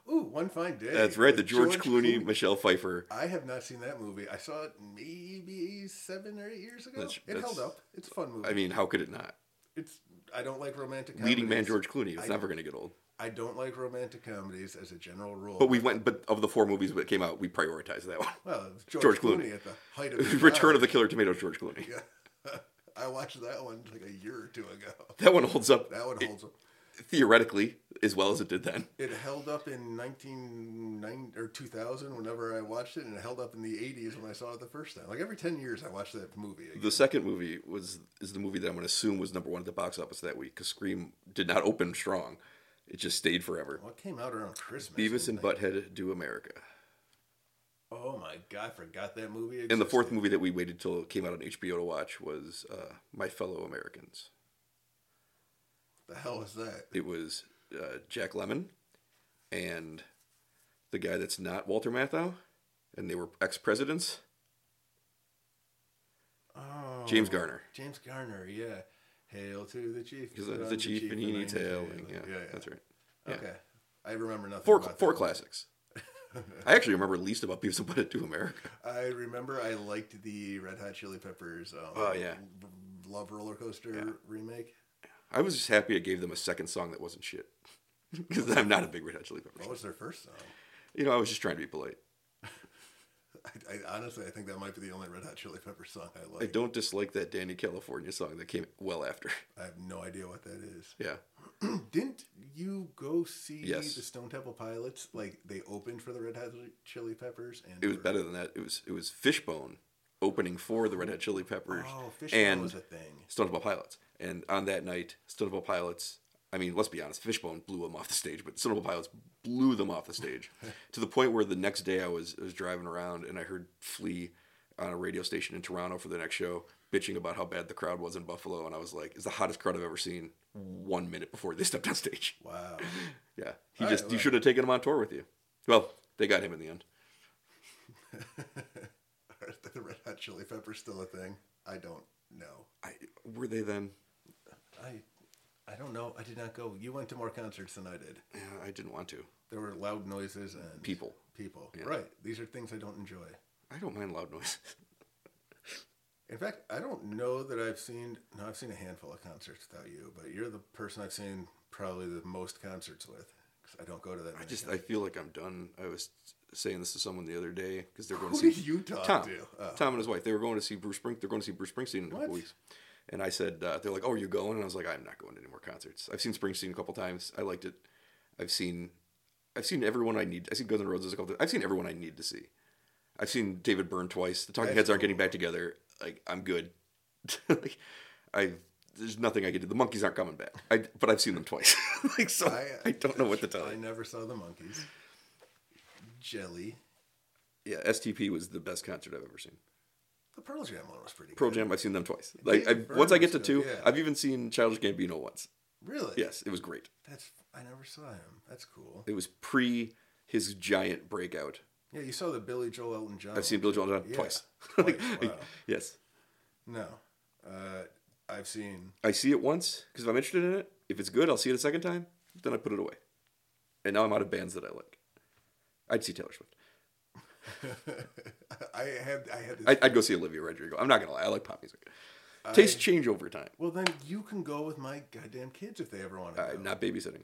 Speaker 2: Ooh, one fine day.
Speaker 1: That's right. The
Speaker 2: with
Speaker 1: George, Clooney, Michelle Pfeiffer.
Speaker 2: I have not seen that movie. I saw it maybe seven or eight years ago.
Speaker 1: That's-
Speaker 2: it held
Speaker 1: that's-
Speaker 2: up. It's a fun movie.
Speaker 1: I mean, how could it not?
Speaker 2: it's. I don't like romantic.
Speaker 1: Leading man
Speaker 2: comedies.
Speaker 1: George Clooney. It's
Speaker 2: I-
Speaker 1: never going to get old.
Speaker 2: I don't like romantic comedies as a general rule.
Speaker 1: But we went. But of the four movies that came out, we prioritized that one. [LAUGHS]
Speaker 2: well, it was George,
Speaker 1: George
Speaker 2: Clooney,
Speaker 1: Clooney.
Speaker 2: at the height of his
Speaker 1: [LAUGHS] Return
Speaker 2: powers.
Speaker 1: of the Killer Tomatoes. George Clooney.
Speaker 2: Yeah. [LAUGHS] I watched that one like a year or two ago.
Speaker 1: That one holds up
Speaker 2: That one holds up.
Speaker 1: theoretically as well as it did then.
Speaker 2: It held up in 1990 or 2000 whenever I watched it, and it held up in the 80s when I saw it the first time. Like every 10 years, I watched that movie. again.
Speaker 1: The second movie was is the movie that I'm going to assume was number one at the box office that week because Scream did not open strong; it just stayed forever.
Speaker 2: What came out around Christmas?
Speaker 1: Beavis and Butthead Do America,
Speaker 2: Oh my god, I forgot that movie. Existed.
Speaker 1: and the fourth movie that we waited till it came out on HBO to watch was uh, My Fellow Americans.
Speaker 2: The hell was that?
Speaker 1: It was uh, Jack Lemon and the guy that's not Walter Matthau, and they were ex presidents.
Speaker 2: Oh,
Speaker 1: James Garner.
Speaker 2: James Garner. Yeah. Hail to the chief.
Speaker 1: Because
Speaker 2: put
Speaker 1: the
Speaker 2: on
Speaker 1: chief, and he needs
Speaker 2: I'm the
Speaker 1: hail.
Speaker 2: chief.
Speaker 1: and- Yeah,
Speaker 2: yeah,
Speaker 1: that's right. yeah.
Speaker 2: Okay. I remember nothing.
Speaker 1: Four
Speaker 2: about
Speaker 1: four
Speaker 2: that.
Speaker 1: classics. I actually remember least about Beavis and Butthead Do America.
Speaker 2: [LAUGHS] I remember I liked the Red Hot Chili Peppers. Um,
Speaker 1: Oh, yeah.
Speaker 2: Love Roller Coaster remake.
Speaker 1: I was just happy I gave them a second song that wasn't shit. [LAUGHS] Because I'm not a big Red Hot Chili Peppers.
Speaker 2: What was their first song?
Speaker 1: You know, I was just trying to be polite.
Speaker 2: I, I honestly, I think that might be the only Red Hot Chili Peppers song I
Speaker 1: I
Speaker 2: like.
Speaker 1: don't dislike that Danny California song that came well after. [LAUGHS]
Speaker 2: I have no idea what that is. [CLEARS THROAT]
Speaker 1: Yeah.
Speaker 2: Didn't you go see
Speaker 1: Yes.
Speaker 2: the Stone Temple Pilots? Like they opened for the Red Hot Chili Peppers, and
Speaker 1: It was better than that. It was it was Fishbone opening for the Red Hot Chili Peppers
Speaker 2: Oh, Fishbone
Speaker 1: and
Speaker 2: was a thing.
Speaker 1: Stone Temple Pilots. And on that night, Stone Temple Pilots, I mean, let's be honest, Fishbone blew them off the stage, but Stone Temple Pilots blew them off the
Speaker 2: [LAUGHS]
Speaker 1: stage to the point where the next day I was, I was driving around and I heard Flea on a radio station in Toronto for the next show bitching about how bad the crowd was in Buffalo. And I was like, it's the hottest crowd I've ever seen one minute before they stepped on stage. [LAUGHS]
Speaker 2: Wow. [LAUGHS]
Speaker 1: Yeah. He
Speaker 2: All
Speaker 1: just,
Speaker 2: right,
Speaker 1: you
Speaker 2: well.
Speaker 1: should have taken him on tour with you. Well, they got him in the end.
Speaker 2: Are the Red Hot Chili Peppers still a thing? I don't know.
Speaker 1: I, were they then?
Speaker 2: I I don't know. I did not go. You went to more concerts than I did.
Speaker 1: Yeah, I didn't want to.
Speaker 2: There were loud noises and
Speaker 1: People.
Speaker 2: People.
Speaker 1: Yeah.
Speaker 2: Right. These are things I don't enjoy.
Speaker 1: I don't mind loud noise.
Speaker 2: In fact, I don't know that I've seen. No, I've seen a handful of concerts without you, but you're the person I've seen probably the most concerts with because I don't go to that.
Speaker 1: [LAUGHS] I
Speaker 2: many
Speaker 1: just I feel like I'm done. I was saying this to someone the other day because they're going
Speaker 2: [LAUGHS] Who
Speaker 1: to
Speaker 2: did
Speaker 1: see
Speaker 2: you talk
Speaker 1: Tom.
Speaker 2: to? Oh.
Speaker 1: [LAUGHS] Tom and his wife. They were going to see Bruce Spring. They're going to see Bruce Springsteen in a couple
Speaker 2: What?
Speaker 1: weeks. And I said, uh, they're like, "Oh, are you going?" And I was like, "I'm not going to any more concerts. I've seen Springsteen a couple times. I liked it. I've seen, I've seen everyone I need. I've seen Guns N' Roses a couple. times. I've seen everyone I need to see. I've seen David Byrne twice. The Talking
Speaker 2: That's
Speaker 1: Heads aren't getting back together. Like, I'm good. [LAUGHS] like, I there's nothing I can do. The monkeys aren't coming back. I, but I've seen them twice. [LAUGHS] like, so I,
Speaker 2: I- uh,
Speaker 1: don't know what to tell you.
Speaker 2: I never saw the monkeys. Jelly.
Speaker 1: Yeah, STP was the best concert I've ever seen.
Speaker 2: The Pearl Jam one was pretty.
Speaker 1: Pearl
Speaker 2: good.
Speaker 1: Jam, I've seen them twice. Like I,
Speaker 2: David Byrne
Speaker 1: once I
Speaker 2: was
Speaker 1: get to
Speaker 2: good,
Speaker 1: two,
Speaker 2: yeah.
Speaker 1: I've even seen Childish Gambino once.
Speaker 2: Really?
Speaker 1: Yes, it was great.
Speaker 2: That's. I never saw him. That's cool.
Speaker 1: It was pre his giant breakout.
Speaker 2: Yeah, you saw the Billy Joel Elton John.
Speaker 1: I've seen Bill Joel John
Speaker 2: Oh,
Speaker 1: [LAUGHS]
Speaker 2: Yeah,
Speaker 1: twice.
Speaker 2: twice,
Speaker 1: Like,
Speaker 2: wow.
Speaker 1: Yes,
Speaker 2: No, uh, I've seen. [LAUGHS]
Speaker 1: I see it once because if I'm interested in it, if it's good, I'll see it a second time. Then I put it away, and now I'm out of bands that I like. I'd see Taylor Swift.
Speaker 2: I had. I had. This,
Speaker 1: I, I'd go see Olivia Rodrigo. I'm not gonna lie, I like pop music. Tastes change over time.
Speaker 2: well, then you can go with my
Speaker 1: Uh,
Speaker 2: goddamn kids if they ever want to.
Speaker 1: I'm not babysitting.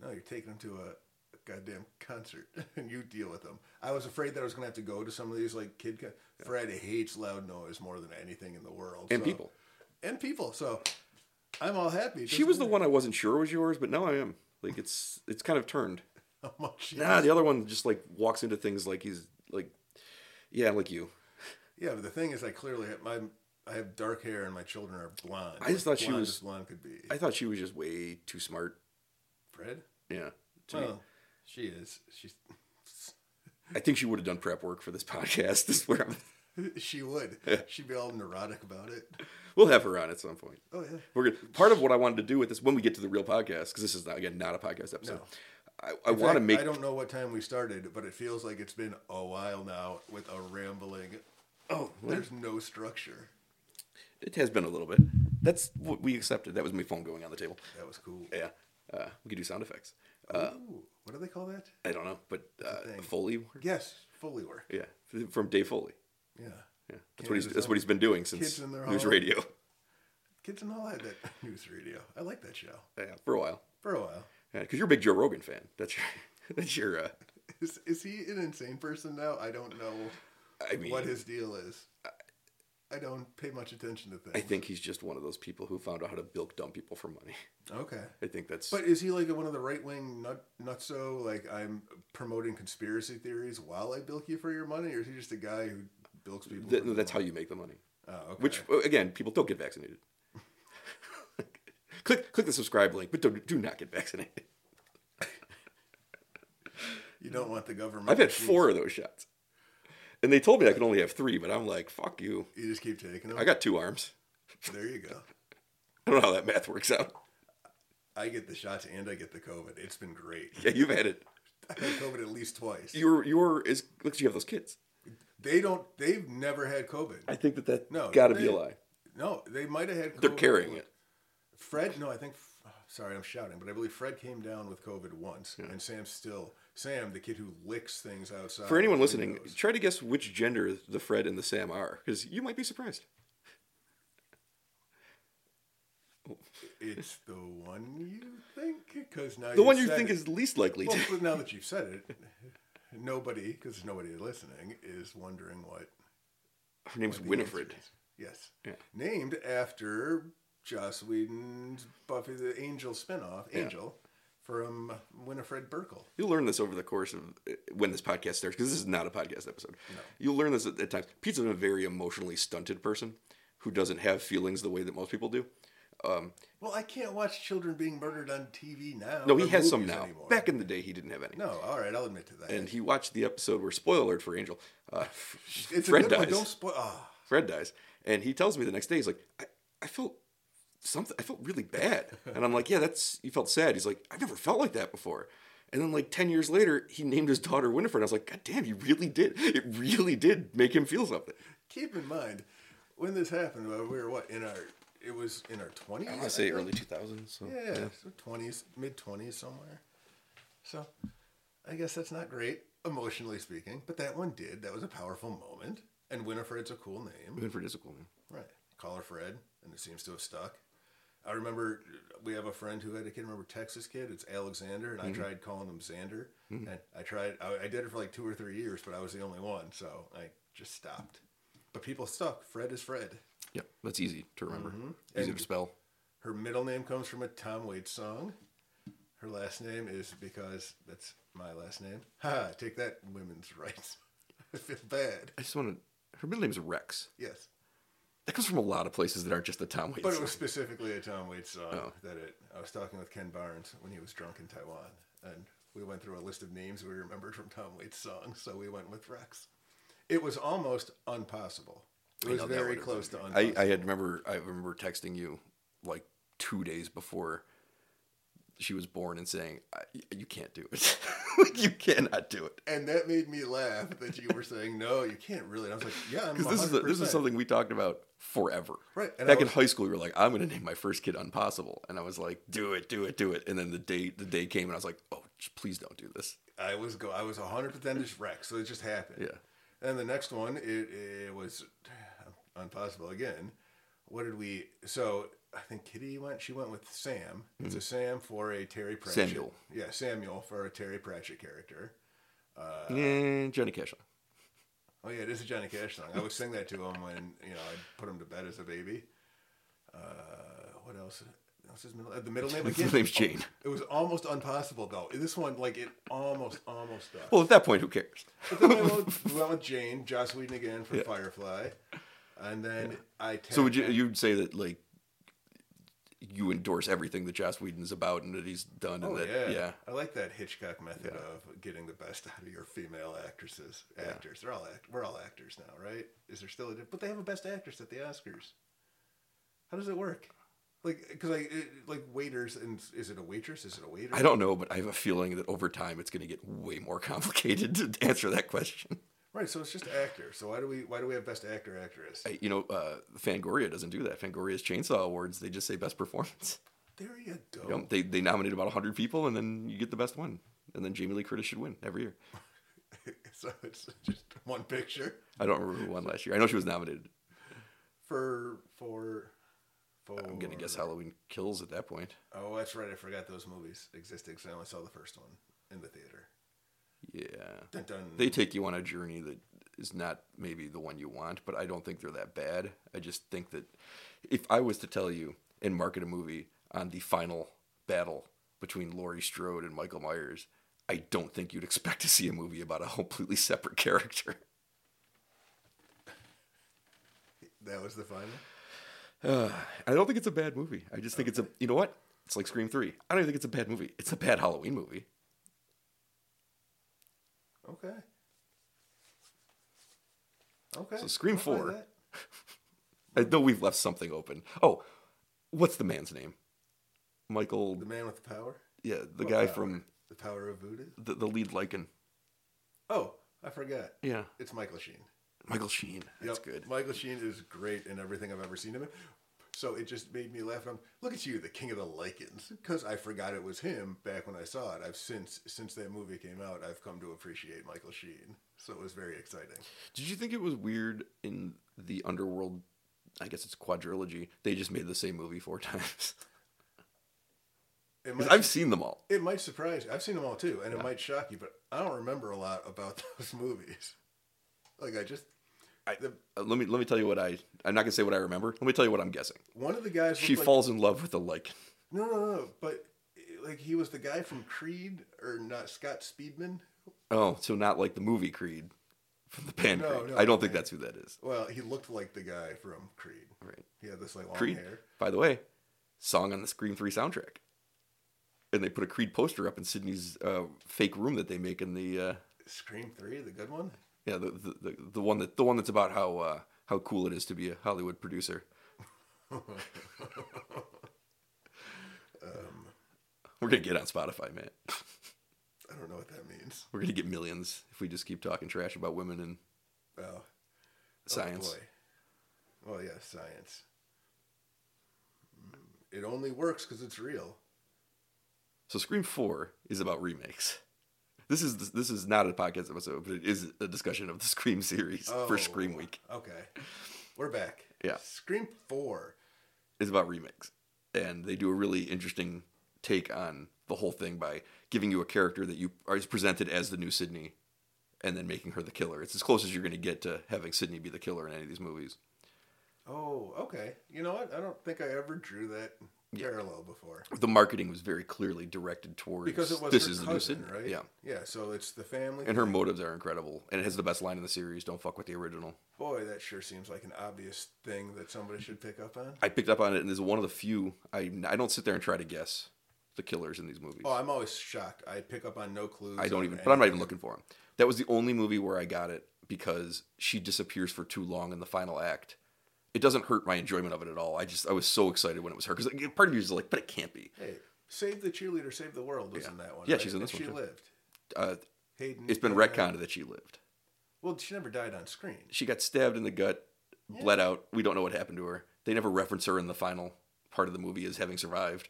Speaker 2: No, you're taking them to a goddamn concert, [LAUGHS] and you deal with them. I was afraid that I was gonna have to go to some of these like kid. Con- Fred hates loud noise more than anything in the world.
Speaker 1: And
Speaker 2: so-
Speaker 1: people.
Speaker 2: And people. So I'm all happy. It
Speaker 1: She was the
Speaker 2: doesn't
Speaker 1: one I wasn't sure was yours, but now I am. Like it's it's kind of turned.
Speaker 2: matter How much? he-
Speaker 1: Nah, the other one just like walks into things like he's like, yeah, like you.
Speaker 2: Yeah, but the thing is, I clearly have my I have dark hair and my children are blonde.
Speaker 1: I just thought
Speaker 2: Like,
Speaker 1: she
Speaker 2: blonde
Speaker 1: was-
Speaker 2: as blonde could be.
Speaker 1: I thought she was just way too smart.
Speaker 2: Fred.
Speaker 1: Yeah. To me.
Speaker 2: Well, she is. She's. [LAUGHS]
Speaker 1: I think she would have done prep work for this [LAUGHS] podcast. This is where I'm,
Speaker 2: She
Speaker 1: [LAUGHS]
Speaker 2: would. She'd be all neurotic about it.
Speaker 1: we'll have her on at some point.
Speaker 2: Oh yeah.
Speaker 1: We're gonna, part of what I wanted to do with this when we get to the real podcast because this is not, again not a podcast episode.
Speaker 2: No.
Speaker 1: I, I want to
Speaker 2: fact,
Speaker 1: make
Speaker 2: I don't know what time we started, but it feels like it's been a while now with a rambling. Oh, there's no structure.
Speaker 1: it has been a little bit. That's what we accepted. That was my phone going on the table.
Speaker 2: That was cool.
Speaker 1: Yeah, uh, we could do sound effects. Uh,
Speaker 2: Ooh, what do they call that?
Speaker 1: I don't know, but uh,
Speaker 2: thing.
Speaker 1: Foley. work?
Speaker 2: Yes, Foley work.
Speaker 1: Yeah, from Dave Foley.
Speaker 2: Yeah.
Speaker 1: Yeah, that's what he's
Speaker 2: Kids
Speaker 1: that's what he's been doing since
Speaker 2: kids in their
Speaker 1: news
Speaker 2: home.
Speaker 1: radio [LAUGHS]
Speaker 2: Kids and all had that [LAUGHS] news radio. I like that show
Speaker 1: yeah, for a while.
Speaker 2: for a while.
Speaker 1: Yeah, because you're a big Joe Rogan fan. That's your [LAUGHS] that's your. Uh,
Speaker 2: Is, is he an insane person now? I don't know
Speaker 1: I mean,
Speaker 2: what his deal is. I don't pay much attention to things.
Speaker 1: I think he's just one of those people who found out how to bilk dumb people for money. [LAUGHS]
Speaker 2: Okay.
Speaker 1: I think that's
Speaker 2: But is he like one of the right wing nut nutso? Like I'm promoting conspiracy theories while I bilk you for your money, or is he just a guy who bilks people?
Speaker 1: th-
Speaker 2: for their
Speaker 1: that's how
Speaker 2: money?
Speaker 1: you make the money.
Speaker 2: Oh, okay.
Speaker 1: Which uh, again, people don't get vaccinated. [LAUGHS] click click the subscribe link, but don't, do not get vaccinated.
Speaker 2: you don't want the government.
Speaker 1: I've had
Speaker 2: machines.
Speaker 1: four of those shots, and they told me I could only have three, but I'm like, fuck you.
Speaker 2: You just keep taking them.
Speaker 1: I got two arms.
Speaker 2: there you go.
Speaker 1: I don't know how that math works out. [LAUGHS]
Speaker 2: I get the shots and I get the COVID. It's
Speaker 1: [LAUGHS]
Speaker 2: been great.
Speaker 1: Yeah, you've had it.
Speaker 2: I had COVID at least twice.
Speaker 1: You're you're is look, you have those kids.
Speaker 2: They don't. They've never had COVID.
Speaker 1: I think that that
Speaker 2: No,
Speaker 1: got to be
Speaker 2: they-
Speaker 1: a lie.
Speaker 2: No, they might have had. COVID.
Speaker 1: They're carrying it.
Speaker 2: Fred, no, I think. Sorry, I'm shouting, but I believe Fred came down with COVID once, and Sam still. Sam, the kid who licks things outside.
Speaker 1: For anyone
Speaker 2: with
Speaker 1: listening,
Speaker 2: windows.
Speaker 1: try to guess which gender the Fred and the Sam are, because you might be surprised. [LAUGHS]
Speaker 2: it's the one you think, because now
Speaker 1: The one you think is least likely. [LAUGHS]
Speaker 2: Well,
Speaker 1: To,
Speaker 2: but now that you've said it, [LAUGHS] nobody, because there's nobody listening, is wondering what.
Speaker 1: her name's
Speaker 2: the
Speaker 1: Winifred.
Speaker 2: answer is. Yes.
Speaker 1: Yeah.
Speaker 2: Named after Joss Whedon's Buffy the Angel spinoff, Angel, from Winifred Burkle.
Speaker 1: You'll learn this over the course of uh, when this podcast starts, because this is not a podcast episode. You'll learn this at, at times. Pete's a very emotionally stunted person who doesn't have feelings the way that most people do.
Speaker 2: Well, I can't watch children being murdered on TV now.
Speaker 1: No, he
Speaker 2: or
Speaker 1: has some
Speaker 2: movies
Speaker 1: now.
Speaker 2: anymore.
Speaker 1: Back in the day, he didn't have any.
Speaker 2: no, all right, I'll admit to that.
Speaker 1: And he watched the episode where spoiler alert for Angel.
Speaker 2: [LAUGHS]
Speaker 1: Uh,
Speaker 2: it's
Speaker 1: Fred
Speaker 2: a good
Speaker 1: dies.
Speaker 2: one. Don't spoil. ah.
Speaker 1: Fred dies, and he tells me the next day, he's like, I, I felt something, I felt really bad. And I'm like, yeah, that's, you felt sad. He's like, I've never felt like that before. And then like 10 years later, he named his daughter Winifred. I was like, God damn, he really did. It really did make him feel something.
Speaker 2: Keep in mind, when this happened, uh, we were what in our? It was in our twenties.
Speaker 1: I want to say early 2000s. So.
Speaker 2: Yeah, twenties, mid twenties somewhere. So, I guess that's not great emotionally speaking, but that one did. That was a powerful moment, and Winifred's a cool name,
Speaker 1: Winifred is a cool name.
Speaker 2: right? Call her Fred, and it seems to have stuck. I remember we have a friend who had a kid. Remember Texas kid? It's Alexander, and I tried calling him Xander, and I tried. I, I did it for like two or three years, but I was the only one, so I just stopped. But people stuck. Fred is Fred.
Speaker 1: Yep, that's easy to remember. Easy to spell.
Speaker 2: Her middle name comes from a Tom Waits song. Her last name is because that's my last name. Ha! Take that, women's rights. [LAUGHS] I feel bad.
Speaker 1: I just want to, her middle name is Rex.
Speaker 2: Yes,
Speaker 1: That comes from a lot of places that aren't just the Tom Waits.
Speaker 2: but it was specifically a Tom Waits song
Speaker 1: Oh.
Speaker 2: that it. I was talking with Ken Barnes when he was drunk in Taiwan, and we went through a list of names we remembered from Tom Waits songs. So we went with Rex. It was almost impossible. It was
Speaker 1: know that
Speaker 2: very
Speaker 1: would've
Speaker 2: close to
Speaker 1: I,
Speaker 2: impossible.
Speaker 1: I had remember I remember texting you like two days before she was born and saying I, you can't do it [LAUGHS] like you cannot do it
Speaker 2: and that made me laugh that you were saying no, you can't really. And I was like,
Speaker 1: [LAUGHS]
Speaker 2: yeah, I'm
Speaker 1: because this is a, this is
Speaker 2: 100%."
Speaker 1: something we talked about forever
Speaker 2: Right, and I
Speaker 1: back in
Speaker 2: was-
Speaker 1: high school you were like I'm gonna name my first kid Unpossible and I was like do it do it do it and then the day the day came and I was like oh j- please don't do this
Speaker 2: I was go. I was hundred percent just wrecked. So it just happened.
Speaker 1: Yeah.
Speaker 2: And the next one, it, it was impossible again. what did we? So I think Kitty went. She went with Sam. It's a Sam for a Terry Pratchett.
Speaker 1: Mm-hmm. Samuel.
Speaker 2: Yeah, Samuel for a Terry Pratchett character. Uh,
Speaker 1: and Johnny Cash.
Speaker 2: Oh yeah, it is a Johnny Cash song. I would sing that to him when you know I would put him to bed as a baby. Uh, what else? What's his middle? uh, The middle
Speaker 1: [LAUGHS]
Speaker 2: name
Speaker 1: His
Speaker 2: again.
Speaker 1: name's Jane.
Speaker 2: It was almost impossible though. This one, like it almost, almost died.
Speaker 1: Well, at that point, who cares?
Speaker 2: But then I
Speaker 1: [LAUGHS]
Speaker 2: went, with- went with Jane, Joss Whedon again for Firefly, and then I.
Speaker 1: So would you
Speaker 2: tapped-
Speaker 1: you'd say that like you endorse everything that Joss Whedon's about and that he's done and
Speaker 2: Oh,
Speaker 1: that
Speaker 2: yeah.
Speaker 1: yeah.
Speaker 2: I like that Hitchcock method of getting the best out of your female actresses, actors. They're all act- we're all actors now, right? Is there still a di- but they have a best actress at the Oscars? How does it work? Like, because like, it- like waiters and is it a waitress? Is it a waiter?
Speaker 1: I don't know, but I have a feeling that over time it's going to get way more [LAUGHS] complicated to answer that question.
Speaker 2: Right, so it's just actor. So why do we why do we have best actor actress?
Speaker 1: I- You know, uh, Fangoria doesn't do that. Fangoria's Chainsaw Awards, they just say best performance.
Speaker 2: There you go.
Speaker 1: You know, they they nominate about hundred people and then you get the best one, and then Jamie Lee Curtis should win every year.
Speaker 2: [LAUGHS] so it's just one picture
Speaker 1: I don't remember who won last year. I know she was nominated.
Speaker 2: for for. for
Speaker 1: I'm gonna guess Halloween Kills at that point.
Speaker 2: Oh, that's right. I forgot those movies existed because I only saw the first one in the theater.
Speaker 1: Yeah.
Speaker 2: Dun, dun.
Speaker 1: they take you on a journey that is not maybe the one you want, but I don't think they're that bad. I just think that if I was to tell you and market a movie on the final battle between Laurie Strode and Michael Myers, I don't think you'd expect to see a movie about a completely separate character.
Speaker 2: That was the final.
Speaker 1: I don't think it's a bad movie. I just think it's a you know what? It's like Scream 3. I don't even think it's a bad movie. It's a bad Halloween movie.
Speaker 2: Okay. Okay.
Speaker 1: So Scream
Speaker 2: I'll buy
Speaker 1: 4.
Speaker 2: that.
Speaker 1: I know we've left something open. Oh, what's the man's name? Michael
Speaker 2: The man with the power.
Speaker 1: yeah, the
Speaker 2: What
Speaker 1: guy
Speaker 2: power?
Speaker 1: from
Speaker 2: The power of voodoo.
Speaker 1: the, the lead Lycan.
Speaker 2: Oh, I forgot.
Speaker 1: Yeah.
Speaker 2: It's Michael Sheen.
Speaker 1: Michael Sheen. That's
Speaker 2: Yep,
Speaker 1: good.
Speaker 2: Michael Sheen is great in everything I've ever seen him in. So it just made me laugh. I'm look at you, the king of the lichens, because I forgot it was him back when I saw it. I've since since that movie came out, I've come to appreciate Michael Sheen. So it was very exciting.
Speaker 1: Did you think it was weird in the underworld? I guess it's quadrilogy. They just made the same movie four [LAUGHS] times.
Speaker 2: It
Speaker 1: 'Cause
Speaker 2: might,
Speaker 1: I've seen them all.
Speaker 2: it might surprise you. I've seen them all too, and it might shock you, but I don't remember a lot about [LAUGHS] those movies. Like I just, the,
Speaker 1: Uh, let me let me tell you what I. I'm not gonna say what I remember. Let me tell you what I'm guessing.
Speaker 2: one of the guys.
Speaker 1: She
Speaker 2: looked like-
Speaker 1: falls in love with a lichen.
Speaker 2: No, no, no. But eh, like he was the guy from Creed, or not Scott Speedman.
Speaker 1: Oh, so not like the movie Creed from the band
Speaker 2: No,
Speaker 1: Creed.
Speaker 2: no,
Speaker 1: I don't think
Speaker 2: man.
Speaker 1: that's who that is.
Speaker 2: Well, he looked like the guy from Creed.
Speaker 1: Right.
Speaker 2: He had this like long
Speaker 1: Creed.
Speaker 2: hair.
Speaker 1: By the way, song on the Scream Three soundtrack. And they put a Creed poster up in Sydney's uh, fake room that they make in the uh,
Speaker 2: Scream Three, the good one. [LAUGHS]
Speaker 1: Yeah, the, the, the, the one that the one that's about how uh, how cool it is to be a Hollywood producer.
Speaker 2: Um,
Speaker 1: We're gonna get on Spotify, man. [LAUGHS]
Speaker 2: I don't know what that means.
Speaker 1: We're gonna get millions if we just keep talking trash about women and
Speaker 2: Oh,
Speaker 1: science.
Speaker 2: Oh boy. Well, yeah, science. Mm, It only works because it's real.
Speaker 1: so Scream Four is about remakes. This is this is not a podcast episode, but it is a discussion of the [LAUGHS] Scream series
Speaker 2: Oh,
Speaker 1: for Scream Week.
Speaker 2: Okay, we're back.
Speaker 1: Yeah.
Speaker 2: Scream Four.
Speaker 1: It's about remakes, and they do a really interesting take on the whole thing by giving you a character that you are is presented as the new Sydney, and then making her the killer. It's as close as you're gonna get to having Sydney be the killer in any of these movies.
Speaker 2: Oh, okay. You know what? I don't think I ever drew that parallel before.
Speaker 1: the marketing was very clearly directed towards
Speaker 2: Because it was
Speaker 1: this
Speaker 2: her
Speaker 1: is the new
Speaker 2: cousin,
Speaker 1: Sydney,
Speaker 2: right?
Speaker 1: yeah.
Speaker 2: Yeah. So it's the family.
Speaker 1: And her motives are incredible, and it has the best line in the series: "Don't fuck with the original."
Speaker 2: Boy, that sure seems like an obvious thing that somebody should pick up on.
Speaker 1: I picked up on it, and this is one of the few I I don't sit there and try to guess the killers in these movies.
Speaker 2: Oh, I'm always shocked. I pick up on no clues.
Speaker 1: I don't
Speaker 2: on
Speaker 1: even, but I'm not
Speaker 2: anything.
Speaker 1: even looking for them. That was the only movie where I got it because she disappears for too long in the final act. It doesn't hurt my enjoyment of it at all. I just I was so excited when it was her because part of you is like, but it can't be.
Speaker 2: Hey, save the cheerleader, save the world was
Speaker 1: Yeah.
Speaker 2: in that one.
Speaker 1: Yeah,
Speaker 2: right?
Speaker 1: she's in this one,
Speaker 2: And She
Speaker 1: too.
Speaker 2: lived.
Speaker 1: Uh,
Speaker 2: Hayden.
Speaker 1: it's been
Speaker 2: yeah.
Speaker 1: retconned that she lived.
Speaker 2: Well, she never died on screen.
Speaker 1: she got stabbed in the gut, bled out. We don't know what happened to her. They never reference her in the final part of the movie as having survived,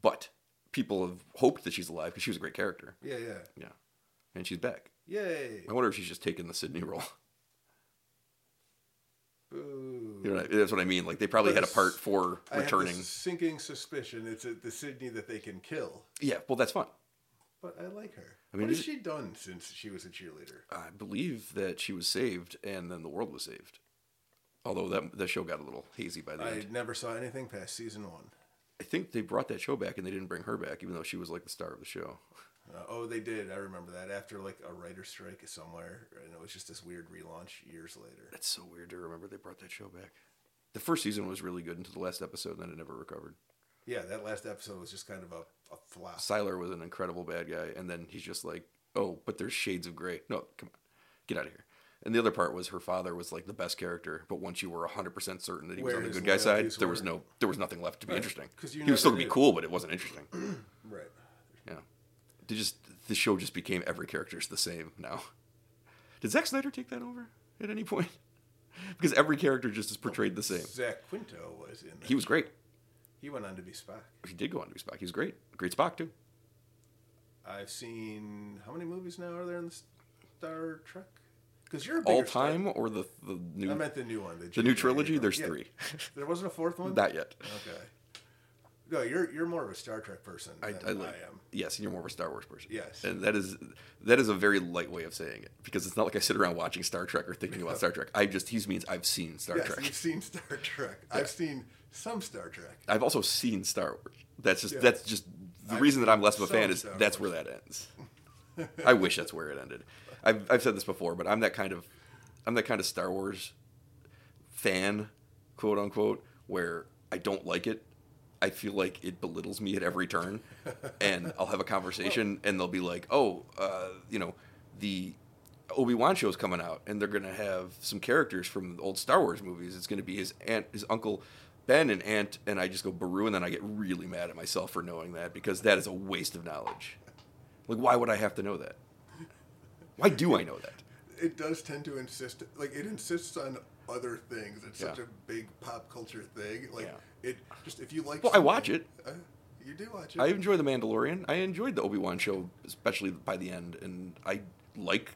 Speaker 1: but people have hoped that she's alive because she was a great character.
Speaker 2: Yeah, yeah.
Speaker 1: Yeah, and she's back.
Speaker 2: Yay.
Speaker 1: Oh. I wonder if she's just taking the Sydney role.
Speaker 2: Boo.
Speaker 1: [LAUGHS] You know, what I- that's what I mean. Like they probably had a part for
Speaker 2: Mm. I have this
Speaker 1: returning.
Speaker 2: sinking suspicion it's a, the Sydney that they can kill.
Speaker 1: Yeah, well, that's fine.
Speaker 2: But I like her.
Speaker 1: I mean,
Speaker 2: what has
Speaker 1: is-
Speaker 2: she done since she was a cheerleader?
Speaker 1: I believe that she was saved, and then the world was saved. Although that that show got a little hazy by the
Speaker 2: I
Speaker 1: end.
Speaker 2: never saw anything past season one.
Speaker 1: I think they brought that show back, and they didn't bring her back, even though she was like the star of the show.
Speaker 2: Uh, oh, they did. I remember that after like a writer's strike somewhere, and it was just this weird relaunch years later.
Speaker 1: That's so weird to remember they brought that show back. The first season was really good until the last episode, and then it never recovered.
Speaker 2: Yeah, that last episode was just kind of a, a flop.
Speaker 1: Siler was an incredible bad guy, and then he's just like, oh, but there's shades of gray. No, come on, get out of here. And the other part was her father was like the best character, but once you were hundred percent certain that he was
Speaker 2: Where
Speaker 1: on the
Speaker 2: his
Speaker 1: good guy side,
Speaker 2: loyalties
Speaker 1: there was
Speaker 2: were.
Speaker 1: no, there was nothing left to be interesting.
Speaker 2: 'cause you
Speaker 1: He was
Speaker 2: never
Speaker 1: still gonna be
Speaker 2: knew.
Speaker 1: cool, but it wasn't interesting.
Speaker 2: Right.
Speaker 1: Yeah, they just the show just became every character's the same now. Did Zack Snyder take that over at any point? [LAUGHS] Because every character just is portrayed the same.
Speaker 2: Zach Quinto was in. That.
Speaker 1: He was great.
Speaker 2: He went on to be Spock.
Speaker 1: He did go on to be Spock. He was great. Great Spock too.
Speaker 2: I've seen how many movies now are there in the Star Trek? Because you're a bigger
Speaker 1: All
Speaker 2: Star-
Speaker 1: time or the the new
Speaker 2: I meant the new one.
Speaker 1: the new trilogy. There's
Speaker 2: Yeah.
Speaker 1: three.
Speaker 2: [LAUGHS] There wasn't a fourth one.
Speaker 1: Not yet.
Speaker 2: Okay. No, you're you're more of a Star Trek person
Speaker 1: I,
Speaker 2: than
Speaker 1: I, like,
Speaker 2: am.
Speaker 1: Yes, and you're more of a Star Wars person.
Speaker 2: Yes.
Speaker 1: and that is that is a very light way of saying it because it's not like I sit around watching Star Trek or thinking
Speaker 2: [LAUGHS]
Speaker 1: about Star Trek. I just he means I've seen Star
Speaker 2: Yes,
Speaker 1: Trek.
Speaker 2: you've seen Star Trek. I've seen some Star Trek.
Speaker 1: I've also seen Star Wars. That's just
Speaker 2: Yeah.
Speaker 1: that's just the
Speaker 2: I've
Speaker 1: reason that I'm less of a
Speaker 2: seen
Speaker 1: fan is
Speaker 2: Star
Speaker 1: that's where
Speaker 2: Wars.
Speaker 1: that ends.
Speaker 2: [LAUGHS]
Speaker 1: I wish that's where it ended. I've I've said this before, but I'm that kind of I'm that kind of Star Wars fan, quote unquote, where I don't like it. I feel like it belittles me at every turn, and I'll have a conversation, and they'll be like, "Oh, uh, you know, the Obi Wan show's coming out, and they're gonna have some characters from the old Star Wars movies. It's gonna be his aunt, his uncle." Ben and Aunt, and I just go Baru, and then I get really mad at myself for knowing that because that is a waste of knowledge. Like, why would I have to know that? Why do I know that?
Speaker 2: It does tend to insist, like it insists on other things. It's such
Speaker 1: Yeah.
Speaker 2: a big pop culture thing. Like
Speaker 1: Yeah.
Speaker 2: it just if you like.
Speaker 1: Well, I watch
Speaker 2: something-
Speaker 1: it.
Speaker 2: Uh, you do watch it.
Speaker 1: I enjoy The Mandalorian. I enjoyed the Obi Wan show, especially by the end, and I like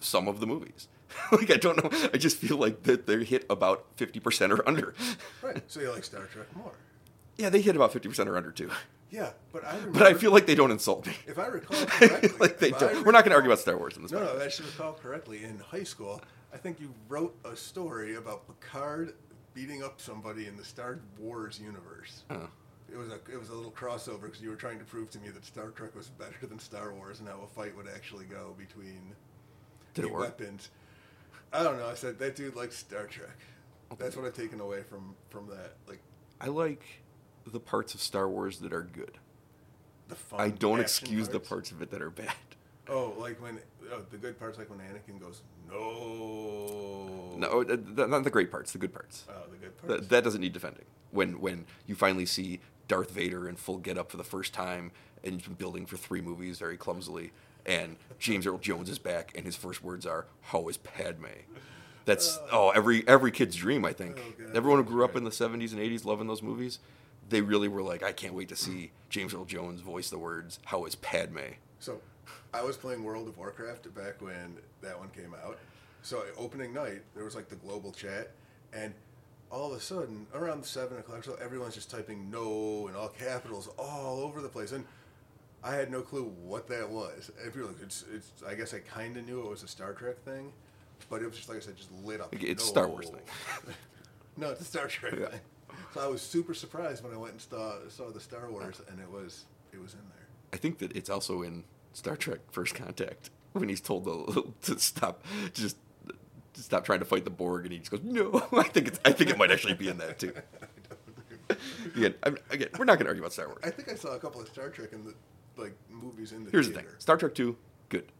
Speaker 1: some of the movies. [LAUGHS] like I don't know, I just feel like that they hit about fifty percent or under.
Speaker 2: right. So you like Star Trek more.
Speaker 1: Yeah, they hit about fifty percent or under too.
Speaker 2: Yeah, but I remember.
Speaker 1: But I feel like they don't insult me. [LAUGHS]
Speaker 2: if I recall correctly,
Speaker 1: like they
Speaker 2: if I
Speaker 1: don't. We're not going to
Speaker 2: recall-
Speaker 1: argue about Star Wars in this.
Speaker 2: No,
Speaker 1: podcast.
Speaker 2: no, if I should recall correctly, in high school, I think you wrote a story about Picard beating up somebody in the Star Wars universe.
Speaker 1: Oh.
Speaker 2: It was a it was a little crossover because you were trying to prove to me that Star Trek was better than Star Wars and how a fight would actually go between
Speaker 1: Did it
Speaker 2: the
Speaker 1: work?
Speaker 2: weapons. I don't know. I said that dude likes Star Trek. That's what I've taken away from from that. Like
Speaker 1: I like the parts of Star Wars that are good.
Speaker 2: the fun.
Speaker 1: I don't
Speaker 2: action
Speaker 1: excuse the
Speaker 2: parts.
Speaker 1: parts of it that are bad.
Speaker 2: Oh, like when oh, the good parts, like when Anakin goes no.
Speaker 1: No, uh, th- not the great parts, the good parts.
Speaker 2: Oh, the good parts.
Speaker 1: That, that doesn't need defending. When when you finally see Darth Vader in full get up for the first time and he's been building for three movies very clumsily, and James Earl Jones is back and his first words are "How is Padme?" That's oh every every kid's dream I think.
Speaker 2: Uh. Oh, God.
Speaker 1: Everyone who grew up in the '70s and '80s loving those movies, they really were like, I can't wait to see James Earl Jones voice the words "How is Padme?"
Speaker 2: So, I was playing World of Warcraft back when that one came out. So, opening night, there was like the global chat, and all of a sudden, around seven o'clock, so everyone's just typing "no" in all capitals all over the place, and I had no clue what that was. And people were like, "It's, it's." I guess I kind of knew it was a Star Trek thing, but it was just like I said, just lit up.
Speaker 1: It's
Speaker 2: "No."
Speaker 1: Star Wars thing.
Speaker 2: [LAUGHS] no, it's a Star Trek
Speaker 1: Yeah.
Speaker 2: thing. So I was super surprised when I went and saw, saw the Star Wars, and it was it was in there. [LAUGHS]
Speaker 1: I think that it's also in Star Trek: First Contact when he's told to, to stop, just to stop trying to fight the Borg, and he just goes, "No." [LAUGHS] I think it's. I think it might actually be in that too. Again, I'm, again, we're not going to argue about Star Wars.
Speaker 2: I think I saw a couple of Star Trek in the like movies in the
Speaker 1: Here's the
Speaker 2: theater.
Speaker 1: thing: Star Trek Two, good.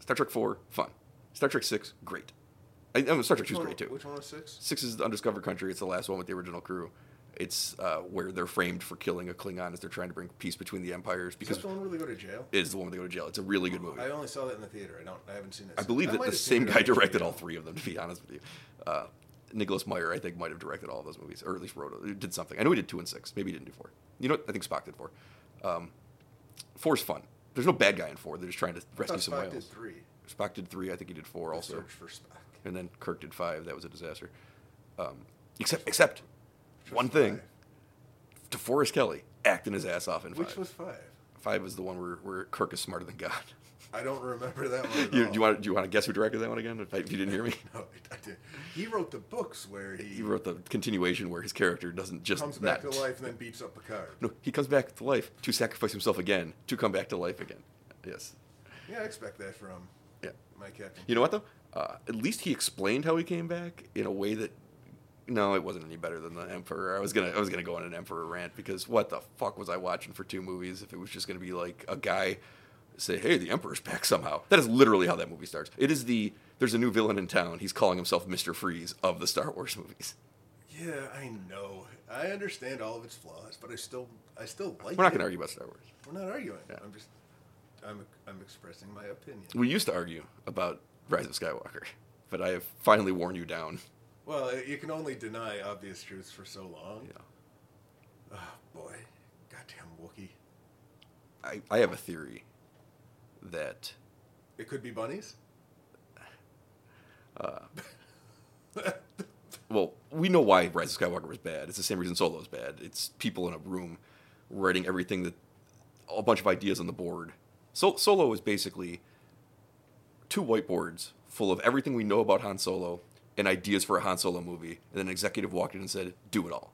Speaker 1: Star Trek Four, fun. Star Trek Six, great. I, I mean, Star Trek
Speaker 2: Which
Speaker 1: Two is
Speaker 2: one-
Speaker 1: great too.
Speaker 2: Which one was six?
Speaker 1: Six is the Undiscovered Country. It's the last one with the original crew. It's uh, where they're framed for killing a Klingon as they're trying to bring peace between the empires.
Speaker 2: Is that
Speaker 1: Because
Speaker 2: the one where they go to jail?
Speaker 1: it is the one where they go to jail. It's a really good movie.
Speaker 2: I only saw that in the theater. I don't. I haven't seen it.
Speaker 1: I believe that
Speaker 2: might
Speaker 1: the
Speaker 2: have seen
Speaker 1: same
Speaker 2: it
Speaker 1: guy
Speaker 2: on HBO.
Speaker 1: directed all three of them. To be honest with you, uh, Nicholas Meyer, I think, might have directed all of those movies, or at least wrote uh, did something. I know he did two and six. Maybe he didn't do four. You know, what? I think Spock did four. Um, four's fun. There's no bad guy in four. They're just trying to
Speaker 2: I thought
Speaker 1: rescue some
Speaker 2: Spock did
Speaker 1: whales.
Speaker 2: three.
Speaker 1: Spock did three. I think he did four
Speaker 2: The
Speaker 1: also,
Speaker 2: Search for Spock.
Speaker 1: and then Kirk did five. That was a disaster. Um, Except, except one
Speaker 2: was
Speaker 1: thing. To Forrest Kelly acting his ass off [LAUGHS] in five.
Speaker 2: Which was five?
Speaker 1: five is the one where, where Kirk is smarter than God.
Speaker 2: I don't remember that one. At
Speaker 1: You,
Speaker 2: all.
Speaker 1: do you want do you want to guess who directed that one again? If, I, if you didn't hear me,
Speaker 2: No, I did. He wrote the books where he,
Speaker 1: he wrote the continuation where his character doesn't just
Speaker 2: comes back
Speaker 1: not-
Speaker 2: to life and then beats up Picard.
Speaker 1: No, he comes back to life to sacrifice himself again to come back to life again. Yes.
Speaker 2: Yeah, I expect that from
Speaker 1: Yeah.
Speaker 2: my captain.
Speaker 1: You know what though? Uh, at least he explained how he came back in a way that. No, it wasn't any better than the Emperor. I was gonna, I was gonna go on an Emperor rant because what the fuck was I watching for two movies if it was just gonna be like a guy say, "Hey, the Emperor's back somehow." That is literally how that movie starts. It is the there's a new villain in town. He's calling himself Mister Freeze of the Star Wars movies.
Speaker 2: Yeah, I know. I understand all of its flaws, but I still, I still like.
Speaker 1: We're not
Speaker 2: it.
Speaker 1: gonna argue about Star Wars.
Speaker 2: We're not arguing.
Speaker 1: Yeah.
Speaker 2: I'm just, I'm, I'm expressing my opinion.
Speaker 1: We used to argue about Rise of Skywalker, but I have finally worn you down.
Speaker 2: Well, you can only deny obvious truths for so long.
Speaker 1: Yeah.
Speaker 2: Oh boy, goddamn Wookie.
Speaker 1: I, I have a theory that
Speaker 2: It could be bunnies.
Speaker 1: Uh. well, we know why Rise of Skywalker was bad. It's the same reason Solo is bad. It's people in a room writing everything that a bunch of ideas on the board. So, Solo is basically two whiteboards full of everything we know about Han Solo and ideas for a Han Solo movie, and then an executive walked in and said, "Do it all."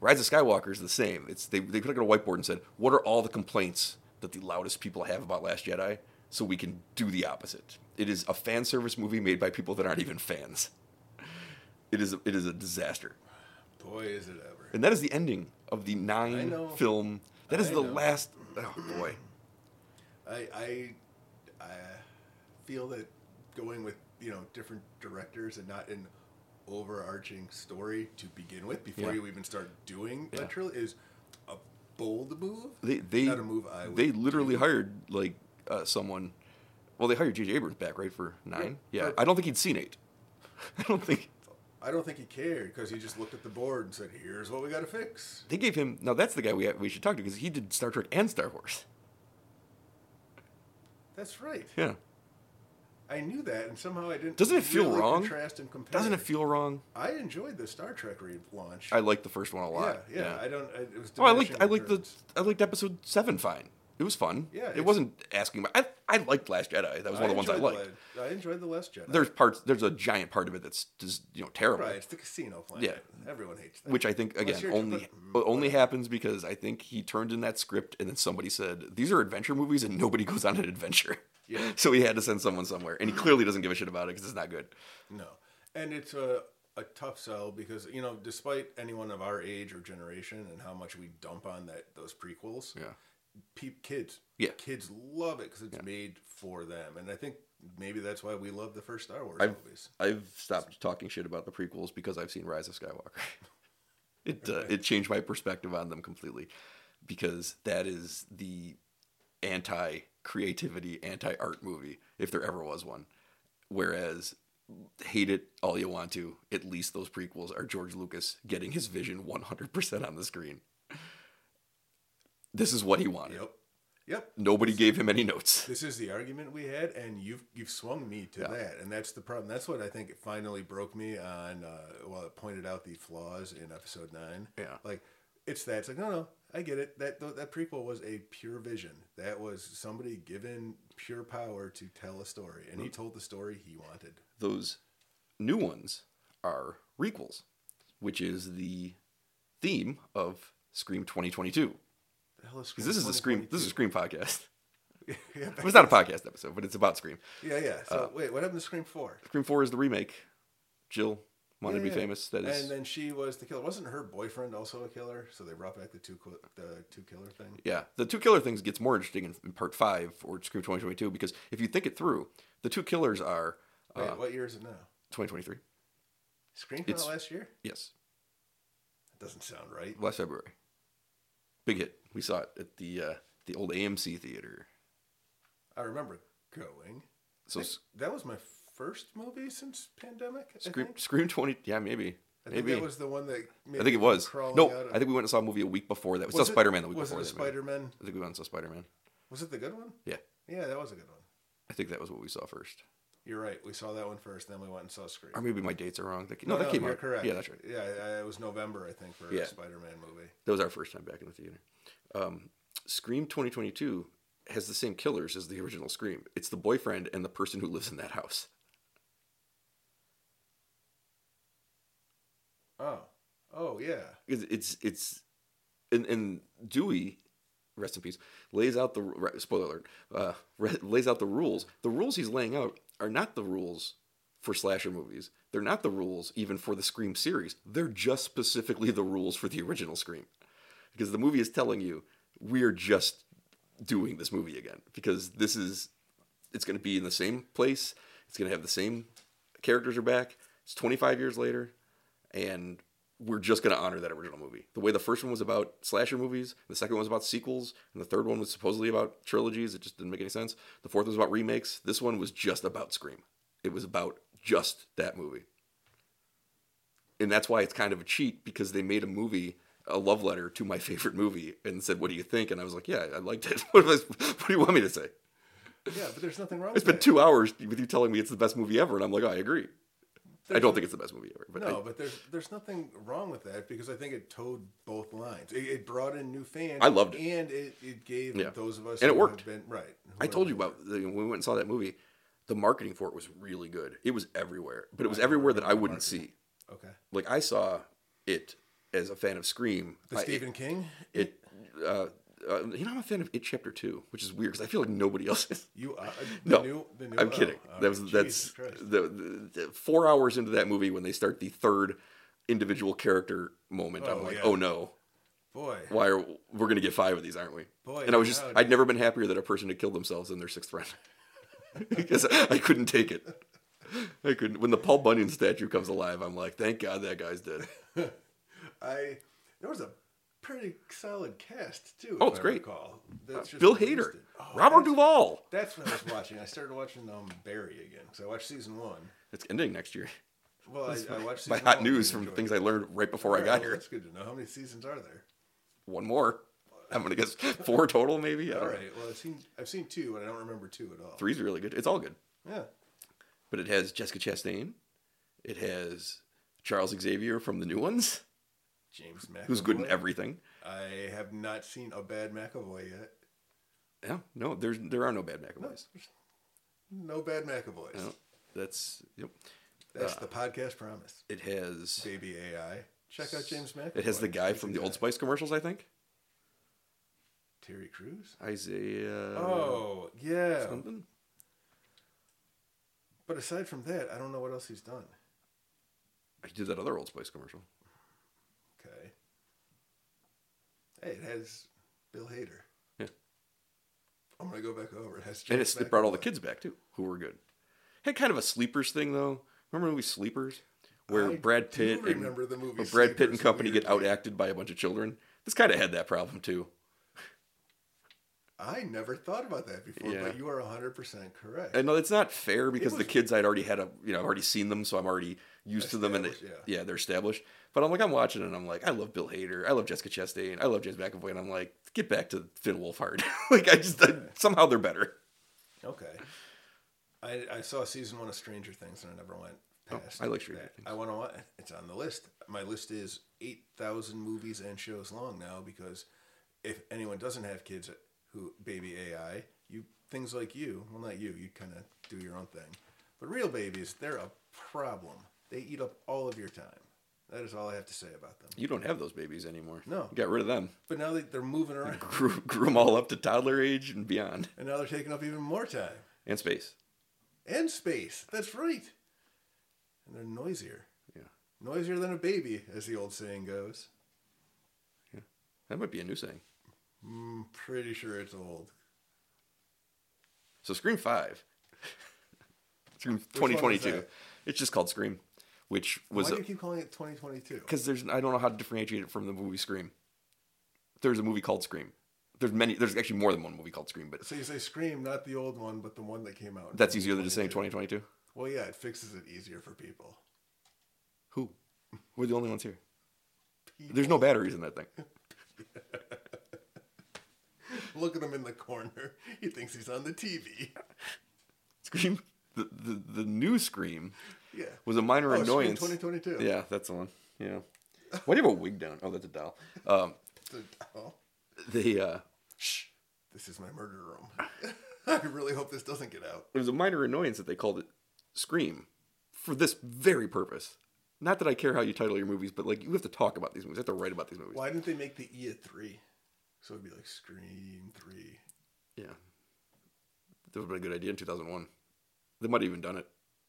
Speaker 1: Rise of Skywalker is the same. It's they they took a whiteboard and said, "What are all the complaints that the loudest people have about Last Jedi?" So we can do the opposite. It is a fan service movie made by people that aren't even fans. It is a, it is a disaster,
Speaker 2: [LAUGHS] Boy, is it ever.
Speaker 1: and that is the ending of the
Speaker 2: I
Speaker 1: nine
Speaker 2: know.
Speaker 1: film. That is
Speaker 2: I
Speaker 1: the
Speaker 2: know.
Speaker 1: last. Oh boy,
Speaker 2: I, I, I feel that going with you know different directors and not an overarching story to begin with before
Speaker 1: Yeah.
Speaker 2: you even start doing
Speaker 1: Yeah.
Speaker 2: that trilogy is a bold move.
Speaker 1: they they
Speaker 2: not a move I would
Speaker 1: they literally hired like uh, someone. Well, they hired J.J. Abrams back right for nine. Yeah,
Speaker 2: Right.
Speaker 1: I don't think he'd seen eight. [LAUGHS] I don't think
Speaker 2: I don't think he cared because he just looked at the board and said, "Here's what we got to fix."
Speaker 1: they gave him. Now that's the guy we we should talk to because he did Star Trek and Star Wars. [LAUGHS]
Speaker 2: That's right.
Speaker 1: Yeah,
Speaker 2: I knew that, and somehow I didn't.
Speaker 1: Doesn't it feel
Speaker 2: really
Speaker 1: wrong?
Speaker 2: Contrast and compare.
Speaker 1: doesn't it feel wrong?
Speaker 2: I enjoyed the Star Trek relaunch.
Speaker 1: I liked the first one a lot.
Speaker 2: Yeah, yeah. I don't. I, it was.
Speaker 1: Oh, I liked I
Speaker 2: diminishing
Speaker 1: liked the
Speaker 2: returns.
Speaker 1: I liked episode seven fine. It was fun.
Speaker 2: Yeah,
Speaker 1: it
Speaker 2: it's-
Speaker 1: wasn't asking. About, I I liked Last Jedi. That was one of the ones I
Speaker 2: enjoyed
Speaker 1: liked.
Speaker 2: the- I enjoyed the Last Jedi.
Speaker 1: There's parts. There's a giant part of it that's just you know terrible.
Speaker 2: right. It's the casino planet. Everyone hates that.
Speaker 1: Which I think
Speaker 2: Unless
Speaker 1: again
Speaker 2: you're-
Speaker 1: only only happens because I think he turned in that script and then somebody said these are adventure movies and nobody [LAUGHS] goes on an adventure.
Speaker 2: Yeah.
Speaker 1: so he had to send someone somewhere, and he clearly doesn't give a shit about it because it's not good.
Speaker 2: No, and it's a a tough sell because you know, despite anyone of our age or generation and how much we dump on that those prequels,
Speaker 1: Yeah.
Speaker 2: peep kids,
Speaker 1: Yeah.
Speaker 2: kids love it because it's made for them, and I think maybe that's why we love the first Star Wars movies.
Speaker 1: I've stopped talking shit about the prequels because I've seen Rise of Skywalker. [LAUGHS] it uh, it changed my perspective on them completely because that is the anti creativity, anti art movie if there ever was one. Whereas hate it all you want to, at least those prequels are George Lucas getting his vision 100% on the screen. This is what he wanted.
Speaker 2: Yep, yep.
Speaker 1: Nobody gave him any notes.
Speaker 2: This is the argument we had, and you've you've swung me to that, and that's the problem. That's what I think it finally broke me on. Uh, well, it pointed out the flaws in episode nine.
Speaker 1: Yeah.
Speaker 2: like it's that. It's like no, no, I get it. That that prequel was a pure vision. That was somebody given pure power to tell a story, and he
Speaker 1: Mm.
Speaker 2: told the story he wanted.
Speaker 1: those new ones are requels, which is the theme of Scream 2022.
Speaker 2: The hell is
Speaker 1: Because this is a Scream, this is a Scream podcast. [LAUGHS]
Speaker 2: [LAUGHS] yeah,
Speaker 1: Well, it's not a podcast episode, but it's about Scream.
Speaker 2: yeah, yeah.
Speaker 1: Uh.
Speaker 2: So wait, what happened to Scream Four?
Speaker 1: Scream 4 is the remake. Jill wanted to be
Speaker 2: Yeah.
Speaker 1: famous. That is,
Speaker 2: And then she was the killer. Wasn't her boyfriend also a killer? So they brought back the two qui- the two killer thing.
Speaker 1: yeah. The two killer things gets more interesting in, in part five or Scream 2022 because if you think it through, the two killers are uh,
Speaker 2: Wait, what year is it now?
Speaker 1: 2023.
Speaker 2: Scream came
Speaker 1: It's-
Speaker 2: out last year?
Speaker 1: Yes,
Speaker 2: That doesn't sound right.
Speaker 1: last February. Big hit. We saw it at the uh, the old AMC theater.
Speaker 2: I remember going.
Speaker 1: So
Speaker 2: I- that was my first movie since pandemic. I
Speaker 1: Scream,
Speaker 2: think.
Speaker 1: Scream 20. Yeah, maybe.
Speaker 2: I think
Speaker 1: maybe.
Speaker 2: that was the one that. Made
Speaker 1: I think it
Speaker 2: me
Speaker 1: was.
Speaker 2: crawling
Speaker 1: No,
Speaker 2: out of-
Speaker 1: I think we went and saw a movie a week before that. We saw
Speaker 2: Was it-
Speaker 1: Spider Man the week
Speaker 2: Was
Speaker 1: before
Speaker 2: it
Speaker 1: that. maybe.
Speaker 2: Spider Man?
Speaker 1: I think we went and saw Spider Man.
Speaker 2: Was it the good one?
Speaker 1: Yeah,
Speaker 2: Yeah, that was a good one.
Speaker 1: I think that was what we saw first.
Speaker 2: You're right. We saw that one first, then we went and saw Scream.
Speaker 1: Or maybe my dates are wrong. That ca- no, that came
Speaker 2: you're
Speaker 1: out.
Speaker 2: correct.
Speaker 1: Yeah, that's right.
Speaker 2: Yeah, I- I- it was November, I think, for
Speaker 1: Yeah.
Speaker 2: a Spider-Man movie.
Speaker 1: That was our first time back in the theater. Um, Scream 2022 has the same killers as the original Scream. It's the boyfriend and the person who lives in that house.
Speaker 2: Oh, oh yeah.
Speaker 1: It's it's, it's and, and Dewey, rest in peace, lays out the ru- spoiler alert. Uh, re- lays out the rules. The rules he's laying out are not the rules for slasher movies. They're not the rules even for the Scream series. They're just specifically the rules for the original Scream, because the movie is telling you we're just doing this movie again because this is it's going to be in the same place. It's going to have the same characters are back. It's 25 years later, and we're just going to honor that original movie. The way the first one was about slasher movies, the second one was about sequels, and the third one was supposedly about trilogies. It just didn't make any sense. The fourth was about remakes. This one was just about Scream. It was about just that movie. And that's why it's kind of a cheat because they made a movie, a love letter to my [LAUGHS] favorite movie, and said, What do you think? And I was like, Yeah, I liked it. [LAUGHS] What, am I, what do you want me to say?
Speaker 2: Yeah, but there's nothing wrong
Speaker 1: It's
Speaker 2: with
Speaker 1: been two hours with you telling me it's the best movie ever, and I'm like, "Oh, I agree. I don't think it's the best movie ever, but
Speaker 2: No,
Speaker 1: I-
Speaker 2: but there's there's nothing wrong with that because I think it towed both lines. It, it brought in new fans.
Speaker 1: I loved it.
Speaker 2: and it, it gave
Speaker 1: Yeah.
Speaker 2: those of us
Speaker 1: And it
Speaker 2: who
Speaker 1: worked.
Speaker 2: have Been, right.
Speaker 1: I told you about the, when we went and saw that movie. The marketing for it was really good. It was everywhere, but it was everywhere that I wouldn't see.
Speaker 2: Okay.
Speaker 1: Like I saw it as a fan of Scream.
Speaker 2: The
Speaker 1: I-
Speaker 2: Stephen King.
Speaker 1: It, uh, uh, you know, I'm a fan of It Chapter Two, which is weird because I feel like nobody else is.
Speaker 2: You. Uh, the
Speaker 1: No,
Speaker 2: New, the new,
Speaker 1: I'm
Speaker 2: oh,
Speaker 1: kidding.
Speaker 2: all
Speaker 1: that was
Speaker 2: right.
Speaker 1: that's
Speaker 2: Jesus Christ.
Speaker 1: the, the, the four hours into that movie when they start the third individual character moment. I'm
Speaker 2: Oh,
Speaker 1: like,
Speaker 2: yeah.
Speaker 1: oh no,
Speaker 2: boy.
Speaker 1: why are we're gonna get five of these, aren't we?
Speaker 2: Boy,
Speaker 1: and I was just
Speaker 2: howdy.
Speaker 1: I'd never been happier that a person had killed themselves in their sixth friend [LAUGHS] because I couldn't take it. I couldn't. When the Paul Bunyan statue comes alive, I'm like, thank God that guy's dead.
Speaker 2: I there was a pretty solid cast too.
Speaker 1: Oh,
Speaker 2: if
Speaker 1: it's
Speaker 2: I
Speaker 1: great. Uh,
Speaker 2: recall. That's just
Speaker 1: Bill
Speaker 2: what used
Speaker 1: Hader,
Speaker 2: it. Oh,
Speaker 1: Robert
Speaker 2: that's-
Speaker 1: Duvall.
Speaker 2: That's what I was watching. I started watching um, Barry again because I watched season one.
Speaker 1: It's ending next year.
Speaker 2: Well, I, I watched
Speaker 1: By
Speaker 2: season
Speaker 1: hot
Speaker 2: one
Speaker 1: news
Speaker 2: and
Speaker 1: from
Speaker 2: enjoyed
Speaker 1: things
Speaker 2: it.
Speaker 1: I learned right before I
Speaker 2: All right,
Speaker 1: got
Speaker 2: well,
Speaker 1: here.
Speaker 2: That's good to know. How many seasons are there?
Speaker 1: One more. I'm gonna guess four total, maybe. I
Speaker 2: All
Speaker 1: don't know.
Speaker 2: right. Well, I've seen I've seen two, and I don't remember two at all.
Speaker 1: Three's really good. It's all good.
Speaker 2: Yeah.
Speaker 1: But it has Jessica Chastain. It has Charles Xavier from the new ones,
Speaker 2: James McAvoy.
Speaker 1: who's good in everything.
Speaker 2: I have not seen a bad McAvoy yet.
Speaker 1: Yeah, no, there's there are no bad McAvoys.
Speaker 2: No bad McAvoys.
Speaker 1: No, that's yep. uh,
Speaker 2: That's the podcast promise.
Speaker 1: It has
Speaker 2: Baby AI. Check out James McAvoy.
Speaker 1: it has the guy
Speaker 2: He's
Speaker 1: from
Speaker 2: a
Speaker 1: the Old Spice commercials, I think.
Speaker 2: Terry Crews.
Speaker 1: Isaiah
Speaker 2: Oh yeah.
Speaker 1: something.
Speaker 2: But aside from that, I don't know what else he's done.
Speaker 1: He did that other Old Spice commercial.
Speaker 2: Okay. Hey, it has Bill Hader.
Speaker 1: Yeah.
Speaker 2: I'm gonna go back over. It has
Speaker 1: And
Speaker 2: James
Speaker 1: it's, it brought all the
Speaker 2: McAvoy.
Speaker 1: kids back too, who were good. Had kind of a sleepers thing though. Remember the movie Sleepers, where
Speaker 2: I
Speaker 1: Brad
Speaker 2: do
Speaker 1: Pitt and
Speaker 2: remember the movie
Speaker 1: where Brad Pitt and
Speaker 2: Sleepers
Speaker 1: company get
Speaker 2: weirdly.
Speaker 1: outacted by a bunch of children. This kind of had that problem too.
Speaker 2: I never thought about that before,
Speaker 1: Yeah.
Speaker 2: but you are 100% correct.
Speaker 1: And no, it's not fair because
Speaker 2: It
Speaker 1: the
Speaker 2: was-
Speaker 1: kids I'd already had a you know I've already seen them, so I'm already used to them, and they,
Speaker 2: Established,
Speaker 1: yeah. they're established. But I'm like I'm watching and I'm like I love Bill Hader, I love Jessica Chastain, I love James McAvoy, and I'm like get back to Finn Wolfhard. [LAUGHS] like I just I, somehow they're better.
Speaker 2: okay. I, I saw season one of Stranger Things and I never went past.
Speaker 1: Oh, I like Stranger
Speaker 2: that.
Speaker 1: Things.
Speaker 2: I want to watch. It's on the list. My list is 8,000 movies and shows long now because if anyone doesn't have kids who baby AI, you things like you, well, not you, you kind of do your own thing. But real babies, they're a problem. They eat up all of your time. That is all I have to say about them.
Speaker 1: You don't have those babies anymore.
Speaker 2: No.
Speaker 1: you got rid of them.
Speaker 2: But now they, they're moving around
Speaker 1: Grew, grew them all up to toddler age and beyond,
Speaker 2: and now they're taking up even more time.
Speaker 1: and space.
Speaker 2: and space. That's right. And they're noisier.
Speaker 1: Yeah.
Speaker 2: Noisier than a baby, as the old saying goes.
Speaker 1: That might be a new saying.
Speaker 2: I'm Mm, pretty sure it's old.
Speaker 1: So Scream Five, [LAUGHS] Scream
Speaker 2: one was
Speaker 1: 2022.
Speaker 2: that?
Speaker 1: It's just called Scream, which was
Speaker 2: Why
Speaker 1: a-
Speaker 2: do you keep calling it 2022?
Speaker 1: because there's I don't know how to differentiate it from the movie Scream. There's a movie called Scream. There's many. There's actually more than one movie called Scream, but
Speaker 2: So you say Scream, not the old one, but the one that came out. in
Speaker 1: that's easier than just saying
Speaker 2: 2022.
Speaker 1: 2022.
Speaker 2: Well, yeah, it fixes it easier for people.
Speaker 1: Who? We're the only ones here. There's no batteries in that
Speaker 2: [LAUGHS]
Speaker 1: thing.
Speaker 2: [LAUGHS] Look at him in the corner. He thinks he's on the TV.
Speaker 1: Scream the, the, the new Scream
Speaker 2: [LAUGHS] Yeah.
Speaker 1: was a minor
Speaker 2: Oh, Scream
Speaker 1: annoyance.
Speaker 2: 2022.
Speaker 1: Yeah, that's the one. Yeah. Why do you have a wig down? Oh, that's a doll. Um,
Speaker 2: Oh,
Speaker 1: they uh,
Speaker 2: this is my murder room. [LAUGHS] I really hope this doesn't get out.
Speaker 1: it was a minor annoyance that they called it Scream for this very purpose. Not that I care how you title your movies, but like you have to talk about these movies, you have to write about these movies.
Speaker 2: Why didn't they make the E a three? So it'd be like Scream three.
Speaker 1: Yeah, that would have been a good idea in two thousand one. They might have even done it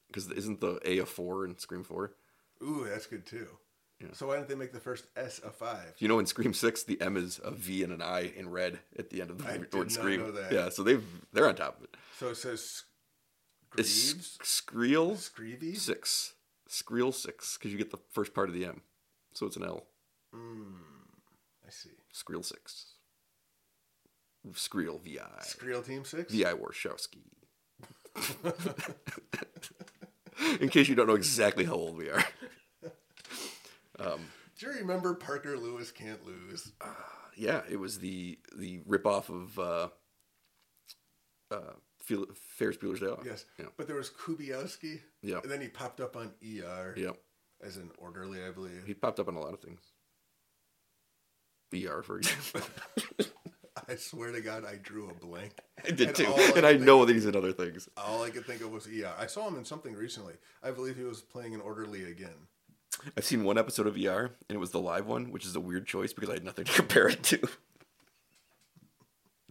Speaker 1: because isn't the A a four in Scream four?
Speaker 2: Ooh, that's good too.
Speaker 1: Yeah.
Speaker 2: So why didn't they make the first S a five?
Speaker 1: You know, in Scream Six, the M is a V and an I in red at the end of the
Speaker 2: I
Speaker 1: word
Speaker 2: did not
Speaker 1: Scream.
Speaker 2: know that.
Speaker 1: Yeah, so they've they're on top of it.
Speaker 2: So it says
Speaker 1: It's
Speaker 2: Greaves,
Speaker 1: Screel
Speaker 2: Screevies.
Speaker 1: Six, Screel Six, because you get the first part of the M, so it's an L.
Speaker 2: Mm, I see.
Speaker 1: Screel Six, Screel V I
Speaker 2: Screel Team Six. [LAUGHS]
Speaker 1: V I Warshawski. in case you don't know exactly how old we are, [LAUGHS] Um,
Speaker 2: Do you remember Parker Lewis can't lose?
Speaker 1: yeah, it was the the ripoff of uh, uh, Fel- Ferris Bueller's Day Off.
Speaker 2: Yes,
Speaker 1: Oh, Yeah.
Speaker 2: but there was Kubiowski.
Speaker 1: Yeah.
Speaker 2: and then he popped up on ER
Speaker 1: Yeah.
Speaker 2: as an orderly, I believe.
Speaker 1: He popped up on a lot of things. BR, for example.
Speaker 2: I swear to God, I drew a blank.
Speaker 1: I did
Speaker 2: And
Speaker 1: too.
Speaker 2: all I
Speaker 1: And I
Speaker 2: could think-
Speaker 1: know that he's in other things.
Speaker 2: All I could think of was ER. I saw him in something recently. I believe he was playing an orderly again.
Speaker 1: I've seen one episode of ER, and it was the live one, which is a weird choice because I had nothing to [LAUGHS] compare it to.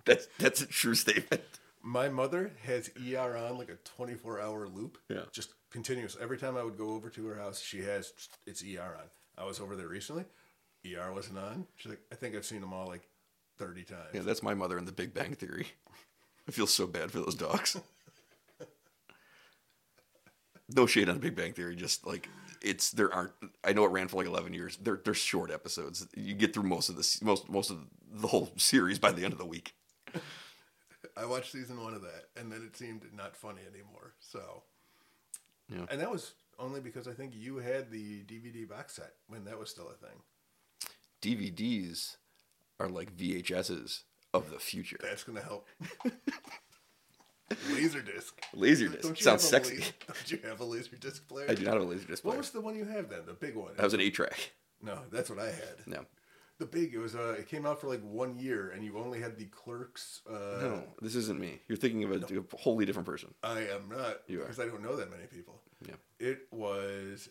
Speaker 1: That's that's a true statement.
Speaker 2: My mother has ER on like a 24 hour loop.
Speaker 1: Yeah.
Speaker 2: Just continuous. Every time I would go over to her house, she has it's ER on. I was over there recently. ER wasn't on. She's like, I think I've seen them all like 30 times.
Speaker 1: Yeah, that's my mother in The Big Bang Theory. [LAUGHS] I feel so bad for those dogs. [LAUGHS] No shade on The Big Bang Theory, just like it's there aren't. I know it ran for like eleven years. They're they're short episodes. You get through most of this most most of the whole series by the end of the week.
Speaker 2: I watched season one of that, and then it seemed not funny anymore. So,
Speaker 1: Yeah.
Speaker 2: and that was only because I think you had the DVD box set when that was still a thing.
Speaker 1: DVDs are like VHSs of the future.
Speaker 2: That's
Speaker 1: [LAUGHS]
Speaker 2: gonna help. Laserdisc.
Speaker 1: Laserdisc
Speaker 2: you
Speaker 1: sounds
Speaker 2: have a
Speaker 1: sexy.
Speaker 2: la- don't you have a laserdisc player?
Speaker 1: I do not have a laserdisc
Speaker 2: What
Speaker 1: player.
Speaker 2: was the one you have then? The big one.
Speaker 1: that was an eight track.
Speaker 2: No, that's what I had.
Speaker 1: No,
Speaker 2: The big. It was. Uh, it came out for like one year, and you only had the clerks. Uh,
Speaker 1: no, this isn't me. You're thinking of a, a wholly different person.
Speaker 2: I am not
Speaker 1: You are.
Speaker 2: because I don't know that many people.
Speaker 1: Yeah.
Speaker 2: It was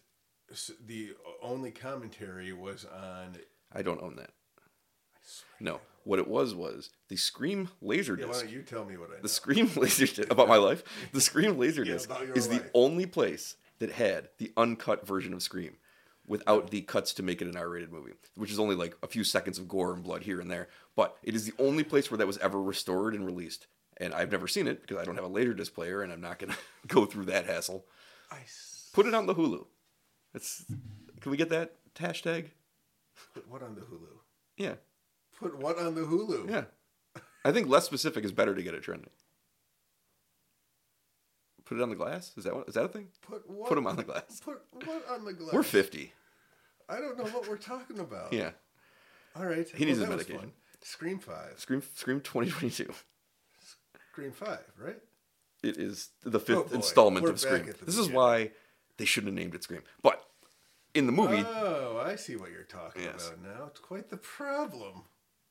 Speaker 2: s- the only commentary was on.
Speaker 1: I don't own that.
Speaker 2: I swear.
Speaker 1: No, what it was was the Scream Laserdisc.
Speaker 2: Yeah, why don't you tell me what I know?
Speaker 1: the Scream [LAUGHS] Laserdisc about my life. The Scream Laserdisc
Speaker 2: about your
Speaker 1: is the
Speaker 2: life.
Speaker 1: only place that had the uncut version of Scream without the cuts to make it an R-rated movie, which is only like a few seconds of gore and blood here and there. But it is the only place where that was ever restored and released. And I've never seen it because I don't have a Laserdisc player and I'm not going to [LAUGHS] go through that hassle.
Speaker 2: I s-
Speaker 1: Put it on the Hulu. It's can we get that hashtag?
Speaker 2: put what on the Hulu?
Speaker 1: Yeah.
Speaker 2: Put what on the Hulu?
Speaker 1: Yeah. I think less specific is better to get it trending. Put it on the glass? Is that what, is that a thing?
Speaker 2: Put what?
Speaker 1: Put 'em on the glass.
Speaker 2: Put what on the glass? Oh.
Speaker 1: We're 50.
Speaker 2: I don't know what we're talking about.
Speaker 1: Yeah.
Speaker 2: All right.
Speaker 1: He needs his
Speaker 2: that was
Speaker 1: medication.
Speaker 2: fun. Scream five.
Speaker 1: Scream Scream 2022.
Speaker 2: Scream five. Right.
Speaker 1: It is the
Speaker 2: Oh,
Speaker 1: fifth
Speaker 2: boy.
Speaker 1: installment
Speaker 2: We're
Speaker 1: of Scream.
Speaker 2: back at the
Speaker 1: This is
Speaker 2: beginning.
Speaker 1: why they shouldn't have named it Scream. But in the movie,
Speaker 2: Oh, I see what you're talking
Speaker 1: Yes.
Speaker 2: about now. It's quite the problem.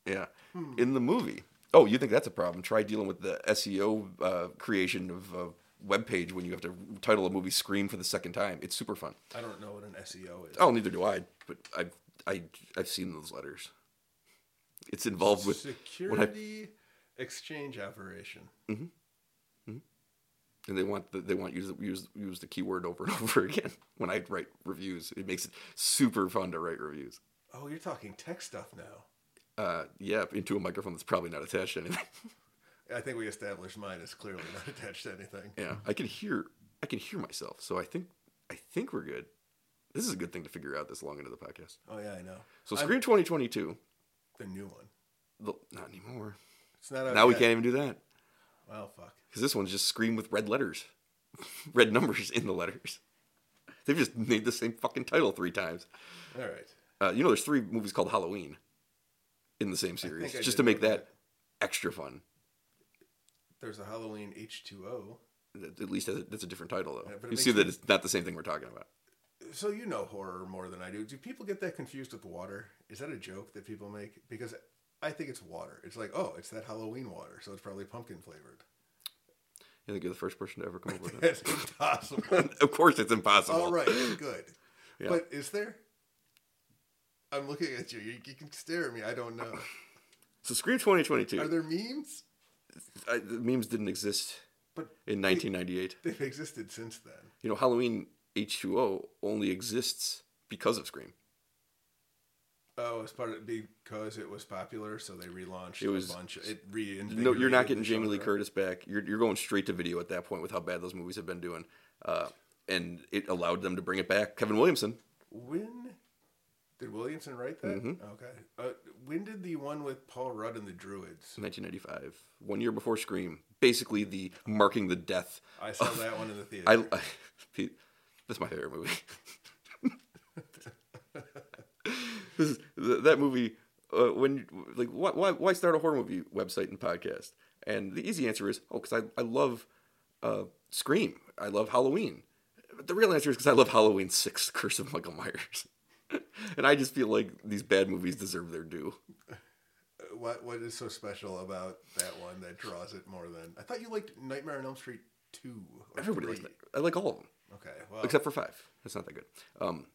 Speaker 1: yeah.
Speaker 2: hmm.
Speaker 1: In the movie. Oh, you think that's a problem. Try dealing with the SEO uh, creation of a web page when you have to title a movie Scream for the second time. It's super fun.
Speaker 2: I don't know what an SEO is.
Speaker 1: Oh, neither do I. But I've I, I've seen those letters. It's involved with when I,
Speaker 2: Security exchange operation.
Speaker 1: and they want the, they want you to use use the keyword over and [LAUGHS] over again. When I write reviews, it makes it super fun to write reviews.
Speaker 2: Oh, you're talking tech stuff now.
Speaker 1: Uh, yeah, into a microphone that's probably not attached to anything. [LAUGHS]
Speaker 2: I think we established mine is clearly not [LAUGHS] attached to anything.
Speaker 1: yeah, I can hear I can hear myself, so I think I think we're good. This is a good thing to figure out this long into the podcast.
Speaker 2: Oh yeah, I know.
Speaker 1: So
Speaker 2: I'm-
Speaker 1: Scream 2022,
Speaker 2: the new one.
Speaker 1: the, not anymore.
Speaker 2: It's not out
Speaker 1: now we
Speaker 2: yet.
Speaker 1: can't even do that
Speaker 2: Well, fuck.
Speaker 1: because this one's just Scream with red letters, [LAUGHS] red numbers in the letters. They've just made the same fucking title three times.
Speaker 2: All right.
Speaker 1: Uh, you know, there's three movies called Halloween in the same series,
Speaker 2: think I
Speaker 1: just
Speaker 2: did
Speaker 1: to make
Speaker 2: know
Speaker 1: that
Speaker 2: that.
Speaker 1: extra fun.
Speaker 2: There's a Halloween H2O.
Speaker 1: At least that's a- that's a different title, though.
Speaker 2: Yeah, but it
Speaker 1: you
Speaker 2: makes
Speaker 1: see that
Speaker 2: me-
Speaker 1: it's not the same thing we're talking about.
Speaker 2: So you know horror more than I do. Do people get that confused with water? Is that a joke that people make? Because I think it's water. It's like, oh, it's that Halloween water, so it's probably pumpkin flavored.
Speaker 1: I think you're the first person to ever come up [LAUGHS] with
Speaker 2: [LAUGHS]
Speaker 1: that.
Speaker 2: That's impossible.
Speaker 1: [LAUGHS] of course, it's impossible.
Speaker 2: [LAUGHS] All right, good.
Speaker 1: Yeah.
Speaker 2: But is there? I'm looking at you. you. You can stare at me. I
Speaker 1: [LAUGHS]
Speaker 2: don't know.
Speaker 1: So Scream 2022.
Speaker 2: Are there memes?
Speaker 1: I, the memes didn't exist
Speaker 2: But
Speaker 1: in 1998.
Speaker 2: they've existed since then.
Speaker 1: You know, Halloween H2O only exists because of Scream.
Speaker 2: Oh, it's part of because it was popular, so they relaunched
Speaker 1: It was-
Speaker 2: a bunch. It re.
Speaker 1: No, you're not getting Jamie Lee Curtis back. You're, you're going straight to video at that point with how bad those movies have been doing. Uh, and it allowed them to bring it back. Kevin Williamson.
Speaker 2: When did Williamson write that?
Speaker 1: Mm-hmm.
Speaker 2: Okay. Uh, when did the one with Paul Rudd and the Druids?
Speaker 1: 1995, one year before Scream, basically the marking the death.
Speaker 2: I saw that one in the theater.
Speaker 1: [LAUGHS] I, I Pete, that's my favorite movie. [LAUGHS] this is, th- that movie. Uh, when like why, why why start a horror movie website and podcast? And the easy answer is oh, because I I love uh, Scream. I love Halloween. But the real answer is because I love Halloween Six: [LAUGHS] The Curse of Michael Myers. [LAUGHS] and I just feel like these bad movies deserve their due.
Speaker 2: what What is so special about that one that draws it more than? I thought you liked Nightmare on Elm Street two. or
Speaker 1: Everybody likes
Speaker 2: three.
Speaker 1: that. I like all of them.
Speaker 2: Okay. Well,
Speaker 1: except for five. That's not that good. Um,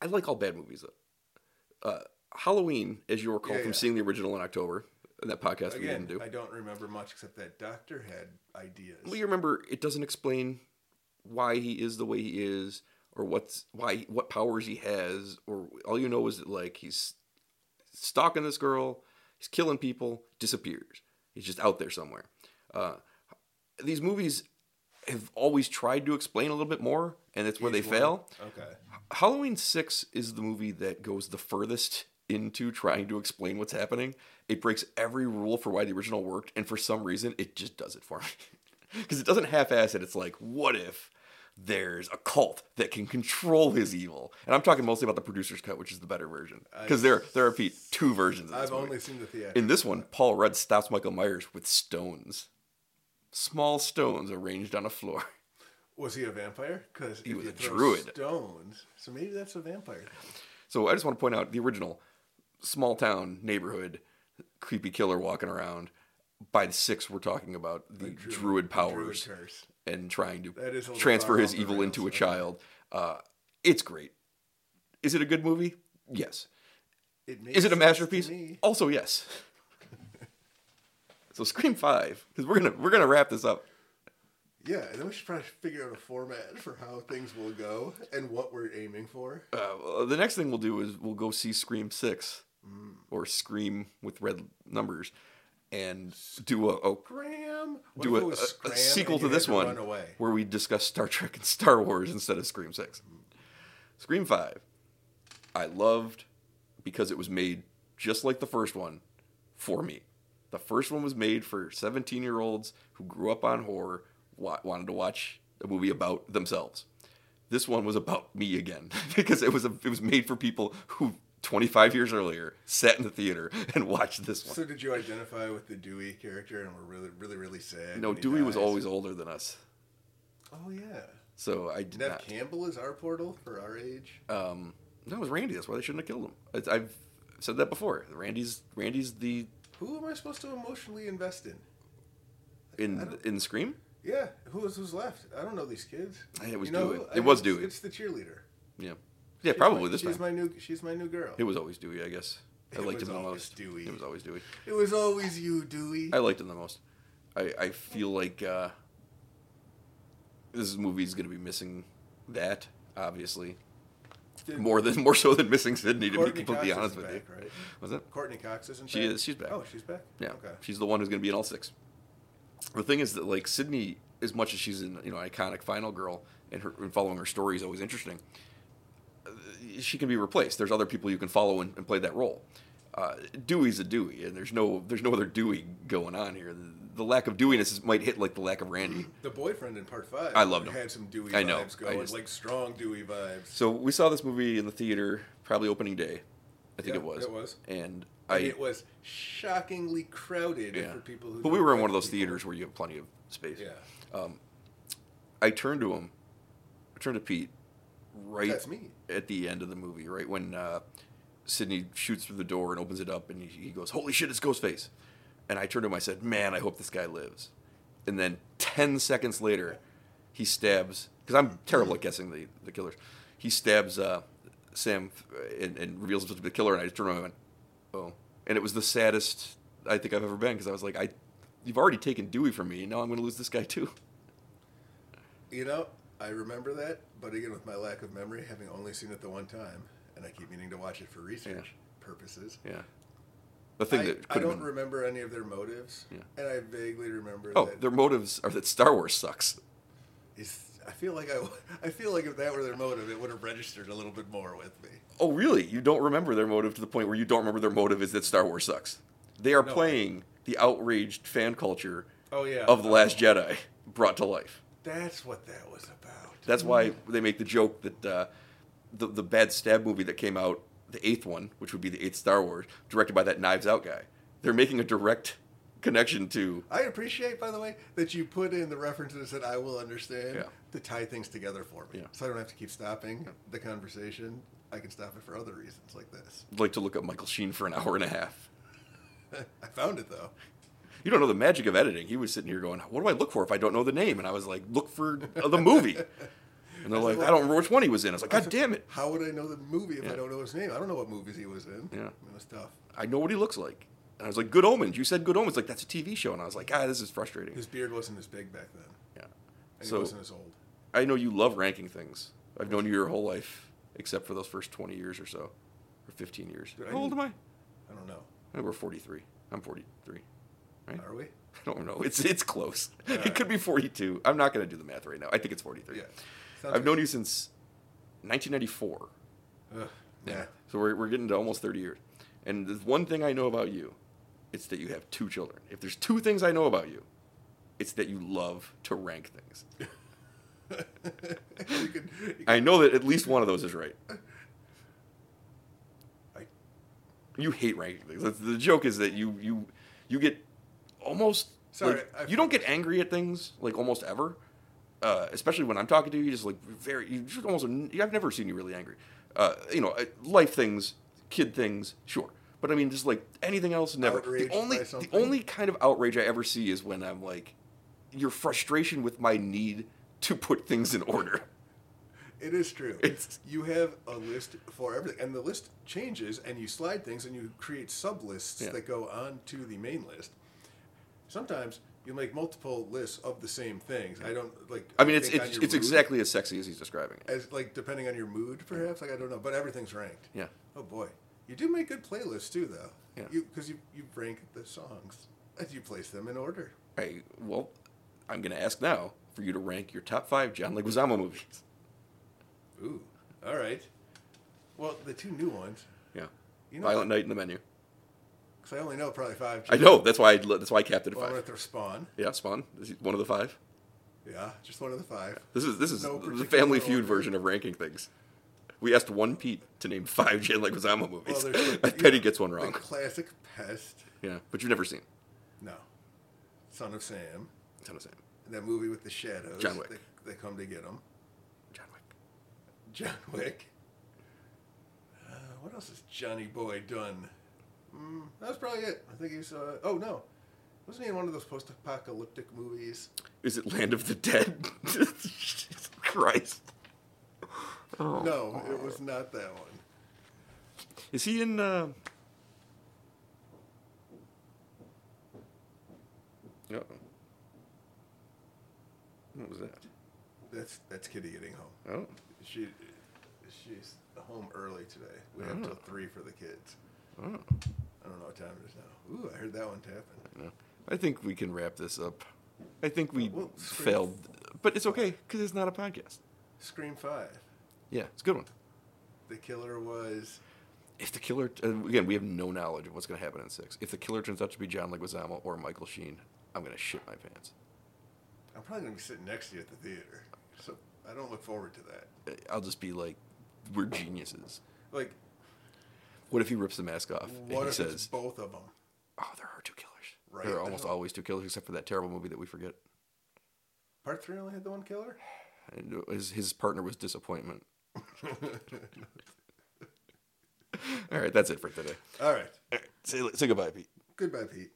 Speaker 1: I like all bad movies though. Uh, Halloween, as you recall
Speaker 2: Yeah,
Speaker 1: from
Speaker 2: yeah.
Speaker 1: seeing the original in October, that podcast we
Speaker 2: again,
Speaker 1: didn't do.
Speaker 2: I don't remember much except that Doctor had ideas.
Speaker 1: Well, you remember it doesn't explain why he is the way he is, or what's why what powers he has, or all you know is that like he's stalking this girl, he's killing people, disappears. He's just out there somewhere. Uh, these movies have always tried to explain a little bit more, and that's where
Speaker 2: Each
Speaker 1: they
Speaker 2: one.
Speaker 1: fail.
Speaker 2: Okay.
Speaker 1: Halloween 6 is the movie that goes the furthest into trying to explain what's happening. It breaks every rule for why the original worked, and for some reason, it just does it for me. [LAUGHS] Because it doesn't half ass it. It's like, what if there's a cult that can control his evil? And I'm talking mostly about the producer's cut, which is the better version. Because there, there are, Pete, two versions of this
Speaker 2: I've
Speaker 1: movie.
Speaker 2: only seen the theater.
Speaker 1: In this one, Paul Rudd stops Michael Myers with stones. Small stones arranged on a floor. [LAUGHS]
Speaker 2: was he a vampire? Because he
Speaker 1: was a druid.
Speaker 2: Stones. So maybe that's a vampire.
Speaker 1: So I just want to point out the original small town neighborhood creepy killer walking around. By the six, we're talking about the, druid, powers
Speaker 2: Druid curse.
Speaker 1: and trying to
Speaker 2: That is a little
Speaker 1: transfer
Speaker 2: far
Speaker 1: his
Speaker 2: off the
Speaker 1: evil
Speaker 2: rails,
Speaker 1: into a
Speaker 2: okay.
Speaker 1: child. Uh, it's great. Is it a good movie? Yes.
Speaker 2: It
Speaker 1: Is it a
Speaker 2: makes sense to
Speaker 1: masterpiece?
Speaker 2: me.
Speaker 1: Also, yes. so Scream Five, because we're gonna we're gonna wrap this up.
Speaker 2: Yeah, and then we should probably figure out a format for how things will go and what we're aiming for.
Speaker 1: Uh, well, the next thing we'll do is we'll go see Scream Six
Speaker 2: Mm.
Speaker 1: or Scream with red numbers, and do a, oh, a
Speaker 2: Graham, what
Speaker 1: do
Speaker 2: if
Speaker 1: a,
Speaker 2: it was
Speaker 1: a- a
Speaker 2: Scram
Speaker 1: sequel
Speaker 2: and
Speaker 1: to
Speaker 2: you
Speaker 1: this
Speaker 2: had
Speaker 1: one
Speaker 2: Run away.
Speaker 1: where we discuss Star Trek and [LAUGHS] Star Wars instead of Scream 6. Scream 5, I loved because it was made just like the first one for me. The first one was made for 17 year olds who grew up on horror, wa- wanted to watch a movie about themselves. This one was about [LAUGHS] me again because it was a, it was made for people who 25 years earlier sat in the theater [LAUGHS] and watched this one.
Speaker 2: So did you identify with the Dewey character and were really, really, really sad?
Speaker 1: No,
Speaker 2: when he
Speaker 1: Dewey was
Speaker 2: dies?
Speaker 1: always older than us.
Speaker 2: Oh yeah.
Speaker 1: So I did
Speaker 2: Nev
Speaker 1: not.
Speaker 2: Campbell is our portal for our age.
Speaker 1: Um, no, it was Randy. That's why they shouldn't have killed him. It's, I've said that before. Randy's Randy's the
Speaker 2: Who am I supposed to emotionally invest in? I
Speaker 1: in
Speaker 2: don't-
Speaker 1: in Scream.
Speaker 2: Yeah, who is who's left? I don't know these kids.
Speaker 1: I think it was
Speaker 2: know
Speaker 1: Dewey.
Speaker 2: who?
Speaker 1: It
Speaker 2: I think
Speaker 1: was
Speaker 2: it's-
Speaker 1: Dewey.
Speaker 2: It's the cheerleader.
Speaker 1: Yeah, yeah,
Speaker 2: She's
Speaker 1: probably
Speaker 2: my-
Speaker 1: this
Speaker 2: she's
Speaker 1: time.
Speaker 2: my new. She's my new girl.
Speaker 1: it was always Dewey, I guess. I
Speaker 2: It
Speaker 1: liked
Speaker 2: was
Speaker 1: him the
Speaker 2: always
Speaker 1: most.
Speaker 2: Dewey.
Speaker 1: It was always Dewey.
Speaker 2: It was always you, Dewey.
Speaker 1: I liked him the most. I I feel like uh, this movie's gonna be missing that obviously
Speaker 2: Did-
Speaker 1: more than more so than missing Sydney. To
Speaker 2: Courtney
Speaker 1: be completely
Speaker 2: Cox
Speaker 1: honest
Speaker 2: isn't
Speaker 1: with
Speaker 2: back,
Speaker 1: you,
Speaker 2: right?
Speaker 1: was it?
Speaker 2: Courtney Cox isn't.
Speaker 1: She
Speaker 2: back?
Speaker 1: is- she's back.
Speaker 2: Oh, she's back.
Speaker 1: Yeah,
Speaker 2: Okay.
Speaker 1: she's the one who's going to be in all six. The thing is that like Sydney, as much as she's an you know iconic final girl and her and following her story is always interesting, uh, she can be replaced. There's other people you can follow and, and play that role. Uh, Dewey's a Dewey, and there's no there's no other Dewey going on here. The, the lack of Dewiness is, might hit like the lack of Randy.
Speaker 2: The boyfriend in part five.
Speaker 1: I loved him.
Speaker 2: Had some Dewey
Speaker 1: I know.
Speaker 2: vibes
Speaker 1: I
Speaker 2: going,
Speaker 1: just-
Speaker 2: like strong Dewey vibes.
Speaker 1: So we saw this movie in the theater probably opening day, I think
Speaker 2: Yeah,
Speaker 1: it was.
Speaker 2: it was.
Speaker 1: and I.
Speaker 2: And it was shockingly crowded
Speaker 1: yeah.
Speaker 2: for people who.
Speaker 1: but we
Speaker 2: don't
Speaker 1: were in
Speaker 2: like
Speaker 1: one of those
Speaker 2: people.
Speaker 1: theaters where you have plenty of space.
Speaker 2: Yeah.
Speaker 1: Um, I turned to him, I turned to Pete, right
Speaker 2: That's me.
Speaker 1: at the end of the movie, right when uh, Sydney shoots through the door and opens it up, and he, he goes, "Holy shit, it's Ghostface!" And I turned to him, I said, "Man, I hope this guy lives." And then ten seconds later, he stabs because I'm terrible at guessing the, the killers. He stabs uh, Sam uh, and, and reveals himself to be the killer, and I just turned around and went, "Oh!" And it was the saddest I think I've ever been because I was like, "I, you've already taken Dewey from me, and now I'm going to lose this guy too."
Speaker 2: You know, I remember that, but again, with my lack of memory, having only seen it the one time, and I keep meaning to watch it for research purposes.
Speaker 1: Yeah, the thing
Speaker 2: I,
Speaker 1: that
Speaker 2: I
Speaker 1: could have
Speaker 2: don't
Speaker 1: been.
Speaker 2: remember any of their motives,
Speaker 1: Yeah.
Speaker 2: and I vaguely remember
Speaker 1: Oh,
Speaker 2: that.
Speaker 1: their motives are that Star Wars sucks.
Speaker 2: is- I [LAUGHS] feel like I, I feel like if that were their motive, it would have registered a little bit more with me.
Speaker 1: Oh, really? You don't remember their motive to the point where you don't remember their motive is that Star Wars sucks. They are
Speaker 2: No.
Speaker 1: playing the outraged fan culture
Speaker 2: Oh yeah,
Speaker 1: of The Last Jedi brought to life.
Speaker 2: That's what that was about.
Speaker 1: That's why
Speaker 2: Mm-hmm.
Speaker 1: they make the joke that uh, the, the bad stab movie that came out, the eighth one, which would be the eighth Star Wars, directed by that Knives Out guy, they're making a direct connection to.
Speaker 2: I appreciate, by the way, that you put in the references that I will understand
Speaker 1: Yeah.
Speaker 2: to tie things together for me,
Speaker 1: Yeah.
Speaker 2: so I don't have to keep stopping the conversation. I can stop it for other reasons, like this.
Speaker 1: I'd like to look up Michael Sheen for an hour and a half.
Speaker 2: I found it though.
Speaker 1: You don't know the magic of editing. He was sitting here going, "What do I look for if I don't know the name?" And I was like, "Look for the movie." And they're like, "I don't remember which one he was in." I was like, [LAUGHS] "God damn it!
Speaker 2: How would I know the movie if
Speaker 1: Yeah.
Speaker 2: I don't know his name? I don't know what movies he was in.
Speaker 1: Yeah.
Speaker 2: it was tough.
Speaker 1: I know what he looks like." And I was like, "Good Omens." You said "Good Omens." Like that's a TV show, and I was like, "Ah, this is frustrating."
Speaker 2: His beard wasn't as big back then,
Speaker 1: Yeah.
Speaker 2: and
Speaker 1: So-
Speaker 2: he wasn't as old.
Speaker 1: I know you love ranking things. I've known you your whole life, except for those first twenty years or so, or fifteen years.
Speaker 2: Dude, I
Speaker 1: How old am
Speaker 2: didn't-
Speaker 1: I?
Speaker 2: I don't know.
Speaker 1: I we're forty-three. I'm forty-three. [LAUGHS] Right?
Speaker 2: Are we?
Speaker 1: I don't know. It's it's close.
Speaker 2: All
Speaker 1: It
Speaker 2: right.
Speaker 1: could be forty-two. I'm not going to do the math right now. I think it's forty-three.
Speaker 2: Yeah.
Speaker 1: I've known you since 1994.
Speaker 2: you. Ugh,
Speaker 1: [LAUGHS] Yeah.
Speaker 2: [LAUGHS] yeah.
Speaker 1: So we're, we're getting to almost 30 years. And the one thing I know about you, it's that you have two children. If there's two things I know about you, it's that you love to rank things.
Speaker 2: you could, you could-
Speaker 1: I know that at least one of those is right.
Speaker 2: [LAUGHS] I-
Speaker 1: You hate ranking things. That's, the joke is that you you you get almost
Speaker 2: Sorry,
Speaker 1: like,
Speaker 2: I-
Speaker 1: you don't get angry at things like almost ever. Uh, especially when I'm talking to you, you just like very you just almost I've never seen you really angry. Uh, you know, uh, life things, kid things, sure. But I mean, just like anything else, never.
Speaker 2: Outraged
Speaker 1: the only
Speaker 2: by
Speaker 1: the
Speaker 2: something?
Speaker 1: only kind of outrage I ever see is when I'm like, your frustration with my need to put things in order.
Speaker 2: It is true.
Speaker 1: [LAUGHS] It's-
Speaker 2: you have a list for everything, and the list changes, and you slide things, and you create sublists
Speaker 1: Yeah.
Speaker 2: that go on to the main list. Sometimes you make multiple lists of the same things. I don't like.
Speaker 1: I mean, it's
Speaker 2: think on
Speaker 1: it's,
Speaker 2: your
Speaker 1: it's
Speaker 2: mood,
Speaker 1: exactly as sexy as he's describing it.
Speaker 2: as like depending on your mood, perhaps. Like I don't know, but everything's ranked.
Speaker 1: Yeah.
Speaker 2: Oh boy, you do make good playlists too, though.
Speaker 1: Yeah.
Speaker 2: You because you you rank the songs as you place them in order.
Speaker 1: Hey, well, I'm going to ask now for you to rank your top five John Leguizamo movies.
Speaker 2: Ooh. All right. Well, the two new ones,
Speaker 1: Yeah.
Speaker 2: You know-
Speaker 1: Violent Night in the menu.
Speaker 2: because I only know probably five.
Speaker 1: I know. That's why I that's why I capped it at
Speaker 2: Well, I'm gonna
Speaker 1: five.
Speaker 2: throw Spawn.
Speaker 1: Yeah, Spawn. This is one of the five.
Speaker 2: Yeah, just one of the five.
Speaker 1: This is this is
Speaker 2: No
Speaker 1: the
Speaker 2: particular
Speaker 1: Family Feud
Speaker 2: order.
Speaker 1: version of ranking things. We asked one Pete to name five John Leguizamo movies.
Speaker 2: Well, there's-
Speaker 1: [LAUGHS] I bet he gets one
Speaker 2: The
Speaker 1: wrong.
Speaker 2: classic Pest.
Speaker 1: Yeah, but you've never seen.
Speaker 2: No. Son of Sam.
Speaker 1: It's not the same.
Speaker 2: And that movie with the shadows.
Speaker 1: John Wick.
Speaker 2: They, they come to get him.
Speaker 1: John Wick.
Speaker 2: John [LAUGHS] Wick. Uh, what else has Johnny Boy done? Mm, that's probably it. I think he's. Uh, oh no, wasn't he in one of those post-apocalyptic movies?
Speaker 1: Is it Land of the Dead? [LAUGHS] Jesus Christ. Oh.
Speaker 2: No, it was not that one.
Speaker 1: Is he in? Uh... Uh-oh. What was that?
Speaker 2: That's that's Kitty getting home.
Speaker 1: Oh,
Speaker 2: She she's home early today. We have till three for the kids.
Speaker 1: oh.
Speaker 2: I don't know what time it is now. Ooh, I heard that one tapping.
Speaker 1: No. I think we can wrap this up. I think we
Speaker 2: Well, screw
Speaker 1: failed, but it's okay because it's not a podcast.
Speaker 2: Scream Five.
Speaker 1: Yeah, it's a good one.
Speaker 2: The killer was
Speaker 1: If the killer, and again, we have no knowledge of what's going to happen in six. If the killer turns out to be John Leguizamo or Michael Sheen, I'm going to shit my pants.
Speaker 2: I'm probably gonna be sitting next to you at the theater, so I don't look forward to that.
Speaker 1: I'll just be like, we're geniuses.
Speaker 2: Like,
Speaker 1: What if he rips the mask off
Speaker 2: what
Speaker 1: and he
Speaker 2: if
Speaker 1: says,
Speaker 2: it's both of them?
Speaker 1: Oh, there are two killers.
Speaker 2: Right,
Speaker 1: there are
Speaker 2: there
Speaker 1: almost
Speaker 2: are.
Speaker 1: always two killers, except for that terrible movie that we forget.
Speaker 2: Part three only had the one killer.
Speaker 1: And his, his partner was [LAUGHS] disappointment. All right, that's it for today.
Speaker 2: All right.
Speaker 1: All right, say, say goodbye, Pete.
Speaker 2: Goodbye, Pete.